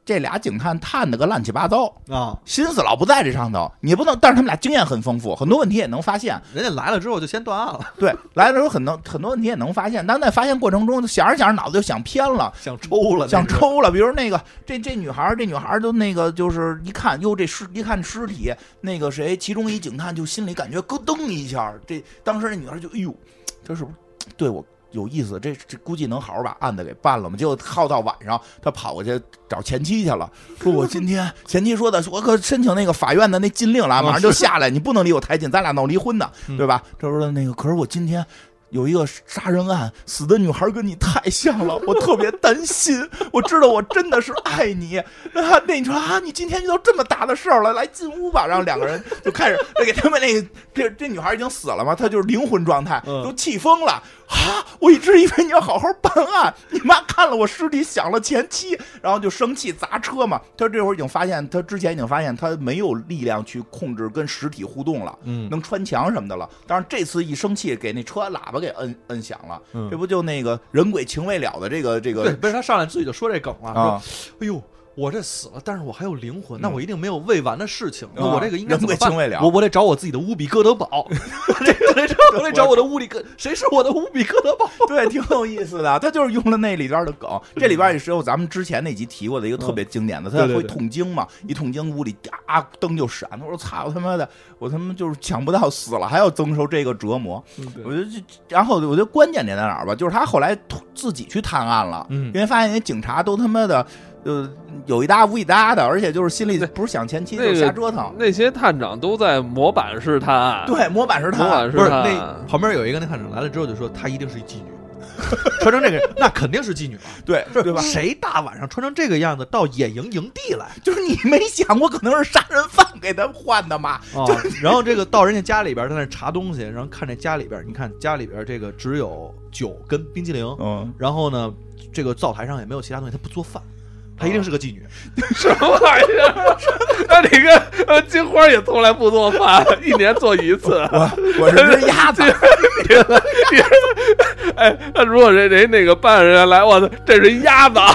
S2: 这俩警探探的个乱七八糟，
S4: 啊，
S2: 心思老不在这上头。你不能，但是他们俩经验很丰富，很多问题也能发现。
S4: 人家来了之后就先断案 了，
S2: 对，来的时候很能很多问题也能发现，但在发现过程中想着想着脑子就想偏了，
S4: 想抽了，
S2: 想
S4: 那是，
S2: 抽了。比如那个这这女孩儿，这女孩儿都那个就是一看，哟，这尸一看尸体，那个谁，其中一警探就心里感觉咯噔一下儿，这当时那女孩儿就哎呦，这是不是对我？有意思，这这估计能好好把案子给办了吗？结果耗到晚上，他跑过去找前妻去了，说我今天前妻说的，我可申请那个法院的那禁令了，马上就下来，你不能离我太近，咱俩闹离婚呢，
S4: 嗯
S2: 对吧？这时候那个，可是我今天有一个杀人案，死的女孩跟你太像了，我特别担心。我知道我真的是爱你。啊，那你说啊，你今天遇到这么大的事儿了，来进屋吧。然后两个人就开始给他们那个这这女孩已经死了嘛，她就是灵魂状态，
S4: 嗯
S2: 都气疯了啊！我一直以为你要好好办案，你妈看了我尸体，想了前妻，然后就生气砸车嘛。她这会儿已经发现，她之前已经发现她没有力量去控制跟实体互动了。
S4: 嗯，
S2: 能穿墙什么的了。但是这次一生气，给那车喇叭给摁摁响了，
S4: 嗯
S2: 这不就那个人鬼情未了的这个这
S4: 对，
S2: 个
S4: 不是他上来自己就说这梗了，
S2: 啊，
S4: 说，哎呦。我这死了，但是我还有灵魂，那我一定没有未完的事情，那
S2: 啊
S4: 我这个应该
S2: 人
S4: 怎么
S2: 鬼情未了
S4: 办？我我得找我自己的乌比哥德堡，我得我得找我得找我的乌里哥，谁是我的乌比哥德堡？
S2: 对，挺有意思的。他就是用了那里边的梗，这里边也是有咱们之前那集提过的一个特别经典的，他
S4: 对对
S2: 会
S4: 对
S2: 痛经嘛，一痛经屋里啊灯就闪，我说操他妈的，我他妈就是想不到死了还要遭受这个折磨。
S4: 嗯
S2: 我觉得这，然后我觉得关键点在哪儿吧，就是他后来突自己去探案了，
S4: 嗯
S2: 因为发现那警察都他妈的，呃，有一搭无一搭的，而且就是心里
S1: 对
S2: 不是想前妻
S1: 那个
S2: 就是瞎折腾，
S1: 那些探长都在模板式探案，
S2: 啊对，模板式探
S1: 啊模
S2: 案，
S1: 板式
S4: 不是
S1: 探
S4: 那
S1: 案，
S4: 旁边有一个那探长来了之后就说她一定是一妓 女，穿成这个那肯定是妓女了，
S2: 对
S4: 不是
S2: 对吧？
S4: 谁大晚上穿成这个样子到野营营地来？
S2: 就是你没想过可能是杀人犯给他换的嘛？
S4: 啊，然后这个到人家家里边，在那查东西，然后看这家里边，你看家里边这个只有酒跟冰激凌，
S2: 嗯，
S4: 然后呢，这个灶台上也没有其他东西，他不做饭，他一定是个妓女。
S1: 什么玩意儿？ 那你看，呃，金花也从来不做饭，一年做一次。
S2: 我我是只鸭子，
S1: 哎，那如果人人那个办案人员来，我操，这是一鸭 子，啊，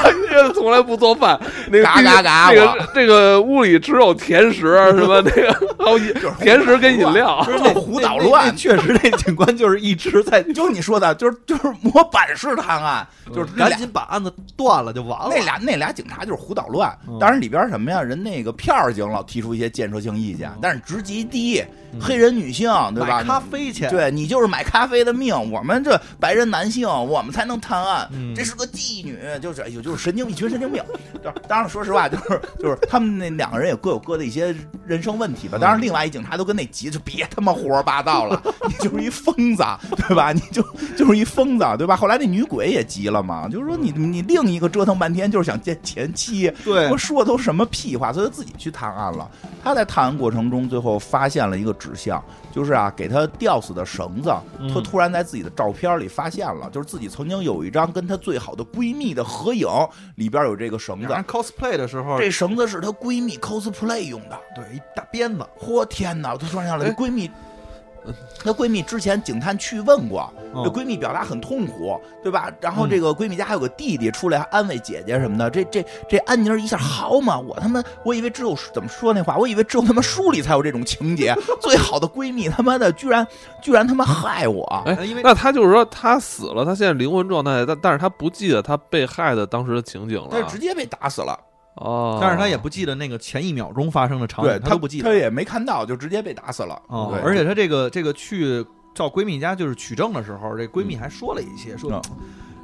S1: 从来不做饭，那个
S2: 嘎嘎嘎
S1: 那
S2: 我
S1: 个这个屋里只有甜食什么那 个，还有饮甜食跟饮料
S2: 就。是那胡捣乱，
S4: 确实那警官就是一直在
S2: 就是你说的，就是就是模板式探案，
S1: 嗯
S2: 就是那
S4: 赶
S2: 俩
S4: 紧把案子断了就完了。
S2: 那俩那俩警察就是胡捣乱，
S1: 嗯
S2: 当然里边什么呀，人那个片儿警老提出一些建设性意见，
S1: 嗯
S2: 但是职级低，
S4: 嗯
S2: 黑人女性对吧？
S4: 买咖啡去，
S2: 对你就是买咖啡的命，我们这白人男性，我们才能探案。
S4: 嗯
S2: 这是个妓女，就是哎呦，就是神经一群神经病。当当然，说实话，就是就是他们那两个人也各有各的一些人生问题吧。
S4: 嗯
S2: 当然，另外一警察都跟那急，就别他妈胡说八道了，你就是一疯子，对吧？你就就是一疯子，对吧？后来那女鬼也急了嘛，就是说你你另一个折腾半天就是想见前妻，
S4: 对
S2: 我说的都什么屁话，所以他自己去探案了。他在探案过程中，最后发现了一个指向，就是啊，给他吊死的绳子，
S4: 嗯
S2: 他突然在自己的照片里发现了，就是自己曾经有一张跟她最好的闺蜜的合影，里边有这个绳
S4: 俩
S2: 子
S4: 人，cosplay 的时候，
S2: 这绳子是她闺蜜 cosplay 用的。
S4: 对一大鞭子，
S2: 嚯天哪！她穿上了，
S1: 哎
S2: 她闺蜜。她闺蜜之前警探去问过，
S4: 嗯
S2: 这闺蜜表达很痛苦，对吧？然后这个闺蜜家还有个弟弟出来安慰姐姐什么的，这这这安妮儿一下好嘛，我他妈我以为只有怎么说那话，我以为只有他妈书里才有这种情 节，最好的闺蜜他妈的居然居然他妈害我，
S1: 哎
S4: 因为
S1: 那他就是说，他死了，他现在灵魂状态，但但是他不记得他被害的当时的情景了。
S2: 她是直接被打死了，
S1: 哦，
S4: 但是他也不记得那个前一秒钟发生的场景，
S2: 对
S4: 他都不记得
S2: 她。也没看到，就直接被打死了。
S4: 哦
S2: 对，
S4: 而且她这个这个去到闺蜜家就是取证的时候，这闺蜜还说了一些，说
S2: 嗯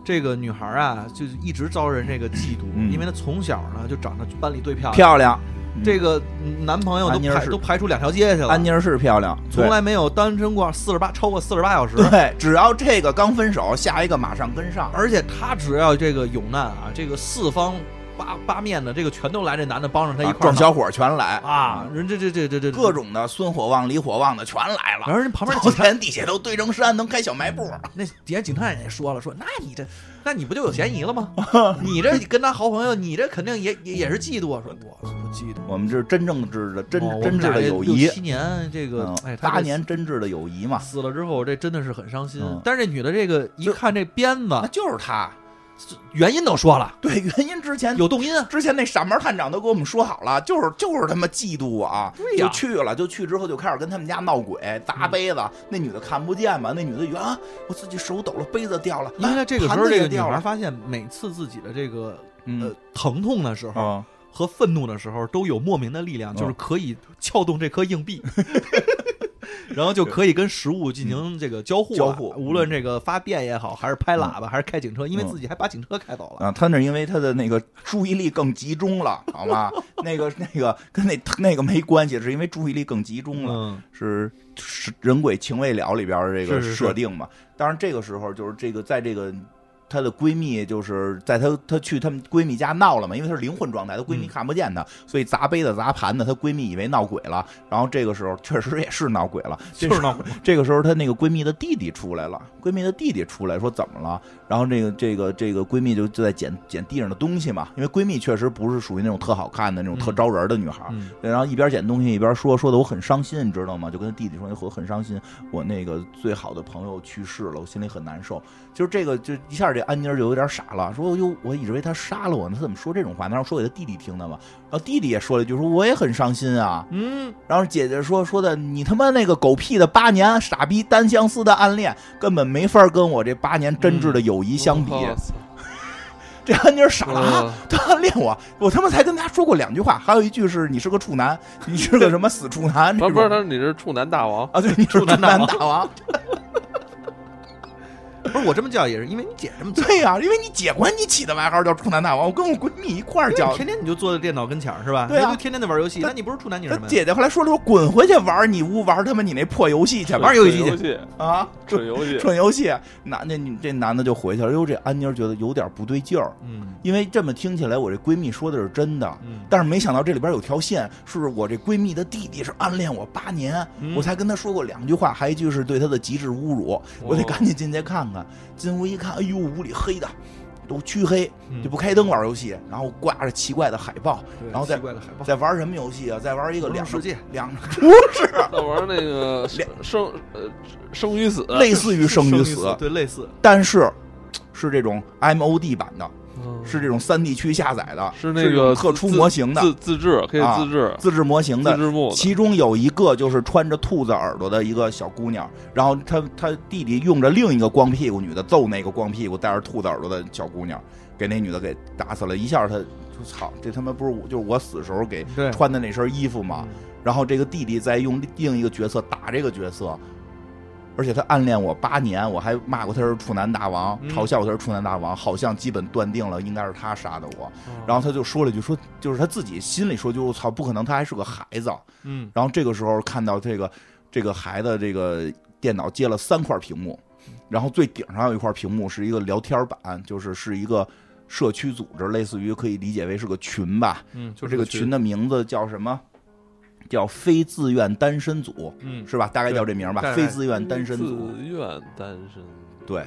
S4: 这个女孩啊，就是一直招人这个嫉妒，
S2: 嗯
S4: 因为她从小呢就长得班里最漂亮。
S2: 漂亮，
S4: 这个男朋友都
S2: 安妮儿
S4: 排
S2: 是
S4: 都排出两条街去了，
S2: 安妮儿是漂亮，
S4: 从来没有单身过四十八超过四十八小时。
S2: 对 对，只要这个刚分手，下一个马上跟上，
S4: 而且她只要这个有难啊，这个四方八八面的这个全都来，这男的帮着她一
S2: 啊
S4: 块儿
S2: 撞
S4: 闹
S2: 小伙全来，
S4: 啊，人这这这这这
S2: 各。种的孙火旺、李火旺的全来了
S4: 然。后人 旁边嗯
S2: 朝
S4: 那警察，
S2: 天地下都堆成山，能开小卖部。
S4: 那底下警探也说了，说那你这，那你不就有嫌疑 了吗？你这跟他好朋友，你这肯定也也也是嫉妒啊！说我不嫉妒，
S2: 我们这是真正挚的、真
S4: 哦我
S2: 真
S4: 们
S2: 挚
S4: 俩
S2: 的
S4: 这
S2: 友
S4: 六
S2: 谊，
S4: 七年这个
S2: 嗯，
S4: 哎，他
S2: 八
S4: 这
S2: 年真挚的友谊嘛，
S4: 死了之后，这真的是很伤心
S2: 嗯。
S4: 但是这女的这个一看这鞭
S2: 那
S4: 子，
S2: 就是他。
S4: 原因都说了，
S2: 对，原因之前
S4: 有动因啊，
S2: 之前那傻门探长都跟我们说好了，就是就是他妈嫉妒我啊，
S4: 对呀嗯
S2: 就去了，就去之后就开始跟他们家闹鬼，砸杯子，那女的看不见嘛，那女的以为啊，我自己手抖了，杯子掉了，
S4: 因为
S2: 啊
S4: 在这个时
S2: 盘
S4: 候，
S2: 子
S4: 这
S2: 也
S4: 个女
S2: 掉
S4: 孩
S2: 了，
S4: 发现每次自己的这个呃
S2: 嗯
S4: 疼痛的时候
S2: 啊，
S4: 和愤怒的时候，都有莫名的力量，就是可以撬动这颗 硬币。然后就可以跟食物进行这个交互啊，
S2: 交互嗯
S4: 无论这个发便也好，还是拍喇叭，还是开警车，因为自己还把警车开走了。
S2: 啊，他那是因为他的那个注意力更集中了，好 吗？那个那个跟那那个没关系，是因为注意力更集中了，
S4: 嗯，
S2: 是是人鬼情未了里边儿这个
S4: 是是是
S2: 设定嘛。当然这个时候就是这个在这个。她的闺蜜就是在她她去她们闺蜜家闹了嘛，因为她是灵魂状态，她闺蜜
S4: 嗯
S2: 看不见她，所以砸杯子砸盘子，她闺蜜以为闹鬼了。然后这个时候确实也是闹鬼了，这
S4: 就是闹，
S2: 这个时候，她那个闺蜜的弟弟出来了，闺蜜的弟弟出来说怎么了？然后这个这个这个闺蜜就就在捡捡地上的东西嘛，因为闺蜜确实不是属于那种特好看的那种特招人的女孩儿。
S4: 嗯
S2: 然后一边捡东西一边说，说的我很伤心，你知道吗？就跟弟弟说，我很伤心，我那个最好的朋友去世了，我心里很难受。就是这个，就一下这安妮儿就有点傻了，说哟，我以为他杀了我呢，他怎么说这种话？然后说给他弟弟听的嘛。然后弟弟也说了一句，说我也很伤心啊。
S4: 嗯，
S2: 然后姐姐说说的，你他妈那个狗屁的八年傻逼单相思的暗恋，根本没法跟我这八年真挚的友谊相比。
S1: 我操
S2: 这安妮儿傻了、啊
S1: 嗯，
S2: 她暗恋我，我他妈才跟她说过两句话，还有一句是你是个处男，你是个什么死处男？
S1: 不是不是，
S2: 这种
S1: 他你是处男大 王，
S2: 啊，对，你是处
S4: 处男大
S2: 男
S4: 王
S2: 大王，
S4: 不是我这么叫也是因为你姐这么叫，
S2: 对呀、因为你姐管你起的外号叫处男大王，我跟我闺蜜一块儿
S4: 因为
S2: 叫
S4: 你。天天你就坐在电脑跟前儿是吧？
S2: 对啊
S4: 你就天天在玩游戏，
S2: 但
S4: 那你不是处男你是
S2: 她
S4: 什么呀？
S2: 姐姐后来说了说滚回去玩你屋玩他妈你那破游戏去吧
S4: 玩游戏去
S1: 游戏，
S2: 啊！
S1: 蠢游戏，
S2: 蠢游戏，男的你这男的就回去了。哎哟，这安妮儿觉得有点不对劲儿，
S4: 嗯
S2: 因为这么听起来，我这闺蜜说的是真的，
S4: 嗯，
S2: 但是没想到这里边有条线，是我这闺蜜的弟弟是暗恋我八年，
S4: 嗯
S2: 我才跟她说过两句话，还一句是对她的极致侮辱，我得赶紧进去看看。进屋一看，哎呦，屋里黑的。都黢黑，就不开灯玩游戏，然后挂着奇怪的海报，
S4: 嗯对
S2: 然后再
S4: 奇怪的海报，
S2: 在玩什么游戏啊？在玩一个
S4: 魔
S2: 两
S4: 兽世界
S2: 两不是
S1: 在玩那个生生呃生与死，
S2: 类似于生与死，
S4: 对，类似
S2: 但是是这种 MOD 版的，
S1: 嗯
S4: 哦
S2: 是这种三 D 区下载的，
S1: 是那
S2: 这种
S1: 个
S2: 特
S1: 自
S2: 出模型的，
S1: 自自制，可以
S2: 啊
S1: 自制，
S2: 自制模型
S1: 自
S2: 的。
S1: 制木的，
S2: 其中有一个就是穿着兔子耳朵的一个小姑娘，然后她她弟弟用着另一个光屁股女的揍那个光屁股戴着兔子耳朵的小姑娘，给那女的给打死了。一下她就操，这他妈不是我，就是我死时候给
S4: 对嗯
S2: 穿的那身衣服嘛。然后这个弟弟再用另一个角色打这个角色，而且他暗恋我八年，我还骂过他是处男大王，
S4: 嗯
S2: 嘲笑他是处男大王，好像基本断定了应该是他杀的
S4: 哦
S2: 我。然后他就说了一句说，就是他自己心里说，就是我操，不可能，他还是个孩子。
S4: 嗯，
S2: 然后这个时候看到这个这个孩子这个电脑接了三块屏幕，然后最顶上有一块屏幕是一个聊天板，就是是一个社区组织，类似于可以理解为是个群吧。
S4: 嗯，
S2: 就
S4: 就
S2: 这个群的名字叫什么？叫非自愿单身组，
S4: 嗯
S2: 是吧？大概叫这名儿吧
S4: 对。嗯大概
S2: 非自愿单身组，
S1: 自愿单身，
S2: 对。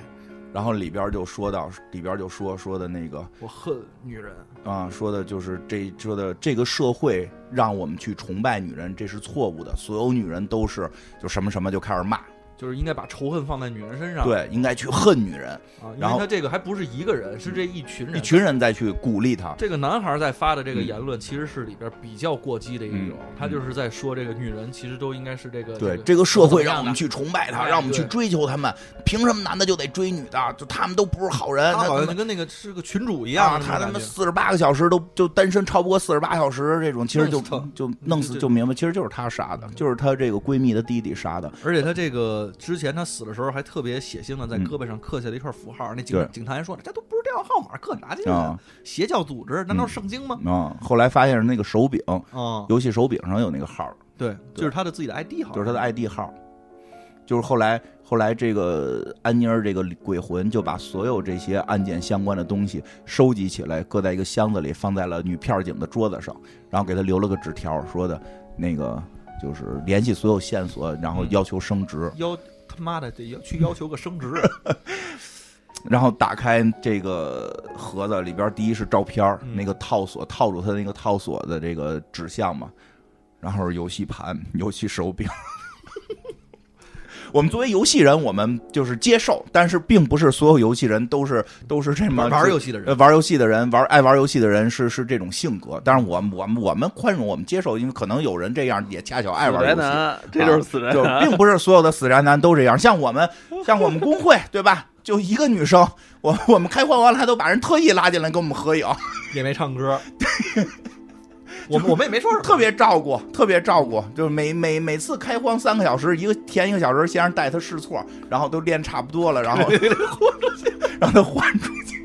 S2: 然后里边儿就说到，里边儿就说说的那个
S4: 我恨女人，
S2: 啊，说的就是这说的这个社会让我们去崇拜女人，这是错误的。所有女人都是就什么什么就开始骂，
S4: 就是啊应该把仇恨放在女人身上，
S2: 对，应该去恨女人，
S4: 啊，因
S2: 然
S4: 为
S2: 后
S4: 他这个还不是一个人，是这一群人。
S2: 一群人再去鼓励她。
S4: 这个男孩在发的这个
S2: 嗯
S4: 言论，其实是里边比较过激的一种，
S2: 嗯
S4: 他就是在说这个女人其实都应该是这个
S2: 对，
S4: 这
S2: 这个社会
S4: 怎么样
S2: 让我们
S4: 的
S2: 去崇拜她，
S4: 哎
S2: 让我们去
S4: 对
S2: 追求她们。凭什么男的就得追女的？就他们都不是好人，
S4: 他
S2: 他
S4: 好
S2: 们
S4: 像跟那个是个群主一
S2: 啊，
S4: 样，
S2: 他他妈
S4: 们
S2: 四十八个小时都就单身超不过四十八小时这种，其实就
S4: 弄死
S2: 就弄死
S4: 这
S2: 就明白，其实就是他杀的，就是他这个闺蜜的弟弟杀的。
S4: 而且他这个子之前他死的时候还特别血腥啊的在
S2: 嗯
S4: 胳膊上刻下了一串符号，那
S2: 对
S4: 警警察还说呢这都不是电话号码，刻啥劲
S2: 啊？
S4: 邪教组织难道是圣经吗？
S2: 啊，后来发现是那个手柄，
S4: 啊，
S2: 游戏手柄上有那个号，
S4: 对，就是他的自己的 ID 号，
S2: 就是他的 ID 号。就是后来，后来这个安妮儿这个鬼魂就把所有这些案件相关的东西收集起来，搁在一个箱子里，放在了女票警的桌子上，然后给他留了个纸条，说的那个就是联系所有线索，然后要求升职。
S4: 要他妈的得要去要求个升 职，
S2: 然后打开这个盒子，里边第一是照片儿，
S4: 嗯
S2: 那个套索套住他那个套索的这个指向嘛，然后是游戏盘、 游戏手柄。我们作为游戏人，我们就是接受，但是并不是所有游戏人都是都是这么
S4: 玩玩游戏的
S2: 呃
S4: 人，
S2: 玩游戏的人，玩爱玩游戏的人是是这种性格，但是我们我们我们宽容，我们接受，因为可能有人这样也恰巧爱玩游戏，啊
S1: 男，这就是死 宅
S2: 就
S1: 男。
S2: 并不是所有的死宅男都这样，像我们，像我们工会，对吧？就一个女生，我我们开会完了，还都把人特意拉进来跟我们合影，
S4: 也没唱 歌，我们我们也没说什么，
S2: 特别照顾，特别照顾。就是每每每次开荒三个小时，一个填一个小时，先让带他试错，然后都练差不多了，然后让他换出去。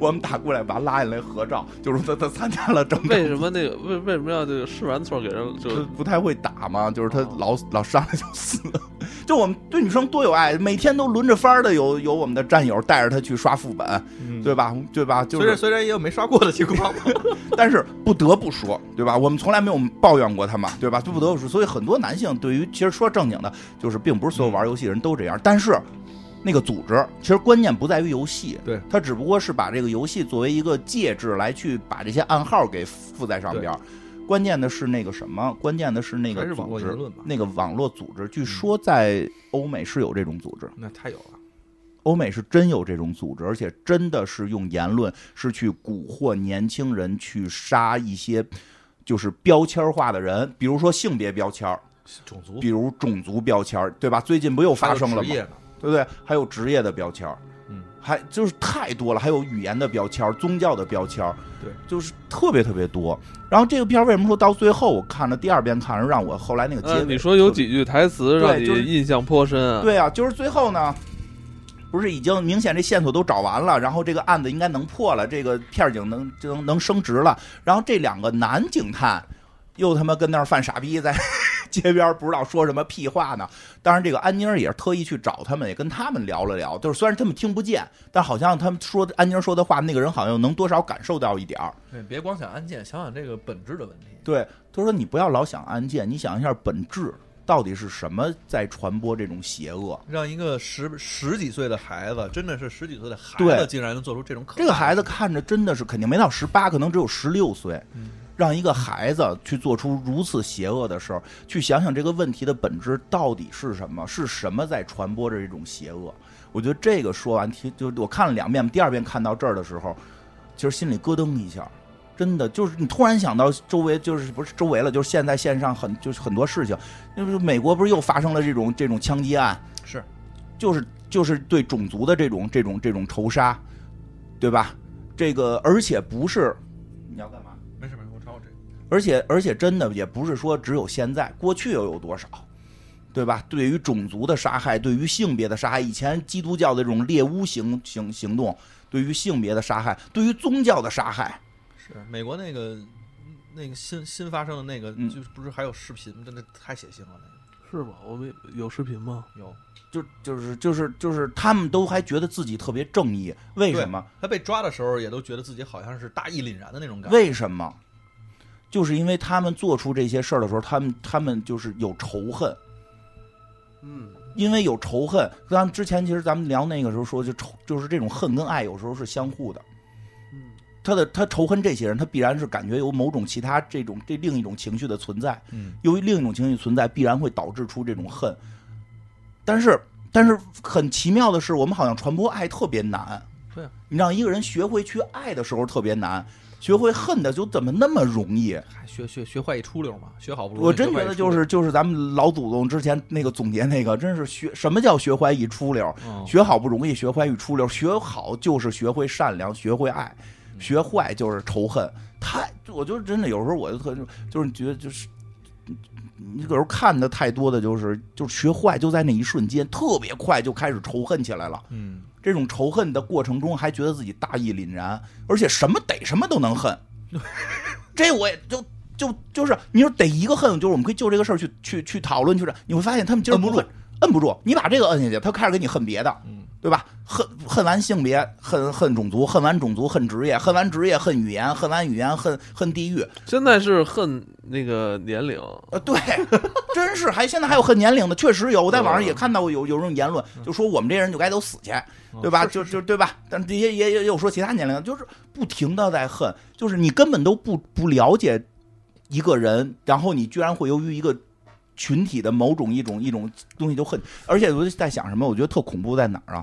S2: 我们打过来把他拉进来合照，就是他他参加了整个
S1: 为什么那个为为什么要这个试完错给人就
S2: 就不太会打嘛，就是他老、老上来就死。 就我们对女生多有爱，每天都轮着番儿的有有我们的战友带着他去刷副本，
S4: 嗯
S2: 对吧？对吧？就
S4: 虽然
S2: 是，
S4: 虽然也有没刷过的情 况，哦
S2: 但是不得不说，对吧？我们从来没有抱怨过他嘛，对吧？就不得不说，所以很多男性对于其实说正经的，就是并不是所有玩游戏的人都这样，但是。那个组织其实关键不在于游戏，
S4: 对，
S2: 他只不过是把这个游戏作为一个介质来去把这些暗号给附在上边儿。关键的是那个什么？关键的是那个
S4: 还是网
S2: 组
S4: 络
S2: 织
S4: 言论吧，嗯
S2: 那个网络组织，据说在欧美是有这种组织，
S4: 那太有了，
S2: 欧美是真有这种组织，而且真的是用言论是去蛊惑年轻人去杀一些就是标签化的人，比如说性别标签儿，
S4: 种族
S2: 比如 种族标签儿，对吧？最近不又发生了
S4: 哦还有
S2: 吗
S4: 职？业呢，
S2: 对不对？还有职业的标签儿，
S4: 嗯，
S2: 还就是太多了，还有语言的标签儿、宗教的标签儿，
S4: 对，
S2: 就是特别特别多。然后这个片儿为什么说到最后我看了第二遍看，让我后来那个结
S1: 呃，
S2: 尾，
S1: 你说有几句台词让
S2: 对
S1: 你
S2: 就是
S1: 印象颇深啊？
S2: 对啊，就是最后呢，不是已经明显这线索都找完了，然后这个案子应该能破了，这个片儿警能就能能升职了，然后这两个男警探又他妈跟那儿犯傻逼，在 街边儿不知道说什么屁话呢。当然，这个安妮儿也是特意去找他们，也跟他们聊了聊，就是虽然他们听不见，但好像他们说的安妮儿说的话，那个人好像能多少感受到一点儿。
S3: 对，别光想案件，想想这个本质的问题。
S2: 对，他说你不要老想案件，你想一下本质。到底是什么在传播这种邪恶？
S4: 让一个十十几岁的孩子，真的是十几岁的孩
S2: 对
S4: 子，竟然能做出这种可怕
S2: 这个孩子看着真的是肯定没到十八，可能只有十六岁，
S4: 嗯
S2: 让一个孩子去做出如此邪恶的事儿，去想想这个问题的本质到底是什么？是什么在传播着这种邪恶？我觉得这个说完，其就我看了两遍，第二遍看到这儿的时候，其实心里咯噔一下。真的就是你突然想到周围，就是不是周围了，就是现在线上很就是很多事情，那不是美国不是又发生了这种这种枪击案，
S4: 是
S2: 就是就是对种族的这种这种这种仇杀，对吧？这个而且不是你要干嘛？
S4: 没事没事，我查我这个。
S2: 而且而且真的也不是说只有现在，过去又有多少，对吧？对于种族的杀害，对于性别的杀害，以前基督教的这种猎巫行行行动，对于性别的杀害，对于宗教的杀害，
S4: 是美国那个那个新新发生的那个，
S2: 嗯
S4: 就是不是还有视频，真的太血腥了。那
S1: 是吗？我们有视频吗？
S4: 个有
S2: 就就是就是就是他们都还觉得自己特别正义，为
S4: 对
S2: 什么？
S4: 他被抓的时候，也都觉得自己好像是大义凛然的那种感觉。
S2: 为什么？就是因为他们做出这些事儿的时候，他们他们就是有仇恨，
S1: 嗯，
S2: 因为有仇恨。咱们之前其实咱们聊那个时候说，就仇就是这种恨跟爱有时候是相互的。
S1: 嗯，
S2: 他的他仇恨这些人，他必然是感觉有某种其他这种这另一种情绪的存在。
S4: 嗯，
S2: 由于另一种情绪存在，必然会导致出这种恨。但是但是很奇妙的是，我们好像传播爱特别难。
S4: 对啊
S2: 你让一个人学会去爱的时候特别难，学会恨的就怎么那么容易？
S4: 还学学学坏一出溜嘛，学好不容易。
S2: 我真
S4: 学
S2: 觉
S4: 坏一
S2: 得
S4: 出溜
S2: 就，是就是咱们老祖宗之前那个总结那个，真是学什么叫学坏一出溜儿，
S4: 嗯
S2: 学好不容易，学坏一出溜儿，学好就是学会善良，学会爱，
S4: 嗯
S2: 学坏就是仇恨。太，我就真的有时候我就特就是觉得就是你有时候看的太多的就是就是学坏，就在那一瞬间，特别快就开始仇恨起来了。
S4: 嗯，
S2: 这种仇恨的过程中，还觉得自己大义凛然，而且什么逮什么都能 恨。这我也就就就是，你说逮一个恨，就是我们可以就这个事儿去去去讨论去这，你会发现他们今儿
S4: 摁不
S2: 恨
S4: 住，
S2: 摁不住，你把这个摁下去，他开始给你恨别的，
S4: 嗯
S2: 对吧？恨恨完性别，恨恨种族，恨完种族恨职业，恨完职业恨语言，恨完语言恨恨地域，
S1: 现在是恨那个年龄，
S2: 呃，对，真是还现在还有恨年龄的，确实有。我在网上也
S1: 嗯
S2: 看到过有有这种言论，就说我们这些人就该都死去，
S1: 嗯
S2: 对吧？就就对吧？但也也也有说其他年龄的，就是不停的在恨，就是你根本都不不了解一个人，然后你居然会由于一个。群体的某种一种一种东西就恨，而且我就在想什么，我觉得特恐怖在哪儿啊？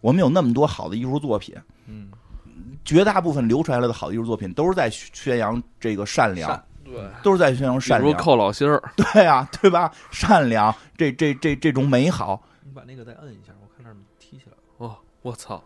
S2: 我们有那么多好的艺术作品，
S4: 嗯，
S2: 绝大部分流传下来的好的艺术作品都是在宣扬这个善良，
S4: 善
S1: 对，
S2: 都是在宣扬善
S1: 比如
S2: 良。
S1: 靠老心儿，
S2: 对啊，对吧？善良，这这这这种美好，
S4: 你把那个再摁一下，我看那儿踢起来了，
S1: 哦，我操，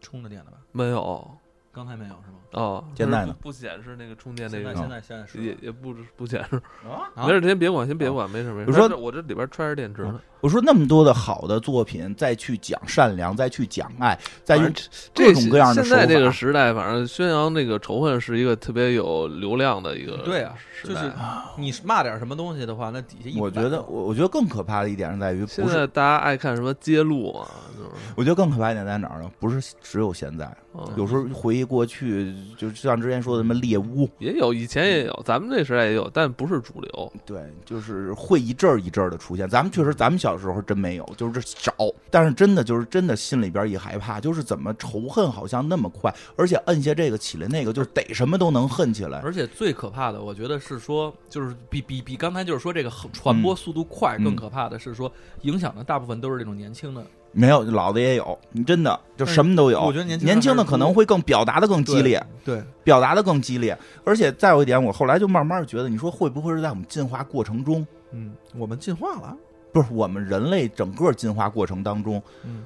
S4: 充着电的吧？
S1: 没有
S4: 刚才没有是吗？
S1: 啊，
S2: 现在呢
S1: 不不显示那个充电那
S4: 现在
S1: 个，
S4: 现在现在
S1: 也
S4: 是
S1: 也不不显示，
S4: 啊
S1: 没事，先别管，先别管，没事没事。
S2: 我啊说
S1: 但是我这里边揣着电池呢，
S2: 我说那么多的好的作品，再去讲善良，再去讲爱，再用
S1: 反正
S2: 各种各样的
S1: 现在
S2: 手
S1: 这个
S2: 法
S1: 时代，反正宣扬那个仇恨是一个特别有流量的一
S2: 呃
S1: 个
S4: 对啊
S1: 时
S4: 就是
S1: 代。
S4: 你骂点什么东西的话，那底下一
S2: 我觉
S4: 百
S2: 得，我我觉得更可怕的一点是在于，
S1: 现
S2: 不
S1: 在
S2: 是，
S1: 大家爱看什么揭露嘛，就是
S2: 我觉得更可怕一点在哪儿呢？不是只有现在，
S1: 嗯
S2: 有时候回忆过去，就像之前说的什么猎巫，
S1: 也有，以前也有，咱们这时代也有，但不是主流。
S2: 对，就是会一阵儿一阵儿的出现。咱们确实，咱们小时候真没有，就是这少。但是真的就是真的心里边一害怕，就是怎么仇恨好像那么快，而且摁下这个起来那个，就是逮什么都能恨起来。
S3: 而且最可怕的，我觉得是说，就是比比比刚才就是说这个传播速度快，
S2: 嗯
S3: 更可怕的是说影响的大部分都是这种年轻的。
S2: 没有，老的也有，你真的就什么都有。
S4: 嗯我觉得年轻人
S2: 年轻的
S4: 还是
S2: 可能会更表达的更激烈，
S4: 对，
S2: 表达的更激烈。而且再有一点，我后来就慢慢觉得，你说会不会是在我们进化过程中，
S4: 嗯，我们进化了，
S2: 不是我们人类整个进化过程当中，
S4: 嗯，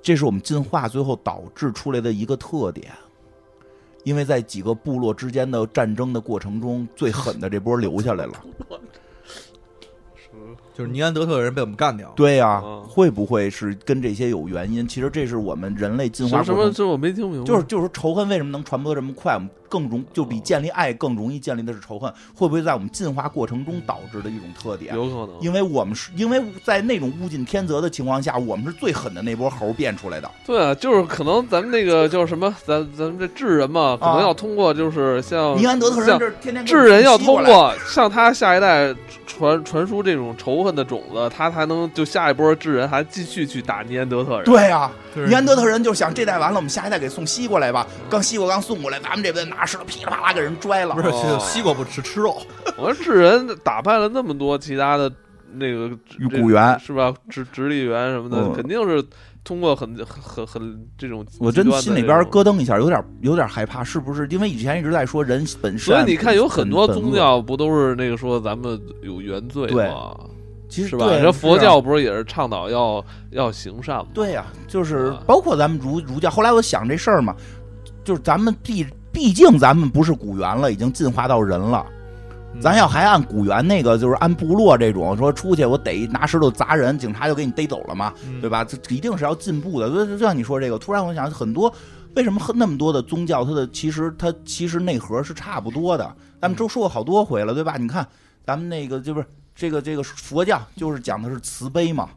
S2: 这是我们进化最后导致出来的一个特点。因为在几个部落之间的战争的过程中，最狠的这波留下来了。
S4: 嗯就是尼安德特人被我们干掉，
S2: 对呀、啊
S1: 嗯
S2: 会不会是跟这些有原因？其实这是我们人类进
S1: 什
S2: 化
S1: 么
S2: 过
S1: 什
S2: 程
S1: 么？这我没听明白。
S2: 就是就是仇恨为什么能传播这么快？我们更容就比建立爱更容易建立的是仇恨，会不会在我们进化过程中导致的一种特点？
S1: 有可能，
S2: 因为我们是因为在那种物竞天择的情况下，我们是最狠的那波猴变出来的。
S1: 对啊，就是可能咱们那个叫什么，咱咱们这智人嘛，可能要通过就是像
S2: 啊尼安德特人
S1: 呃像
S2: 这天天给我
S1: 智人要
S2: 吸过
S1: 通
S2: 来，
S1: 过向他下一代传传输这种仇恨的种子，他才能就下一波智人还继续去打尼安德特人。
S2: 对啊，
S4: 就是
S2: 尼安德特人就想这代完了，我们下一代给送西瓜来吧。刚西瓜刚送过来，咱们这边拿石头噼里啪啦给人拽了
S4: 不。是
S1: 哦
S4: 西瓜不吃吃肉，
S1: 我说智人打败了那么多其他的那个
S2: 与
S1: 这
S2: 古猿
S1: 是吧？直直立猿什么的，
S2: 嗯
S1: 肯定是通过很很很很这种极
S2: 我真
S1: 端的
S2: 心里边
S1: 这种。
S2: 咯噔一下，有点有点害怕，是不是？因为以前一直在说人本身，
S1: 所以你看，有很多
S2: 本
S1: 宗，教不都是那个说咱们有原罪
S2: 对
S1: 吗？
S2: 本恶其实
S1: 是吧？
S2: 对
S1: 人家佛
S2: 是啊
S1: 教不是也是倡导要要行善吗？
S2: 对呀、就是
S1: 啊
S2: 包括咱们儒儒家。后来我想这事儿嘛，就是咱们毕毕竟咱们不是古猿了，已经进化到人了。
S1: 嗯
S2: 咱要还按古猿那个，就是按部落这种说出去，我逮拿石头砸人，警察就给你逮走了嘛，
S4: 嗯
S2: 对吧？这一定是要进步的。就就像你说这个，突然我想很多，为什么那么多的宗教，它的其实它其实内核是差不多的。咱
S1: 嗯
S2: 们都说过好多回了，对吧？你看咱们那个就是这个这个佛教，就是讲的是慈悲嘛。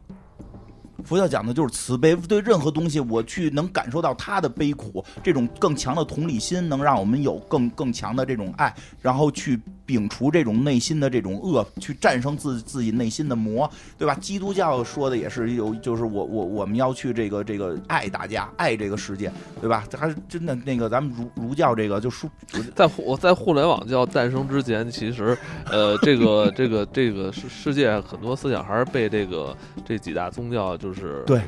S2: 佛教讲的就是慈悲，对任何东西，我去能感受到他的悲苦，这种更强的同理心，能让我们有更更强的这种爱，然后去摒除这种内心的这种恶，去战胜自自己内心的魔，对吧？基督教说的也是有，就是我我我们要去这个这个爱大家，爱这个世界，对吧？还是真的那个咱们儒儒教这个就说
S1: 在互在互联网教诞生之前，其实，呃，这个这个这个世世界很多思想还是被这个这几大宗教就是
S2: 对
S1: 保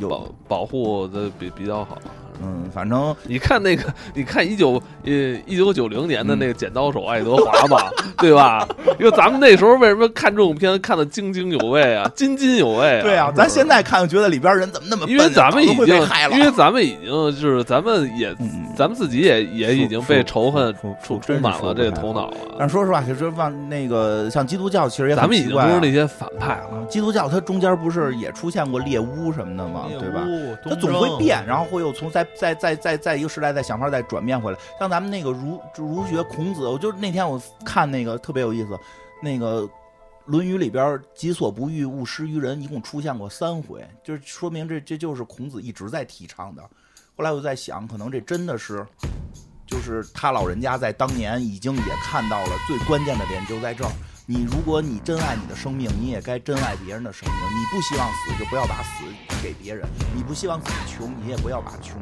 S2: 有，
S1: 保护的比比较好。
S2: 嗯，反正
S1: 你看那个， 你看一九呃一九九零
S2: 嗯
S1: 年的那个《剪刀手爱德华》吧， 对吧？因为咱们那时候为什么看这种片看得津津有味啊， 津津有味啊？
S2: 对啊，
S1: 是不是
S2: 咱现在看觉得里边人怎么那么 笨啊，
S1: 因为咱们已
S2: 早都
S1: 经
S2: 会被害了，
S1: 因为咱们已经就是咱们也
S2: 嗯
S1: 咱们自己也也已经被仇恨
S2: 说
S1: 充
S2: 说
S1: 充满了这个头。
S2: 说真是说不太好
S1: 脑了。
S2: 但是说实话，就是往那个像基督教，其实也很
S1: 咱们已经
S2: 奇
S1: 不
S2: 怪啊啊
S1: 是那些反派了，
S2: 基督教它中间不是也出现过猎巫什么的吗？啊对
S4: 哎
S2: 吧？它总会变，然后会又从再再再再再一个时代再想法再转变回来。像咱们那个儒儒学孔子，我就那天我看那个特别有意思，那个《论语》里边“己所不欲，勿施于人”一共出现过三回，就是说明这这就是孔子一直在提倡的。后来我在想，可能这真的是。就是他老人家在当年已经也看到了最关键的点就在这儿，你如果你珍爱你的生命，你也该珍爱别人的生命。你不希望死，就不要把死给别人；你不希望自己穷，你也不要把穷